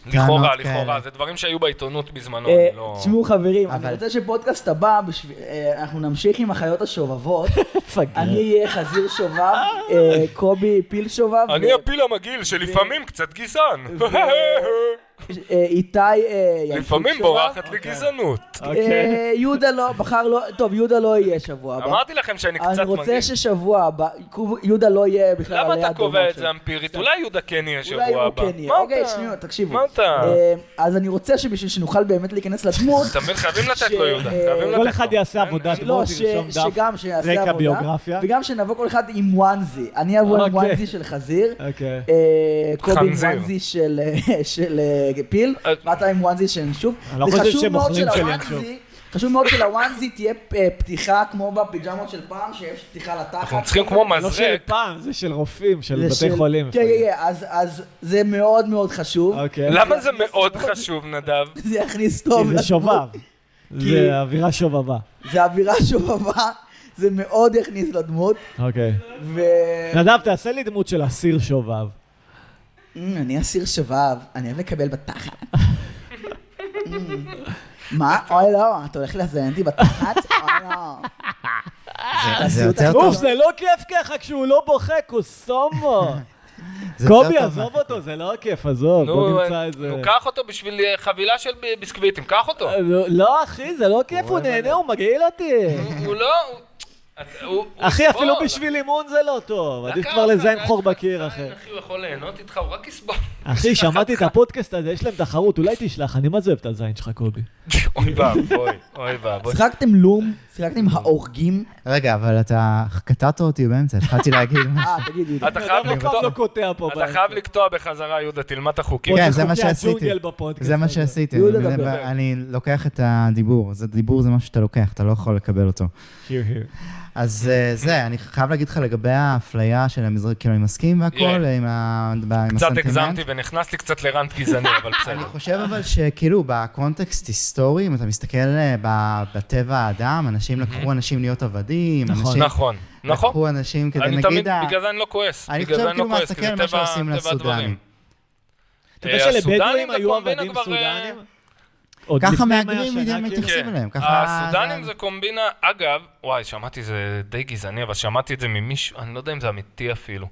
Speaker 2: לכאורה,
Speaker 4: טענות כאלה-
Speaker 2: לכאורה, זה דברים שהיו בעיתונות בזמנו,
Speaker 3: אה,
Speaker 2: אני לא...
Speaker 3: תשמעו חברים, אני
Speaker 4: אבל-
Speaker 3: רוצה שפודקאסט הבא, בשביל- אה, אנחנו נמשיך עם החיות השובבות.
Speaker 1: פגר.
Speaker 3: אני אהיה חזיר שובב, אה, קובי פיל שובב.
Speaker 2: אני
Speaker 3: ו-
Speaker 2: הפיל המגעיל שלפעמים קצת גזען.
Speaker 3: אה, איתי אה, ינקות
Speaker 2: לפעמים
Speaker 3: שובב.
Speaker 2: בורחת לי גזענות.
Speaker 1: אוקיי.
Speaker 3: אה, יהודה לא, בחר לא, טוב, יהודה לא יהיה שבוע הבא.
Speaker 2: אמרתי לכם שאני קצת
Speaker 3: אני
Speaker 2: מגעיל.
Speaker 3: רוצה ששבוע הבא, קוב- יהודה לא יהיה בכלל
Speaker 2: למה
Speaker 3: עלי
Speaker 2: אתה
Speaker 3: אדומות
Speaker 2: קובע את
Speaker 3: של-
Speaker 2: זה אמפירית? אולי יהודה כן יהיה שבוע הבא.
Speaker 3: אולי הוא כן יהיה.
Speaker 2: מה
Speaker 3: אוקיי,
Speaker 2: אתה-
Speaker 3: שנייה, תקשיבו.
Speaker 2: מה אתה?
Speaker 3: אה, אז אני רוצה שבשביל שנוכל באמת להיכנס לדמות, לא,
Speaker 2: אתה מבין? חייבים לתת לו,
Speaker 3: ש-
Speaker 2: יהודה.
Speaker 3: אה,
Speaker 2: חייבים לתת
Speaker 1: כל
Speaker 2: לו.
Speaker 1: אחד יעשה
Speaker 2: אין-
Speaker 1: עבודה,
Speaker 2: אין-
Speaker 1: בוא
Speaker 3: לא, ש-
Speaker 1: תרשום דף,
Speaker 3: שגם שיעשה
Speaker 1: רקע,
Speaker 3: עבודה,
Speaker 1: ביוגרפיה.
Speaker 3: וגם שנבוא כל אחד עם וואנזי. אני אבוא עם
Speaker 1: אוקיי.
Speaker 3: וואנזי של חזיר,
Speaker 1: אוקיי.
Speaker 3: אה, קובי עם
Speaker 2: חנזיר.
Speaker 3: וואנזי של, של אה, פיל,
Speaker 2: אה.
Speaker 3: ואתה עם וואנזי של ינשוף.
Speaker 1: אני לא
Speaker 3: זה
Speaker 1: חושב
Speaker 3: חשוב
Speaker 1: שהם
Speaker 3: מאוד
Speaker 1: אוכלים של
Speaker 3: שלוואנזי- חשוב מאוד שלוואנזי תהיה אה, פתיחה כמו בפיג'מות של פעם, שיש פתיחה לתחת.
Speaker 2: אנחנו צריכים כמו
Speaker 1: לא של
Speaker 2: מזרק.
Speaker 1: פעם, זה של רופאים, של
Speaker 3: זה
Speaker 1: בתי
Speaker 3: של-
Speaker 1: חולים.
Speaker 3: כן, כן, כן, אז- אז זה מאוד מאוד חשוב.
Speaker 1: אוקיי.
Speaker 2: למה זה מאוד חשוב, נדב?
Speaker 3: זה יכניס טוב.
Speaker 1: כי זה שובב.
Speaker 3: כי-
Speaker 1: זה אווירה שובבה.
Speaker 3: זה אווירה שובבה, זה מאוד יכניס לדמות,
Speaker 1: אוקיי.
Speaker 3: ו...
Speaker 1: נדב, תעשה לי דמות של אסיר שובב.
Speaker 3: אמ, אני אסיר שובב, אני אוהב לקבל בתחת. אמ, מה? אוי לא, אתה הולך לזיין אותי בתחת? אוי לא.
Speaker 4: זה- אה, זה יותר
Speaker 1: אוף,
Speaker 4: טוב.
Speaker 1: זה לא כיף ככה כשהוא לא בוכה, קוסומו.
Speaker 4: זה יותר
Speaker 1: קובי,
Speaker 4: טוב
Speaker 1: עזוב
Speaker 4: מה-
Speaker 1: אותו, זה לא כיף, עזוב, בוא
Speaker 2: נו, אה,
Speaker 1: נמצא איזה...
Speaker 2: נו, קח אותו בשביל אה, חבילה של ב- ביסקוויטים, קח אותו.
Speaker 1: אה, לא- לא, אחי, זה לא כיף, הוא נהנה, הוא מגעיל אותי.
Speaker 2: הוא- הוא לא... הוא- את- הוא- הוא
Speaker 1: אחי,
Speaker 2: יסבול.
Speaker 1: אפילו בשביל אימון זה לא טוב. עדיף
Speaker 2: לקח
Speaker 1: כבר
Speaker 2: אותך,
Speaker 1: לזיין
Speaker 2: לקח
Speaker 1: חור
Speaker 2: אותך,
Speaker 1: בקיר, אחי.
Speaker 2: אחי, הוא יכול ליהנות איתך, הוא רק יסבול.
Speaker 1: אחי, שמעתי את הפודקאסט הזה, יש להם תחרות, אולי תשלח, אני מה זה אוהב את הזין שלך, קובי.
Speaker 2: אוי ואבוי, אוי ואבוי.
Speaker 3: שיחקתם לום, שיחקתם ההורגים.
Speaker 4: רגע, אבל אתה קטעת אותי באמצע, התחלתי להגיד משהו.
Speaker 3: אה, תגיד לי.
Speaker 2: אתה חייב
Speaker 1: אף פעם
Speaker 2: לקטוע-
Speaker 1: לא קוטע פה.
Speaker 2: אתה
Speaker 1: באמצע.
Speaker 2: חייב לקטוע בחזרה, יהודה, תלמד את החוקים.
Speaker 1: פה
Speaker 4: כן,
Speaker 1: יש
Speaker 4: זה מה
Speaker 1: חוקי
Speaker 4: שעשיתי.
Speaker 1: הג'ונגל בפודקאסט
Speaker 4: זה מה
Speaker 1: הזה.
Speaker 4: שעשיתי,
Speaker 3: יהודה
Speaker 4: אני-
Speaker 3: דבר.
Speaker 4: אני לוקח את הדיבור, זה דיבור זה משהו שאתה לוקח, אתה לא יכול לקבל אותו.
Speaker 1: Here, here.
Speaker 4: אז אה, זה, אני חייב להגיד לך לגבי האפליה של המזרח, כאילו, אני מסכים והכל,
Speaker 2: יהיה.
Speaker 4: עם ה- ב- עם
Speaker 2: קצת
Speaker 4: הסנטימנט.
Speaker 2: הגזמתי ונכנס לי קצת לרנט גזעני, אבל
Speaker 4: אני
Speaker 2: בסדר.
Speaker 4: חושב אבל שכאילו בקונטקסט היסטורי, אם אתה מסתכל אה, ב- בטבע האדם, אנשים לקחו אנשים להיות עבדים, אנשים
Speaker 2: Mm-hmm. נכון, נכון.
Speaker 4: לקחו אנשים כדי,
Speaker 2: אני
Speaker 4: נגיד,
Speaker 2: תמיד,
Speaker 4: ה-
Speaker 2: בגלל זה אני לא כועס.
Speaker 4: אני
Speaker 2: בגלל
Speaker 4: חושב
Speaker 2: זה אני לא
Speaker 4: כאילו
Speaker 2: כועס, כי
Speaker 4: מסתכל
Speaker 2: זה
Speaker 4: על מה
Speaker 2: טבע-
Speaker 4: שעושים
Speaker 2: טבע
Speaker 4: לסודנים.
Speaker 2: הדברים.
Speaker 1: אתה
Speaker 2: אה,
Speaker 1: יודע שלבדואים
Speaker 2: הסודנים
Speaker 1: היו
Speaker 2: בקומבינה
Speaker 1: עבדים
Speaker 2: כבר, אה,
Speaker 1: סודנים? עוד
Speaker 4: ככה
Speaker 1: לפני מאה
Speaker 4: מהגרים
Speaker 1: שנה,
Speaker 4: בדיוק
Speaker 1: כאילו.
Speaker 4: מתייחסים
Speaker 2: כן.
Speaker 4: אליהם, ככה...
Speaker 2: הסודנים זה קומבינה, אגב, וואי, שמעתי זה די גזעני, אבל שמעתי את זה ממישהו, אני לא יודע אם זה אמיתי אפילו.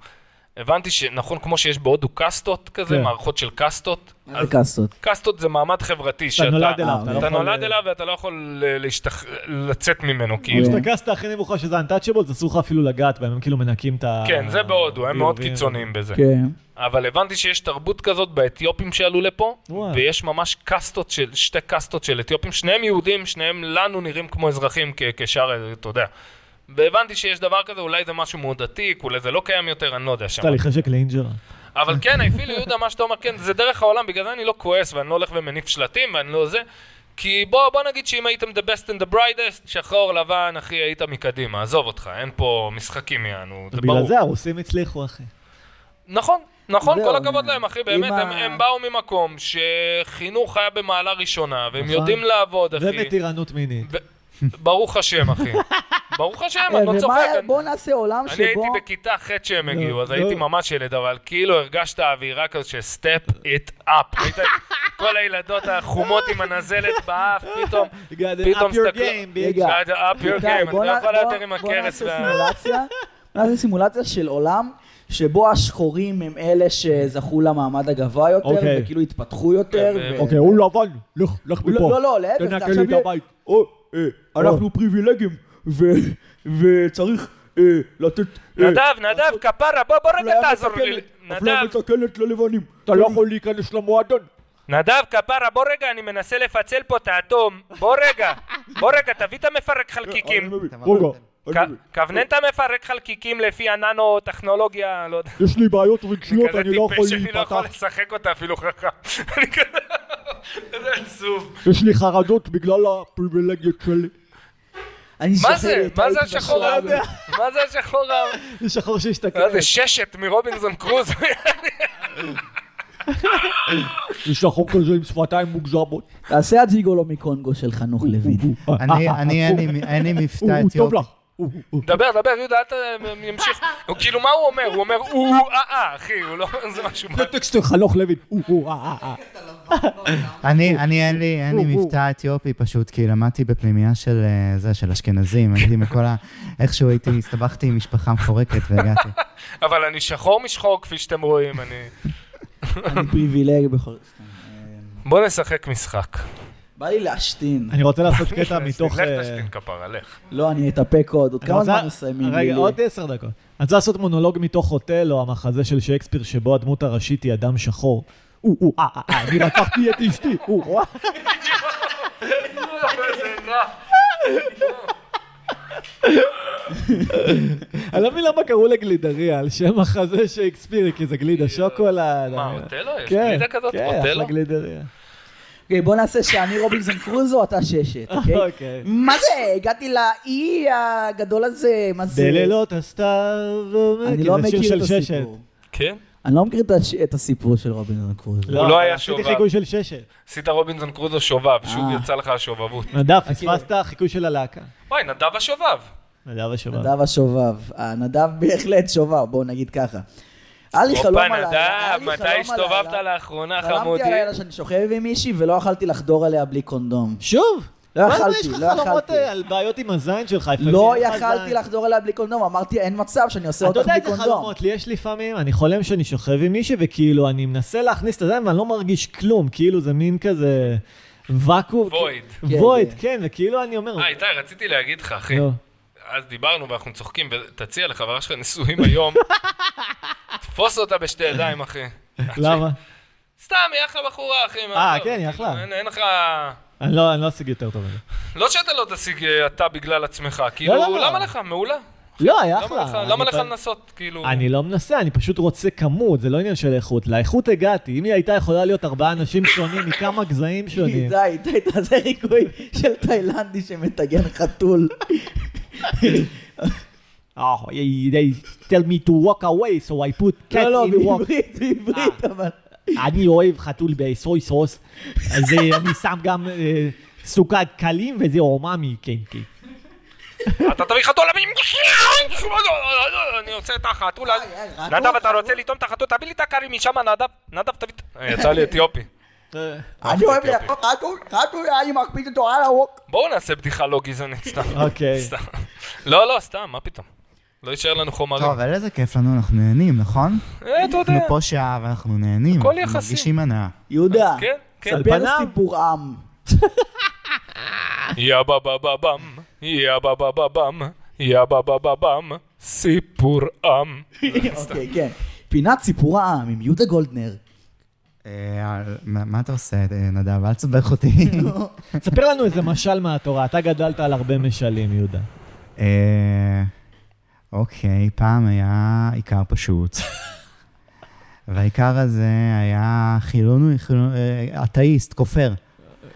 Speaker 2: הבנתי שנכון, כמו שיש בהודו קאסטות כזה,
Speaker 1: כן.
Speaker 2: מערכות של קאסטות, אז
Speaker 3: קאסות.
Speaker 2: קאסטות זה מעמד חברתי שאתה...
Speaker 1: נולד אליו, אתה לא
Speaker 2: אתה
Speaker 1: יכול-
Speaker 2: נולד אליו ואתה לא יכול אה, להשתח- לצאת ממנו, כאילו.
Speaker 1: כאילו, כשאתה הכי נמוכה שזה אנטאצ'בולס, אסור לך אפילו לגעת בהם, הם כאילו מנקים את ה...
Speaker 2: כן, זה בהודו, הם מאוד
Speaker 1: ביובים.
Speaker 2: קיצוניים בזה.
Speaker 3: כן.
Speaker 2: אבל הבנתי שיש תרבות כזאת באתיופים שעלו לפה,
Speaker 1: וואי.
Speaker 2: ויש ממש קאסטות של, שתי קאסטות של אתיופים, שניהם יהודים, שניהם לנו נראים כמו אזרחים כ- כשאר, אתה יודע. והבנתי שיש דבר כזה, אולי זה משהו מאוד עתיק, אולי זה לא קיים יותר, אני לא יודע שם.
Speaker 1: עשתה לי חשק לאינג'ר.
Speaker 2: אבל כן, אפילו יהודה, מה שאתה אומר, כן, זה דרך העולם, בגלל זה אני לא כועס, ואני לא הולך ומניף שלטים, ואני לא זה. כי בוא, בוא נגיד שאם הייתם the best and the brightest, שחור, לבן, אחי, היית מקדימה, עזוב אותך, אין פה משחקים יענו, זה ברור.
Speaker 1: בגלל זה הרוסים הצליחו, אחי.
Speaker 2: נכון, נכון,
Speaker 3: זהו,
Speaker 2: כל הכבוד
Speaker 3: אני-
Speaker 2: להם, אחי,
Speaker 3: אם
Speaker 2: באמת, הם,
Speaker 3: ה-
Speaker 2: הם באו ממקום שחינוך היה במעלה ראשונה, והם
Speaker 1: נכון.
Speaker 2: יודעים לעבוד, אחי.
Speaker 1: ומטירנות מינית.
Speaker 2: ברוך השם, אחי. ברוך השם,
Speaker 3: אה,
Speaker 2: אני לא צוחק. אני-
Speaker 3: בואו נעשה עולם
Speaker 2: אני הייתי
Speaker 3: שבו...
Speaker 2: בכיתה ח' שהם
Speaker 1: לא,
Speaker 2: הגיעו, אז
Speaker 1: לא.
Speaker 2: הייתי ממש ילד, אבל כאילו הרגשת האווירה כזו של סטפ איט אפ. כל הילדות החומות עם הנזלת באף, פתאום,
Speaker 1: You gotta
Speaker 2: פתאום
Speaker 1: up your
Speaker 2: הסתכלו-
Speaker 1: game, bitch.
Speaker 3: רגע,
Speaker 2: up your
Speaker 3: איתי,
Speaker 2: game, אתה
Speaker 3: בוא
Speaker 2: לא
Speaker 3: נע-
Speaker 2: יכול
Speaker 3: בוא-
Speaker 2: יותר עם
Speaker 3: בוא
Speaker 2: הכרס.
Speaker 3: נעשה
Speaker 2: וה-
Speaker 3: סימולציה, נעשה סימולציה של עולם שבו השחורים הם אלה שזכו למעמד הגבוה יותר,
Speaker 1: אוקיי.
Speaker 3: וכאילו התפתחו יותר.
Speaker 2: כן,
Speaker 3: ו-
Speaker 1: אוקיי, הוא
Speaker 4: לא
Speaker 1: לבן, לך, לך מפה.
Speaker 3: לא, לא, לא, להפך, זה
Speaker 1: תנקה
Speaker 3: עכשיו
Speaker 1: לי את
Speaker 3: יהיה-
Speaker 1: הבית.
Speaker 3: "או,
Speaker 1: eh,
Speaker 3: אה, אנחנו פריבילגים, ו- וצריך
Speaker 1: eh,
Speaker 3: אה, לתת... אה,
Speaker 2: נדב, נדב, כפרה, בוא, בוא רגע
Speaker 3: אפליה
Speaker 2: תעזור לי.
Speaker 3: מתקנת, אפליה
Speaker 2: נדב,
Speaker 3: מתקנת ללבנים.
Speaker 1: אתה לא יכול להיכנס למועדון.
Speaker 2: נדב, כפרה, בוא רגע, אני
Speaker 1: לא,
Speaker 2: מנסה לפצל פה את האטום. בוא רגע, בוא רגע, תביא את המפרק חלקיקים.
Speaker 4: אתה
Speaker 1: רגע,
Speaker 2: כ- כווננת מפרק חלקיקים לפי הננו-טכנולוגיה, לא יודע.
Speaker 1: יש לי בעיות רגשיות,
Speaker 2: כזה
Speaker 1: אני לא יכול
Speaker 2: טיפש שאני לא יכול
Speaker 1: להיפתח.
Speaker 2: לשחק אותה אפילו חכם. אני כזה... זה עצוב.
Speaker 1: יש לי חרדות בגלל הפריבילגיות שלי.
Speaker 3: אני
Speaker 2: מה
Speaker 3: זוכר
Speaker 2: זה?
Speaker 3: את
Speaker 2: מה זה
Speaker 3: הייתי
Speaker 2: השחור
Speaker 3: בשואה
Speaker 2: העם? מה זה השחור העם?
Speaker 1: זה שחור שהשתקע.
Speaker 2: מה זה ששת מרובינזון קרוז?
Speaker 1: זה שחור כזה עם שפתיים מוגזמות.
Speaker 3: תעשה הג'יגולו מקונגו של חנוך לוין.
Speaker 1: ah.
Speaker 4: אני, אני, אין לי- אין לי
Speaker 1: הוא-
Speaker 4: מבטא
Speaker 1: הוא טוב
Speaker 4: אתיופי.
Speaker 1: לך. הוא- הוא- הוא.
Speaker 2: דבר, דבר, יהודה, אל ת- ימשיך. הוא כאילו, מה הוא אומר? הוא אומר, או, אה, אה, אחי, הוא לא... זה משהו...
Speaker 1: זה טקסט של חנוך לוין. הוא- הוא- אה, אה, אה.
Speaker 4: אני, אני, אין לי, אין לי
Speaker 1: הוא-
Speaker 4: מבטא אתיופי פשוט, כי למדתי בפנימייה של אה, זה, של אשכנזים. הייתי מכל ה... איכשהו הייתי, הסתבכתי עם משפחה מפורקת והגעתי.
Speaker 2: אבל אני שחור משחור, כפי שאתם רואים, אני...
Speaker 3: אני פריבילג בכל... סתם.
Speaker 2: בוא נשחק משחק.
Speaker 3: בא לי להשתין.
Speaker 1: אני רוצה לעשות קטע
Speaker 2: לך
Speaker 1: מתוך... אה,
Speaker 2: תשתין כפרה, לך.
Speaker 3: לא, אני אתאפק עוד. עוד
Speaker 1: אני
Speaker 3: כמה
Speaker 1: רוצה-
Speaker 3: זמן מסיימים?
Speaker 1: רגע,
Speaker 3: לילי?
Speaker 1: עוד עשר דקות. אני רוצה לעשות מונולוג מתוך הוטל, או המחזה של שייקספיר, שבו הדמות הראשית היא אדם שחור. או, או, אה, אה, אה, אני רצחתי את אשתי. או, או, אה.
Speaker 2: לא.
Speaker 1: אני לא מבין למה קראו לגלידריה, על שם מחזה שייקספירי, כי זה גלידה שוקולד.
Speaker 2: מה,
Speaker 1: אה,
Speaker 2: אוטלו? יש
Speaker 1: כן,
Speaker 2: גלידה כזאת?
Speaker 1: כן,
Speaker 2: אוטלו?
Speaker 1: אחלה גלידריה.
Speaker 3: אוקיי, בוא נעשה שאני רובינזון קרוזו, אתה ששת,
Speaker 1: אוקיי.
Speaker 3: אוקיי? מה זה? הגעתי לאי הגדול הזה, מה זה?
Speaker 1: בלילות הסתיו... אה, כן,
Speaker 3: אני לא
Speaker 1: לא- זה שיר
Speaker 3: מכיר את
Speaker 1: של ששת.
Speaker 3: הסיפור.
Speaker 2: כן?
Speaker 3: אני לא מכיר את הש- את הסיפור של רובינזון קרוזו.
Speaker 2: הוא לא היה
Speaker 1: עשיתי
Speaker 2: שובב.
Speaker 1: חיקוי של ששת.
Speaker 2: עשית רובינזון קרוזו שובב, שוב
Speaker 3: אה.
Speaker 2: יצא לך השובבות.
Speaker 1: נדב,
Speaker 3: אוקיי.
Speaker 1: פספסת חיקוי של הלהקה.
Speaker 2: וואי, נדב השובב.
Speaker 1: נדב השובב.
Speaker 3: נדב השובב. אה, נדב בהחלט שובב, בואו נגיד ככה. היה לי חלום
Speaker 2: הופה,
Speaker 3: הלילה, היה
Speaker 2: נדב,
Speaker 3: לי חלום
Speaker 2: מתי הסתובבת
Speaker 3: הלילה.
Speaker 2: לאחרונה,
Speaker 3: חלמתי
Speaker 2: חמודי?
Speaker 3: הלילה שאני שוכב עם מישהי ולא יכלתי לחדור עליה בלי קונדום.
Speaker 1: שוב?
Speaker 3: לא
Speaker 1: מה זה,
Speaker 3: יכלתי,
Speaker 1: יש לך
Speaker 3: לא
Speaker 1: חלומות
Speaker 3: יכלתי.
Speaker 1: אה, על בעיות עם הזין שלך, יפגשו
Speaker 3: לא
Speaker 1: לך
Speaker 3: יכלתי
Speaker 1: זין.
Speaker 3: לחדור אליה בלי קונדום, אמרתי אין מצב שאני עושה
Speaker 1: אתה
Speaker 3: אותך
Speaker 1: יודע
Speaker 3: בלי
Speaker 1: איזה
Speaker 3: קונדום.
Speaker 1: חלומות לי יש לפעמים? אני חולם שאני שוכב עם מישהי, וכאילו אני מנסה להכניס את הזין ואני לא מרגיש כלום, כאילו זה מין כזה ואקום.
Speaker 2: וויד.
Speaker 3: כן,
Speaker 1: וויד,
Speaker 3: כן.
Speaker 1: כן, וכאילו אני אומר... לא.
Speaker 2: אה, איתי, רציתי להגיד לך, אחי.
Speaker 1: נו,
Speaker 2: אז דיברנו ואנחנו צוחקים, ותציע לחברה שלך נישואים היום. תפוס אותה בשתי ידיים, אחי.
Speaker 1: למה?
Speaker 2: סתם, היא אחלה בחורה, אחי. מה
Speaker 1: אה,
Speaker 2: לא?
Speaker 1: כן, היא אחלה.
Speaker 2: אין- אין לך...
Speaker 1: אני לא אני לא אשיג יותר טוב מזה.
Speaker 2: לא שאתה לא תשיג אה, אתה בגלל עצמך, כאילו,
Speaker 1: לא, לא.
Speaker 2: למה לך? מעולה.
Speaker 1: לא, היה
Speaker 2: למה לך-
Speaker 1: אחלה.
Speaker 2: למה
Speaker 1: אני
Speaker 2: לך
Speaker 1: פ-
Speaker 2: לנסות, כאילו?
Speaker 1: אני לא מנסה, אני פשוט רוצה כמות, זה לא עניין של איכות. לאיכות הגעתי, אם היא הייתה יכולה להיות ארבעה אנשים שונים מכמה גזעים שונים.
Speaker 3: די, די, תעשה חיקוי של תאילנדי שמטגן חתול.
Speaker 1: Oh, they tell me to walk away, so I put cat
Speaker 3: לא, לא,
Speaker 1: in walk.
Speaker 3: בעברית,
Speaker 1: אה.
Speaker 3: בעברית, אבל...
Speaker 1: אני אוהב חתול בסוי סוס, אז אה, אני שם גם אה, סוכת קלים וזה אומאמי, כן, כן.
Speaker 2: אתה תביא חתול, אני- אני רוצה את החתולה. נדב, אתה רוצה לטעום את החתול? תביא לי את הכרי משם, נדב. נדב, תביא... את- אה, יצא לי אתיופי. אה.
Speaker 3: אני
Speaker 2: כן.
Speaker 3: אוהב לאכול חתול, חתול, אני מקפיץ אותו אה, על הווק.
Speaker 2: בואו נעשה בדיחה לא גזענית, סתם.
Speaker 1: אוקיי.
Speaker 2: סתם. לא, לא, סתם, מה פתאום? לא יישאר לנו חומרים.
Speaker 4: טוב, אבל איזה כיף לנו, אנחנו נהנים, נכון?
Speaker 2: אה, אתה יודע.
Speaker 4: אנחנו פה שעה ואנחנו נהנים.
Speaker 2: הכל
Speaker 4: אנחנו
Speaker 2: יחסי.
Speaker 4: מרגישים הנאה.
Speaker 3: יהודה,
Speaker 2: כן, כן.
Speaker 1: על
Speaker 3: ספר
Speaker 1: פניו.
Speaker 3: סיפור עם.
Speaker 1: אה.
Speaker 2: יא בה בה בה בם, יא בה בה בה בם, יא בה בה בה בם, סיפור עם.
Speaker 1: אה,
Speaker 3: אוקיי, כן. פינת סיפור העם עם יהודה גולדנר.
Speaker 4: אה, על- מה מה אתה עושה, אה, נדב? אל תסבך אותי.
Speaker 2: לא.
Speaker 1: ספר לנו איזה משל מהתורה, אתה גדלת על הרבה משלים, יהודה.
Speaker 4: אה, אוקיי, פעם היה עיקר פשוט. והעיקר הזה היה חילוני, חילוני, אה, אתאיסט, כופר.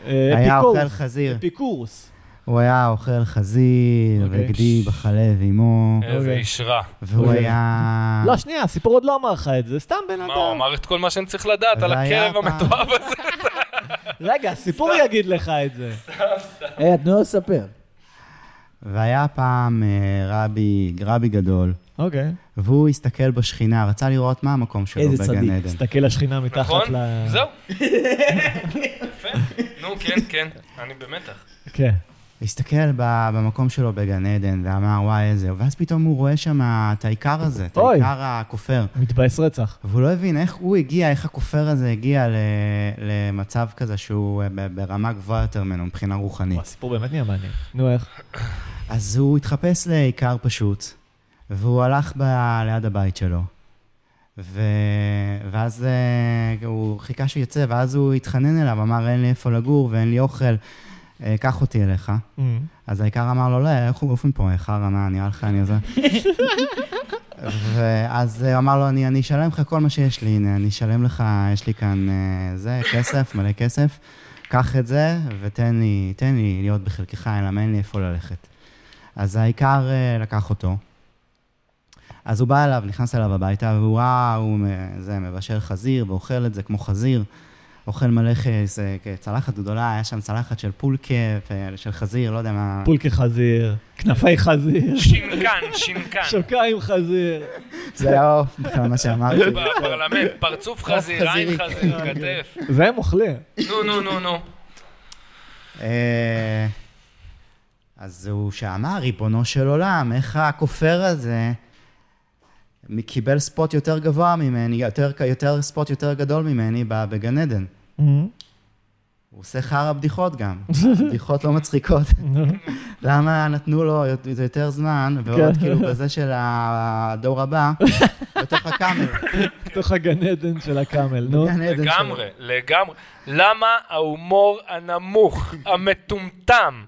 Speaker 1: אה,
Speaker 4: היה
Speaker 1: אפיקורוס,
Speaker 4: אוכל חזיר.
Speaker 1: אפיקורוס.
Speaker 4: הוא היה אוכל חזיר,
Speaker 1: אוקיי.
Speaker 4: וגדי בחלב עמו,
Speaker 2: איזה
Speaker 1: אוקיי.
Speaker 2: איש רע.
Speaker 4: והוא
Speaker 1: אוקיי.
Speaker 4: היה...
Speaker 1: לא, שנייה, הסיפור עוד לא אמר לך את זה, סתם בן
Speaker 2: מה, הוא
Speaker 1: אדם.
Speaker 2: אמר את כל מה שאני צריך לדעת על
Speaker 4: והיה
Speaker 2: הכלב
Speaker 4: פעם.
Speaker 2: המתועב הזה?
Speaker 1: רגע, הסיפור יגיד לך את זה.
Speaker 3: היי, תנו לו לספר.
Speaker 4: והיה פעם אה, רבי, רבי גדול,
Speaker 1: אוקיי.
Speaker 4: והוא הסתכל בשכינה, רצה לראות מה המקום שלו
Speaker 3: איזה צדיק.
Speaker 4: בגן עדן.
Speaker 1: תסתכל לשכינה
Speaker 2: נכון?
Speaker 1: מתחת ל...
Speaker 2: זהו. יפה. נו, כן, כן. אני במתח.
Speaker 1: כן.
Speaker 4: הסתכל ב- במקום שלו בגן עדן, ואמר, וואי, איזה... ואז פתאום הוא רואה שם את העיקר הזה, את
Speaker 1: אוי.
Speaker 4: העיקר הכופר.
Speaker 1: מתבאס רצח.
Speaker 4: והוא לא הבין איך הוא הגיע, איך הכופר הזה הגיע ל- למצב כזה שהוא אה, ב- ברמה גבוהה יותר ממנו מבחינה רוחנית.
Speaker 1: וואי, הסיפור באמת נהיה מעניין. נו, איך?
Speaker 4: אז הוא התחפש לאיכר פשוט, והוא הלך ב... ליד הבית שלו. ו... ואז אה, הוא חיכה שהוא יצא, ואז הוא התחנן אליו, אמר, אין לי איפה לגור ואין לי אוכל. אה, קח אותי אליך.
Speaker 1: Mm.
Speaker 4: אז העיקר אמר לו, לא, לכו עוף מפה, חרא, מה, נראה לך, אני זה. ואז הוא אמר לו, אני, אני אשלם לך כל מה שיש לי, הנה, אני אשלם לך, יש לי כאן אה, זה, כסף, מלא כסף, קח את זה ותן לי, תן לי להיות בחלקך, אלמן לי איפה ללכת. אז העיקר אה, לקח אותו. אז הוא בא אליו, נכנס אליו הביתה, והוא וואו, הוא מ- זה, מבשל חזיר ואוכל את זה כמו חזיר. אוכל מלא כס, אה, צלחת גדולה, היה שם צלחת של פולקה, ו- של חזיר, לא יודע מה.
Speaker 1: פולקי חזיר, כנפי חזיר,
Speaker 2: שינקן, שינקן.
Speaker 1: שוקיים חזיר.
Speaker 4: זה היה עוף בכלל מה שאמרתי.
Speaker 2: בפרלמנט, פרצוף חזיר, עין
Speaker 4: חזירי.
Speaker 2: חזיר, כתף.
Speaker 1: והם אוכלים.
Speaker 2: נו, נו, נו, נו.
Speaker 4: אה, אז הוא שאמר, ריבונו של עולם, איך הכופר הזה מ- קיבל ספוט יותר גבוה ממני, יותר, יותר ספוט יותר גדול ממני ב- בגן עדן.
Speaker 1: Mm-hmm.
Speaker 4: הוא עושה חרא בדיחות גם, בדיחות לא מצחיקות. למה נתנו לו זה יותר זמן, ועוד
Speaker 1: כן.
Speaker 4: כאילו בזה של הדור הבא, בתוך הקאמל.
Speaker 1: בתוך הגן עדן של הקאמל, נו.
Speaker 4: גן עדן שלו.
Speaker 2: לגמרי, לגמרי. למה ההומור הנמוך, המטומטם,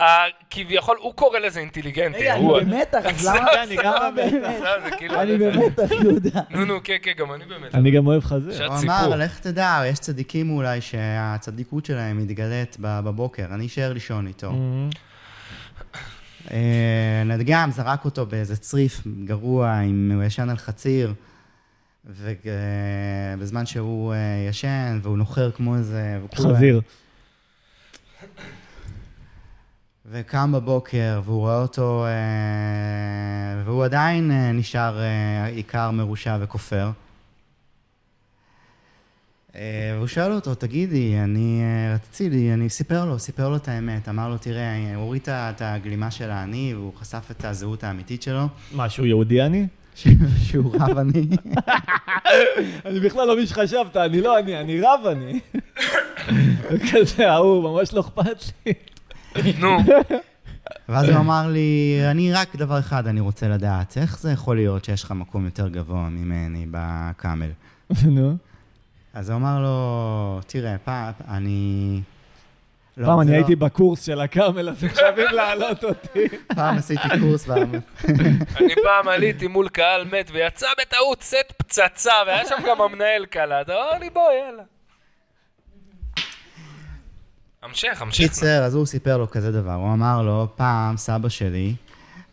Speaker 2: ה- כביכול, הוא קורא לזה אינטליגנטי.
Speaker 3: רגע, אני
Speaker 2: כן, הוא-
Speaker 3: במתח, אז למה?
Speaker 1: כן, אני גם
Speaker 3: באמת,
Speaker 2: לא, זה כאילו-
Speaker 3: אני במתח, יהודה.
Speaker 2: נו, נו, כן, כן, גם אני באמת.
Speaker 1: אני גם אוהב חזיר.
Speaker 2: שעת
Speaker 4: הוא
Speaker 2: סיפור.
Speaker 4: אמר, לך תדע, יש צדיקים אולי שהצדיקות שלהם מתגלית ב- בבוקר, אני אשאר לישון איתו. אה, נדגם, זרק אותו באיזה צריף גרוע, עם, הוא ישן על חציר, ובזמן שהוא אה, ישן, והוא נוחר כמו איזה... וכולו-
Speaker 1: חזיר.
Speaker 4: וקם בבוקר, והוא רואה אותו, אה, והוא עדיין אה, נשאר אה, עיקר מרושע וכופר. אה, והוא שואל אותו, תגידי, אני אה, רציתי לי, אני סיפר לו, סיפר לו את האמת. אמר לו, תראה, אני- הוא הוריד את ה- את הגלימה של העני, והוא חשף את הזהות האמיתית שלו,
Speaker 1: מה, שהוא יהודי אני?
Speaker 4: ש- שהוא רב עני.
Speaker 1: אני בכלל לא מי שחשבת, אני לא אני, אני רב אני. כזה, ההוא, ממש לא אכפת לי.
Speaker 2: נו,
Speaker 4: ואז הוא אמר לי, אני רק דבר אחד אני רוצה לדעת, איך זה יכול להיות שיש לך מקום יותר גבוה ממני בקאמל?
Speaker 1: נו.
Speaker 4: אז הוא אמר לו, תראה, פעם אני... לא,
Speaker 1: פעם
Speaker 4: זה
Speaker 1: אני
Speaker 4: לא-
Speaker 1: הייתי בקורס של הקאמל, אז הם חייבים להעלות אותי.
Speaker 4: פעם עשיתי קורס, פעם...
Speaker 2: אני פעם עליתי מול קהל מת, ויצא בטעות סט פצצה, והיה שם גם המנהל קלט. אמר לי, בוא, יאללה. המשך, המשך.
Speaker 4: קיצר, אז הוא סיפר לו כזה דבר, הוא אמר לו, פעם סבא שלי,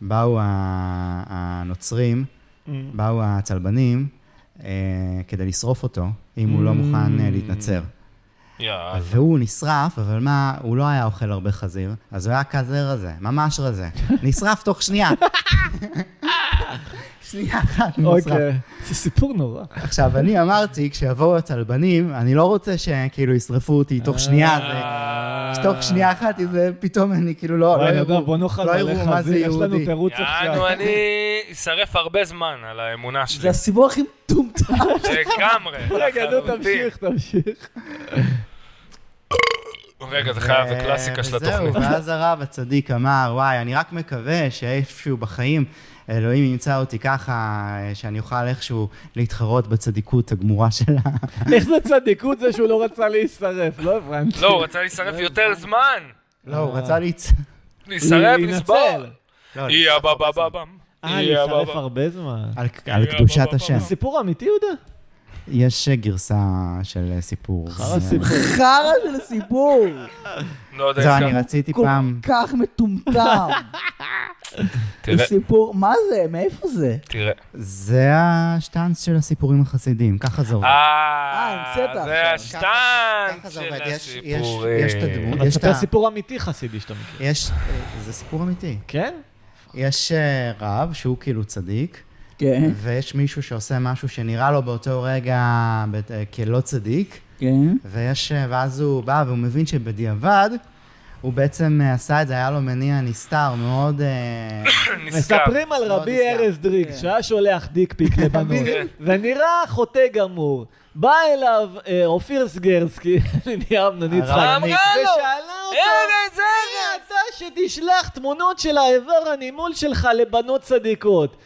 Speaker 4: באו ה- הנוצרים,
Speaker 1: Mm.
Speaker 4: באו הצלבנים, אה, כדי לשרוף אותו, אם
Speaker 1: Mm.
Speaker 4: הוא לא מוכן אה, להתנצר.
Speaker 2: יאללה.
Speaker 4: והוא נשרף, אבל מה, הוא לא היה אוכל הרבה חזיר, אז הוא היה כזה רזה, ממש רזה. נשרף תוך שנייה. שנייה אחת, הוא נשרף.
Speaker 1: אוקיי. זה סיפור נורא.
Speaker 4: עכשיו, אני אמרתי, כשיבואו הצלבנים, אני לא רוצה שכאילו ישרפו אותי תוך שנייה,
Speaker 2: אה.
Speaker 4: זה... תוך שנייה אחת, זה פתאום אני כאילו לא, לא
Speaker 1: וואי, נדב,
Speaker 4: יראו,
Speaker 1: בוא נאכל
Speaker 4: לא
Speaker 1: עליך,
Speaker 4: יראו מה זה
Speaker 1: יש לנו
Speaker 4: יהודי.
Speaker 1: תירוץ עכשיו.
Speaker 2: יענו, אני אשרף הרבה זמן על האמונה
Speaker 3: זה
Speaker 2: שלי.
Speaker 3: הסיפור הכי מטומטם.
Speaker 2: לגמרי.
Speaker 1: רגע, נו,
Speaker 2: לחלוטין.
Speaker 1: תמשיך, תמשיך.
Speaker 2: רגע, זה חייב,
Speaker 1: אה,
Speaker 2: זה קלאסיקה של התוכנית.
Speaker 4: וזהו, ואז הרב הצדיק אמר, וואי, אני רק מקווה שאיפשהו בחיים אלוהים ימצא אותי ככה, שאני אוכל איכשהו להתחרות בצדיקות הגמורה שלה.
Speaker 1: איך זה צדיקות זה שהוא לא רצה להישרף? לא הבנתי.
Speaker 2: לא, הוא רצה להישרף
Speaker 1: אה.
Speaker 2: יותר זמן.
Speaker 4: לא, הוא רצה להצ...
Speaker 2: להישרף,
Speaker 1: להינצל.
Speaker 2: לסבור.
Speaker 4: לא,
Speaker 2: יא
Speaker 4: להצטרף
Speaker 2: בא
Speaker 4: הרבה
Speaker 2: בא
Speaker 4: זמן.
Speaker 2: בא בם.
Speaker 1: אה,
Speaker 2: יא בא
Speaker 1: להישרף
Speaker 2: בא.
Speaker 1: הרבה זמן.
Speaker 4: על- על
Speaker 2: אה,
Speaker 4: קדושת השם.
Speaker 1: סיפור אמיתי, יהודה?
Speaker 4: יש גרסה של סיפור.
Speaker 1: אחר הסיפור.
Speaker 3: חרא של סיפור.
Speaker 2: לא יודע
Speaker 4: זהו,
Speaker 2: אם
Speaker 4: אני
Speaker 2: ככה.
Speaker 4: רציתי
Speaker 3: כל
Speaker 4: פעם...
Speaker 3: כך מטומטם. זה
Speaker 2: תראה,
Speaker 3: סיפור, מה זה? מאיפה זה?
Speaker 2: תראה.
Speaker 4: זה השטאנץ של הסיפורים החסידים, ככה זה עובד.
Speaker 2: אה,
Speaker 3: המצאת
Speaker 2: זה
Speaker 3: עכשיו.
Speaker 2: השטנץ
Speaker 4: ככה זה
Speaker 2: של
Speaker 4: עובד, יש- יש-
Speaker 2: הסיפורים.
Speaker 4: יש את הדמות.
Speaker 1: אבל
Speaker 4: יש את
Speaker 1: תספר
Speaker 4: ה-
Speaker 1: סיפור אמיתי חסידי שאתה מכיר.
Speaker 4: יש, אה, זה סיפור אמיתי.
Speaker 1: כן?
Speaker 4: יש אה, רב שהוא כאילו צדיק,
Speaker 3: כן,
Speaker 4: ויש מישהו שעושה משהו שנראה לו באותו רגע בת- אה, כלא צדיק,
Speaker 3: כן.
Speaker 4: ויש, אה, ואז הוא בא והוא מבין שבדיעבד, הוא בעצם אה, עשה את זה, היה לו מניע נסתר מאוד... אה,
Speaker 2: נזכר.
Speaker 1: מספרים על
Speaker 4: מאוד
Speaker 1: רבי
Speaker 4: נזכר. כן.
Speaker 1: ארז דריג, שהיה שולח דיק פיק לבנות,
Speaker 2: בדיוק.
Speaker 1: ונראה חוטא גמור. בא אליו אה, אופיר סגרסקי, נהיה אמנון יצחק,
Speaker 4: הרב
Speaker 2: אמרה לו,
Speaker 1: ושאלה אותו,
Speaker 2: ארז,
Speaker 1: מי
Speaker 2: ארז.
Speaker 1: אתה שתשלח תמונות של האיבר הנימול שלך לבנות צדיקות?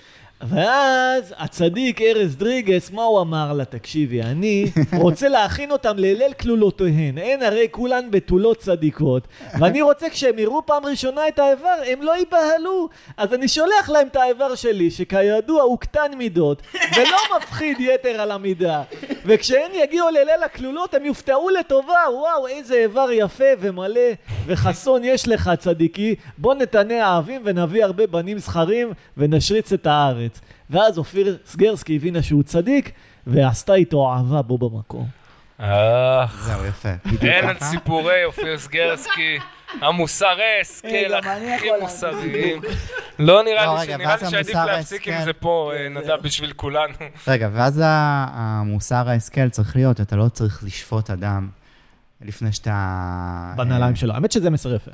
Speaker 1: ואז הצדיק ארז דריגס, מה הוא אמר לה? תקשיבי, אני רוצה להכין אותם לליל כלולותיהן. הן הרי כולן בתולות צדיקות, ואני רוצה כשהם יראו פעם ראשונה את האיבר, הם לא ייבהלו. אז אני שולח להם את האיבר שלי, שכידוע הוא קטן מידות, ולא מפחיד יתר על המידה. וכשהן יגיעו לליל הכלולות, הם יופתעו לטובה. וואו, איזה איבר יפה ומלא וחסון יש לך, צדיקי. בוא נתנה אהבים ונביא הרבה בנים זכרים ונשריץ את הארץ. ואז אופיר סגרסקי הבינה שהוא צדיק, ועשתה איתו אהבה בו במקום.
Speaker 2: אך,
Speaker 4: זהו, יפה. בדיוק
Speaker 2: אין על
Speaker 4: ככה.
Speaker 2: סיפורי אופיר סגרסקי. המוסר הסקל,
Speaker 3: גם אני
Speaker 2: הכי
Speaker 3: יכול
Speaker 2: מוסריים. לא נראה
Speaker 4: לא,
Speaker 2: לי
Speaker 4: רגע,
Speaker 2: שנראה
Speaker 4: ואז
Speaker 2: לי שעדיף
Speaker 4: המוסר
Speaker 2: להפסיק עם
Speaker 4: ההשכל.
Speaker 2: זה פה, אה, נדב, בשביל כולנו.
Speaker 4: רגע, ואז ה- המוסר ההשכל צריך להיות, אתה לא צריך לשפוט אדם לפני שאתה...
Speaker 1: בנעליים שלו. האמת שזה מסר יפה.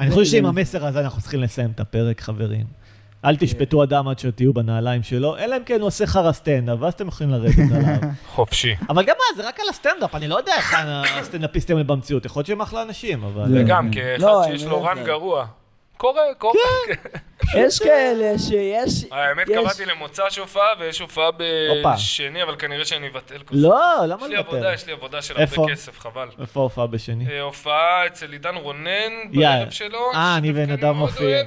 Speaker 1: אני חושב שעם המסר הזה אנחנו צריכים לסיים את הפרק, חברים. אל תשפטו אדם עד שתהיו בנעליים שלו, אלא אם כן הוא עושה חרא סטנדאפ, ואז אתם יכולים לרדת עליו.
Speaker 2: חופשי.
Speaker 1: אבל גם אז, זה רק על הסטנדאפ, אני לא יודע איך הסטנדאפיסטים האלה במציאות, יכול להיות שהם אחלה אנשים, אבל...
Speaker 3: זה-
Speaker 2: וגם
Speaker 3: לא,
Speaker 2: כאחד שיש
Speaker 3: אני
Speaker 2: לו
Speaker 3: לא
Speaker 2: רן
Speaker 3: יודע.
Speaker 2: גרוע. קורה, קורה.
Speaker 3: יש כאלה שיש...
Speaker 2: האמת,
Speaker 3: יש-
Speaker 2: קבעתי למוצ"ש הופעה, ויש הופעה
Speaker 1: הופה.
Speaker 2: בשני, אבל כנראה שאני אבטל כל
Speaker 1: לא, למה
Speaker 2: יש לי עבודה,
Speaker 1: לוותר?
Speaker 2: יש לי עבודה של
Speaker 1: איפה?
Speaker 2: הרבה כסף, חבל.
Speaker 1: איפה ההופעה בשני?
Speaker 2: אה, הופעה אצל עידן רונן
Speaker 1: יאללה.
Speaker 2: בערב שלו.
Speaker 1: אה, אני
Speaker 2: שדווקא
Speaker 1: ונדב
Speaker 2: מאוד
Speaker 1: מופיעים.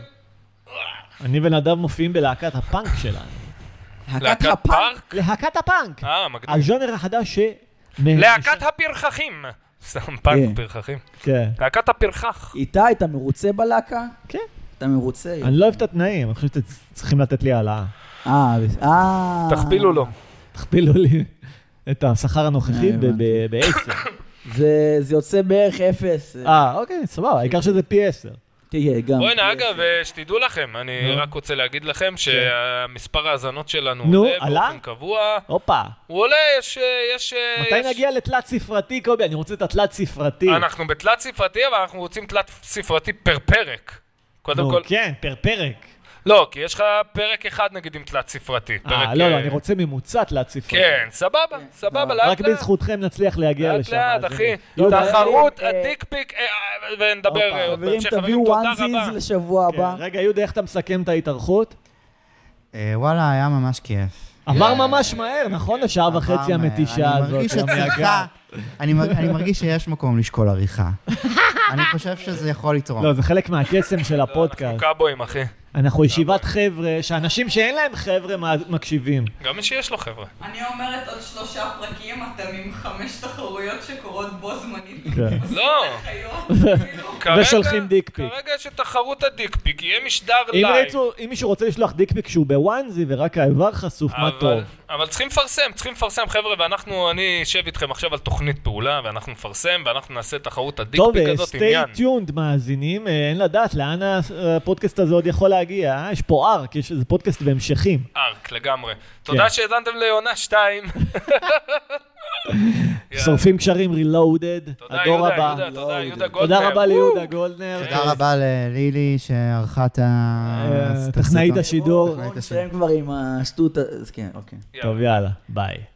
Speaker 2: אוהב.
Speaker 1: אני ונדב מופיעים בלהקת הפאנק שלנו.
Speaker 3: להקת
Speaker 2: להקת
Speaker 3: הפאנק?
Speaker 2: פארק?
Speaker 1: להקת הפאנק!
Speaker 2: אה, מגניב.
Speaker 1: הז'אנר החדש ש...
Speaker 2: להקת הפרחחים. סתם פאנק
Speaker 3: כן.
Speaker 2: פרחחים.
Speaker 1: כן.
Speaker 2: להקת הפרחח.
Speaker 3: איתי, אתה מרוצה בלהקה?
Speaker 1: כן.
Speaker 3: אתה מרוצה?
Speaker 1: אני לא אוהב את התנאים, אני חושב שאתם צריכים לתת לי העלאה.
Speaker 3: אה, בס- אה...
Speaker 2: תכפילו לו.
Speaker 1: תכפילו לי את השכר הנוכחי
Speaker 3: אה, הבנתי.
Speaker 1: ב-10.
Speaker 3: זה זה יוצא בערך אפס.
Speaker 1: אה, אוקיי, סבבה, העיקר שזה פי 10.
Speaker 3: תהיה, גם.
Speaker 2: בוא'נה, אגב, אה, שתדעו לכם, אני רק רוצה להגיד לכם שהמספר ההאזנות שלנו
Speaker 1: כן. נו,
Speaker 2: עולה
Speaker 1: עלה?
Speaker 2: באופן קבוע.
Speaker 1: הופה,
Speaker 2: הוא עולה, יש... אה, יש, אה, יש- אה, נכון,
Speaker 1: מתי נגיע אה. לתלת ספרתי, קובי? אני רוצה את התלת ספרתי.
Speaker 2: אנחנו בתלת ספרתי, אבל אנחנו רוצים תלת ספרתי פר פרק. קודם
Speaker 1: נו,
Speaker 2: כל,
Speaker 1: כן, פר פרק.
Speaker 2: לא, כי יש לך פרק אחד נגיד עם תלת ספרתי. פרק,
Speaker 1: אה, לא, לא,
Speaker 2: אה,
Speaker 1: אני רוצה ממוצע תלת ספרתי.
Speaker 2: כן, סבבה, סבבה, לאט
Speaker 1: רק
Speaker 2: לאט.
Speaker 1: בזכותכם נצליח להגיע
Speaker 2: לאט
Speaker 1: לשם.
Speaker 2: לאט,
Speaker 1: אז
Speaker 2: אחי.
Speaker 1: אני- לא,
Speaker 2: תחרות
Speaker 3: אה,
Speaker 2: הדיק פיק, אה, אה, ונדבר
Speaker 1: הופה.
Speaker 2: אה, עוד
Speaker 3: חברים,
Speaker 2: בהמשך.
Speaker 3: תביאו
Speaker 2: תודה
Speaker 3: וואנזיז
Speaker 2: רבה.
Speaker 3: לשבוע
Speaker 1: כן,
Speaker 3: הבא.
Speaker 1: רגע, יהודה, איך אתה מסכם את ההתארכות?
Speaker 4: אה, וואלה, היה ממש כיף.
Speaker 1: עבר ממש מהר, נכון? השעה וחצי
Speaker 4: כן. עבר מהר.
Speaker 1: המתישה הזאת.
Speaker 4: אני מרגיש
Speaker 1: גם
Speaker 4: שצריכה...
Speaker 1: מהגב.
Speaker 4: אני מר- אני מרגיש שיש מקום לשקול עריכה. אני חושב שזה יכול לתרום.
Speaker 1: לא, זה חלק מהקסם של
Speaker 2: אנחנו
Speaker 1: הפודקאסט.
Speaker 2: קאבויים, אחי.
Speaker 1: אנחנו ישיבת חבר'ה, שאנשים שאין להם חבר'ה מה- מקשיבים.
Speaker 2: גם מי שיש לו, חבר'ה.
Speaker 5: אני אומרת עוד שלושה פרקים, אתם עם חמש תחרויות שקורות בו זמנית.
Speaker 1: כן.
Speaker 2: לא.
Speaker 5: חיות, כאילו.
Speaker 2: כרגע-
Speaker 1: ושולחים דיק פיק.
Speaker 2: כרגע יש את תחרות הדיק פיק, יהיה משדר
Speaker 1: אם
Speaker 2: לייב.
Speaker 1: רצו, אם מישהו רוצה לשלוח דיקפיק שהוא בוואנזי ורק האיבר חשוף, מה
Speaker 2: אבל-
Speaker 1: טוב.
Speaker 2: אבל צריכים לפרסם, צריכים לפרסם, חבר'ה, ואנחנו, אני אשב איתכם עכשיו על תוכנית פעולה, ואנחנו נפרסם, ואנחנו נעשה תחרות הדיק
Speaker 1: טוב, אה,
Speaker 2: פיק הזאת, עניין.
Speaker 1: סטי טיונד מאזינים, אה, אין לדעת לאן הפודקאסט הזה עוד יכול להגיע, אה? יש פה ארק, יש איזה פודקאסט בהמשכים.
Speaker 2: ארק, לגמרי.
Speaker 1: כן.
Speaker 2: תודה שהאזנתם לעונה 2.
Speaker 1: שורפים קשרים רילואודד,
Speaker 2: תודה,
Speaker 1: הדור
Speaker 2: יהודה,
Speaker 1: הבא. לא,
Speaker 2: יהודה, תודה, יהודה גולדנר. כן.
Speaker 1: תודה רבה ליהודה גולדנר,
Speaker 4: תודה רבה ללילי שערכה את ה...
Speaker 1: אה,
Speaker 4: אז את
Speaker 1: טכנאית
Speaker 4: הסרטון.
Speaker 1: השידור.
Speaker 3: בואו נסיים כבר עם השטות. ה- אז כן, אוקיי.
Speaker 2: יאללה.
Speaker 1: טוב, יאללה, ביי.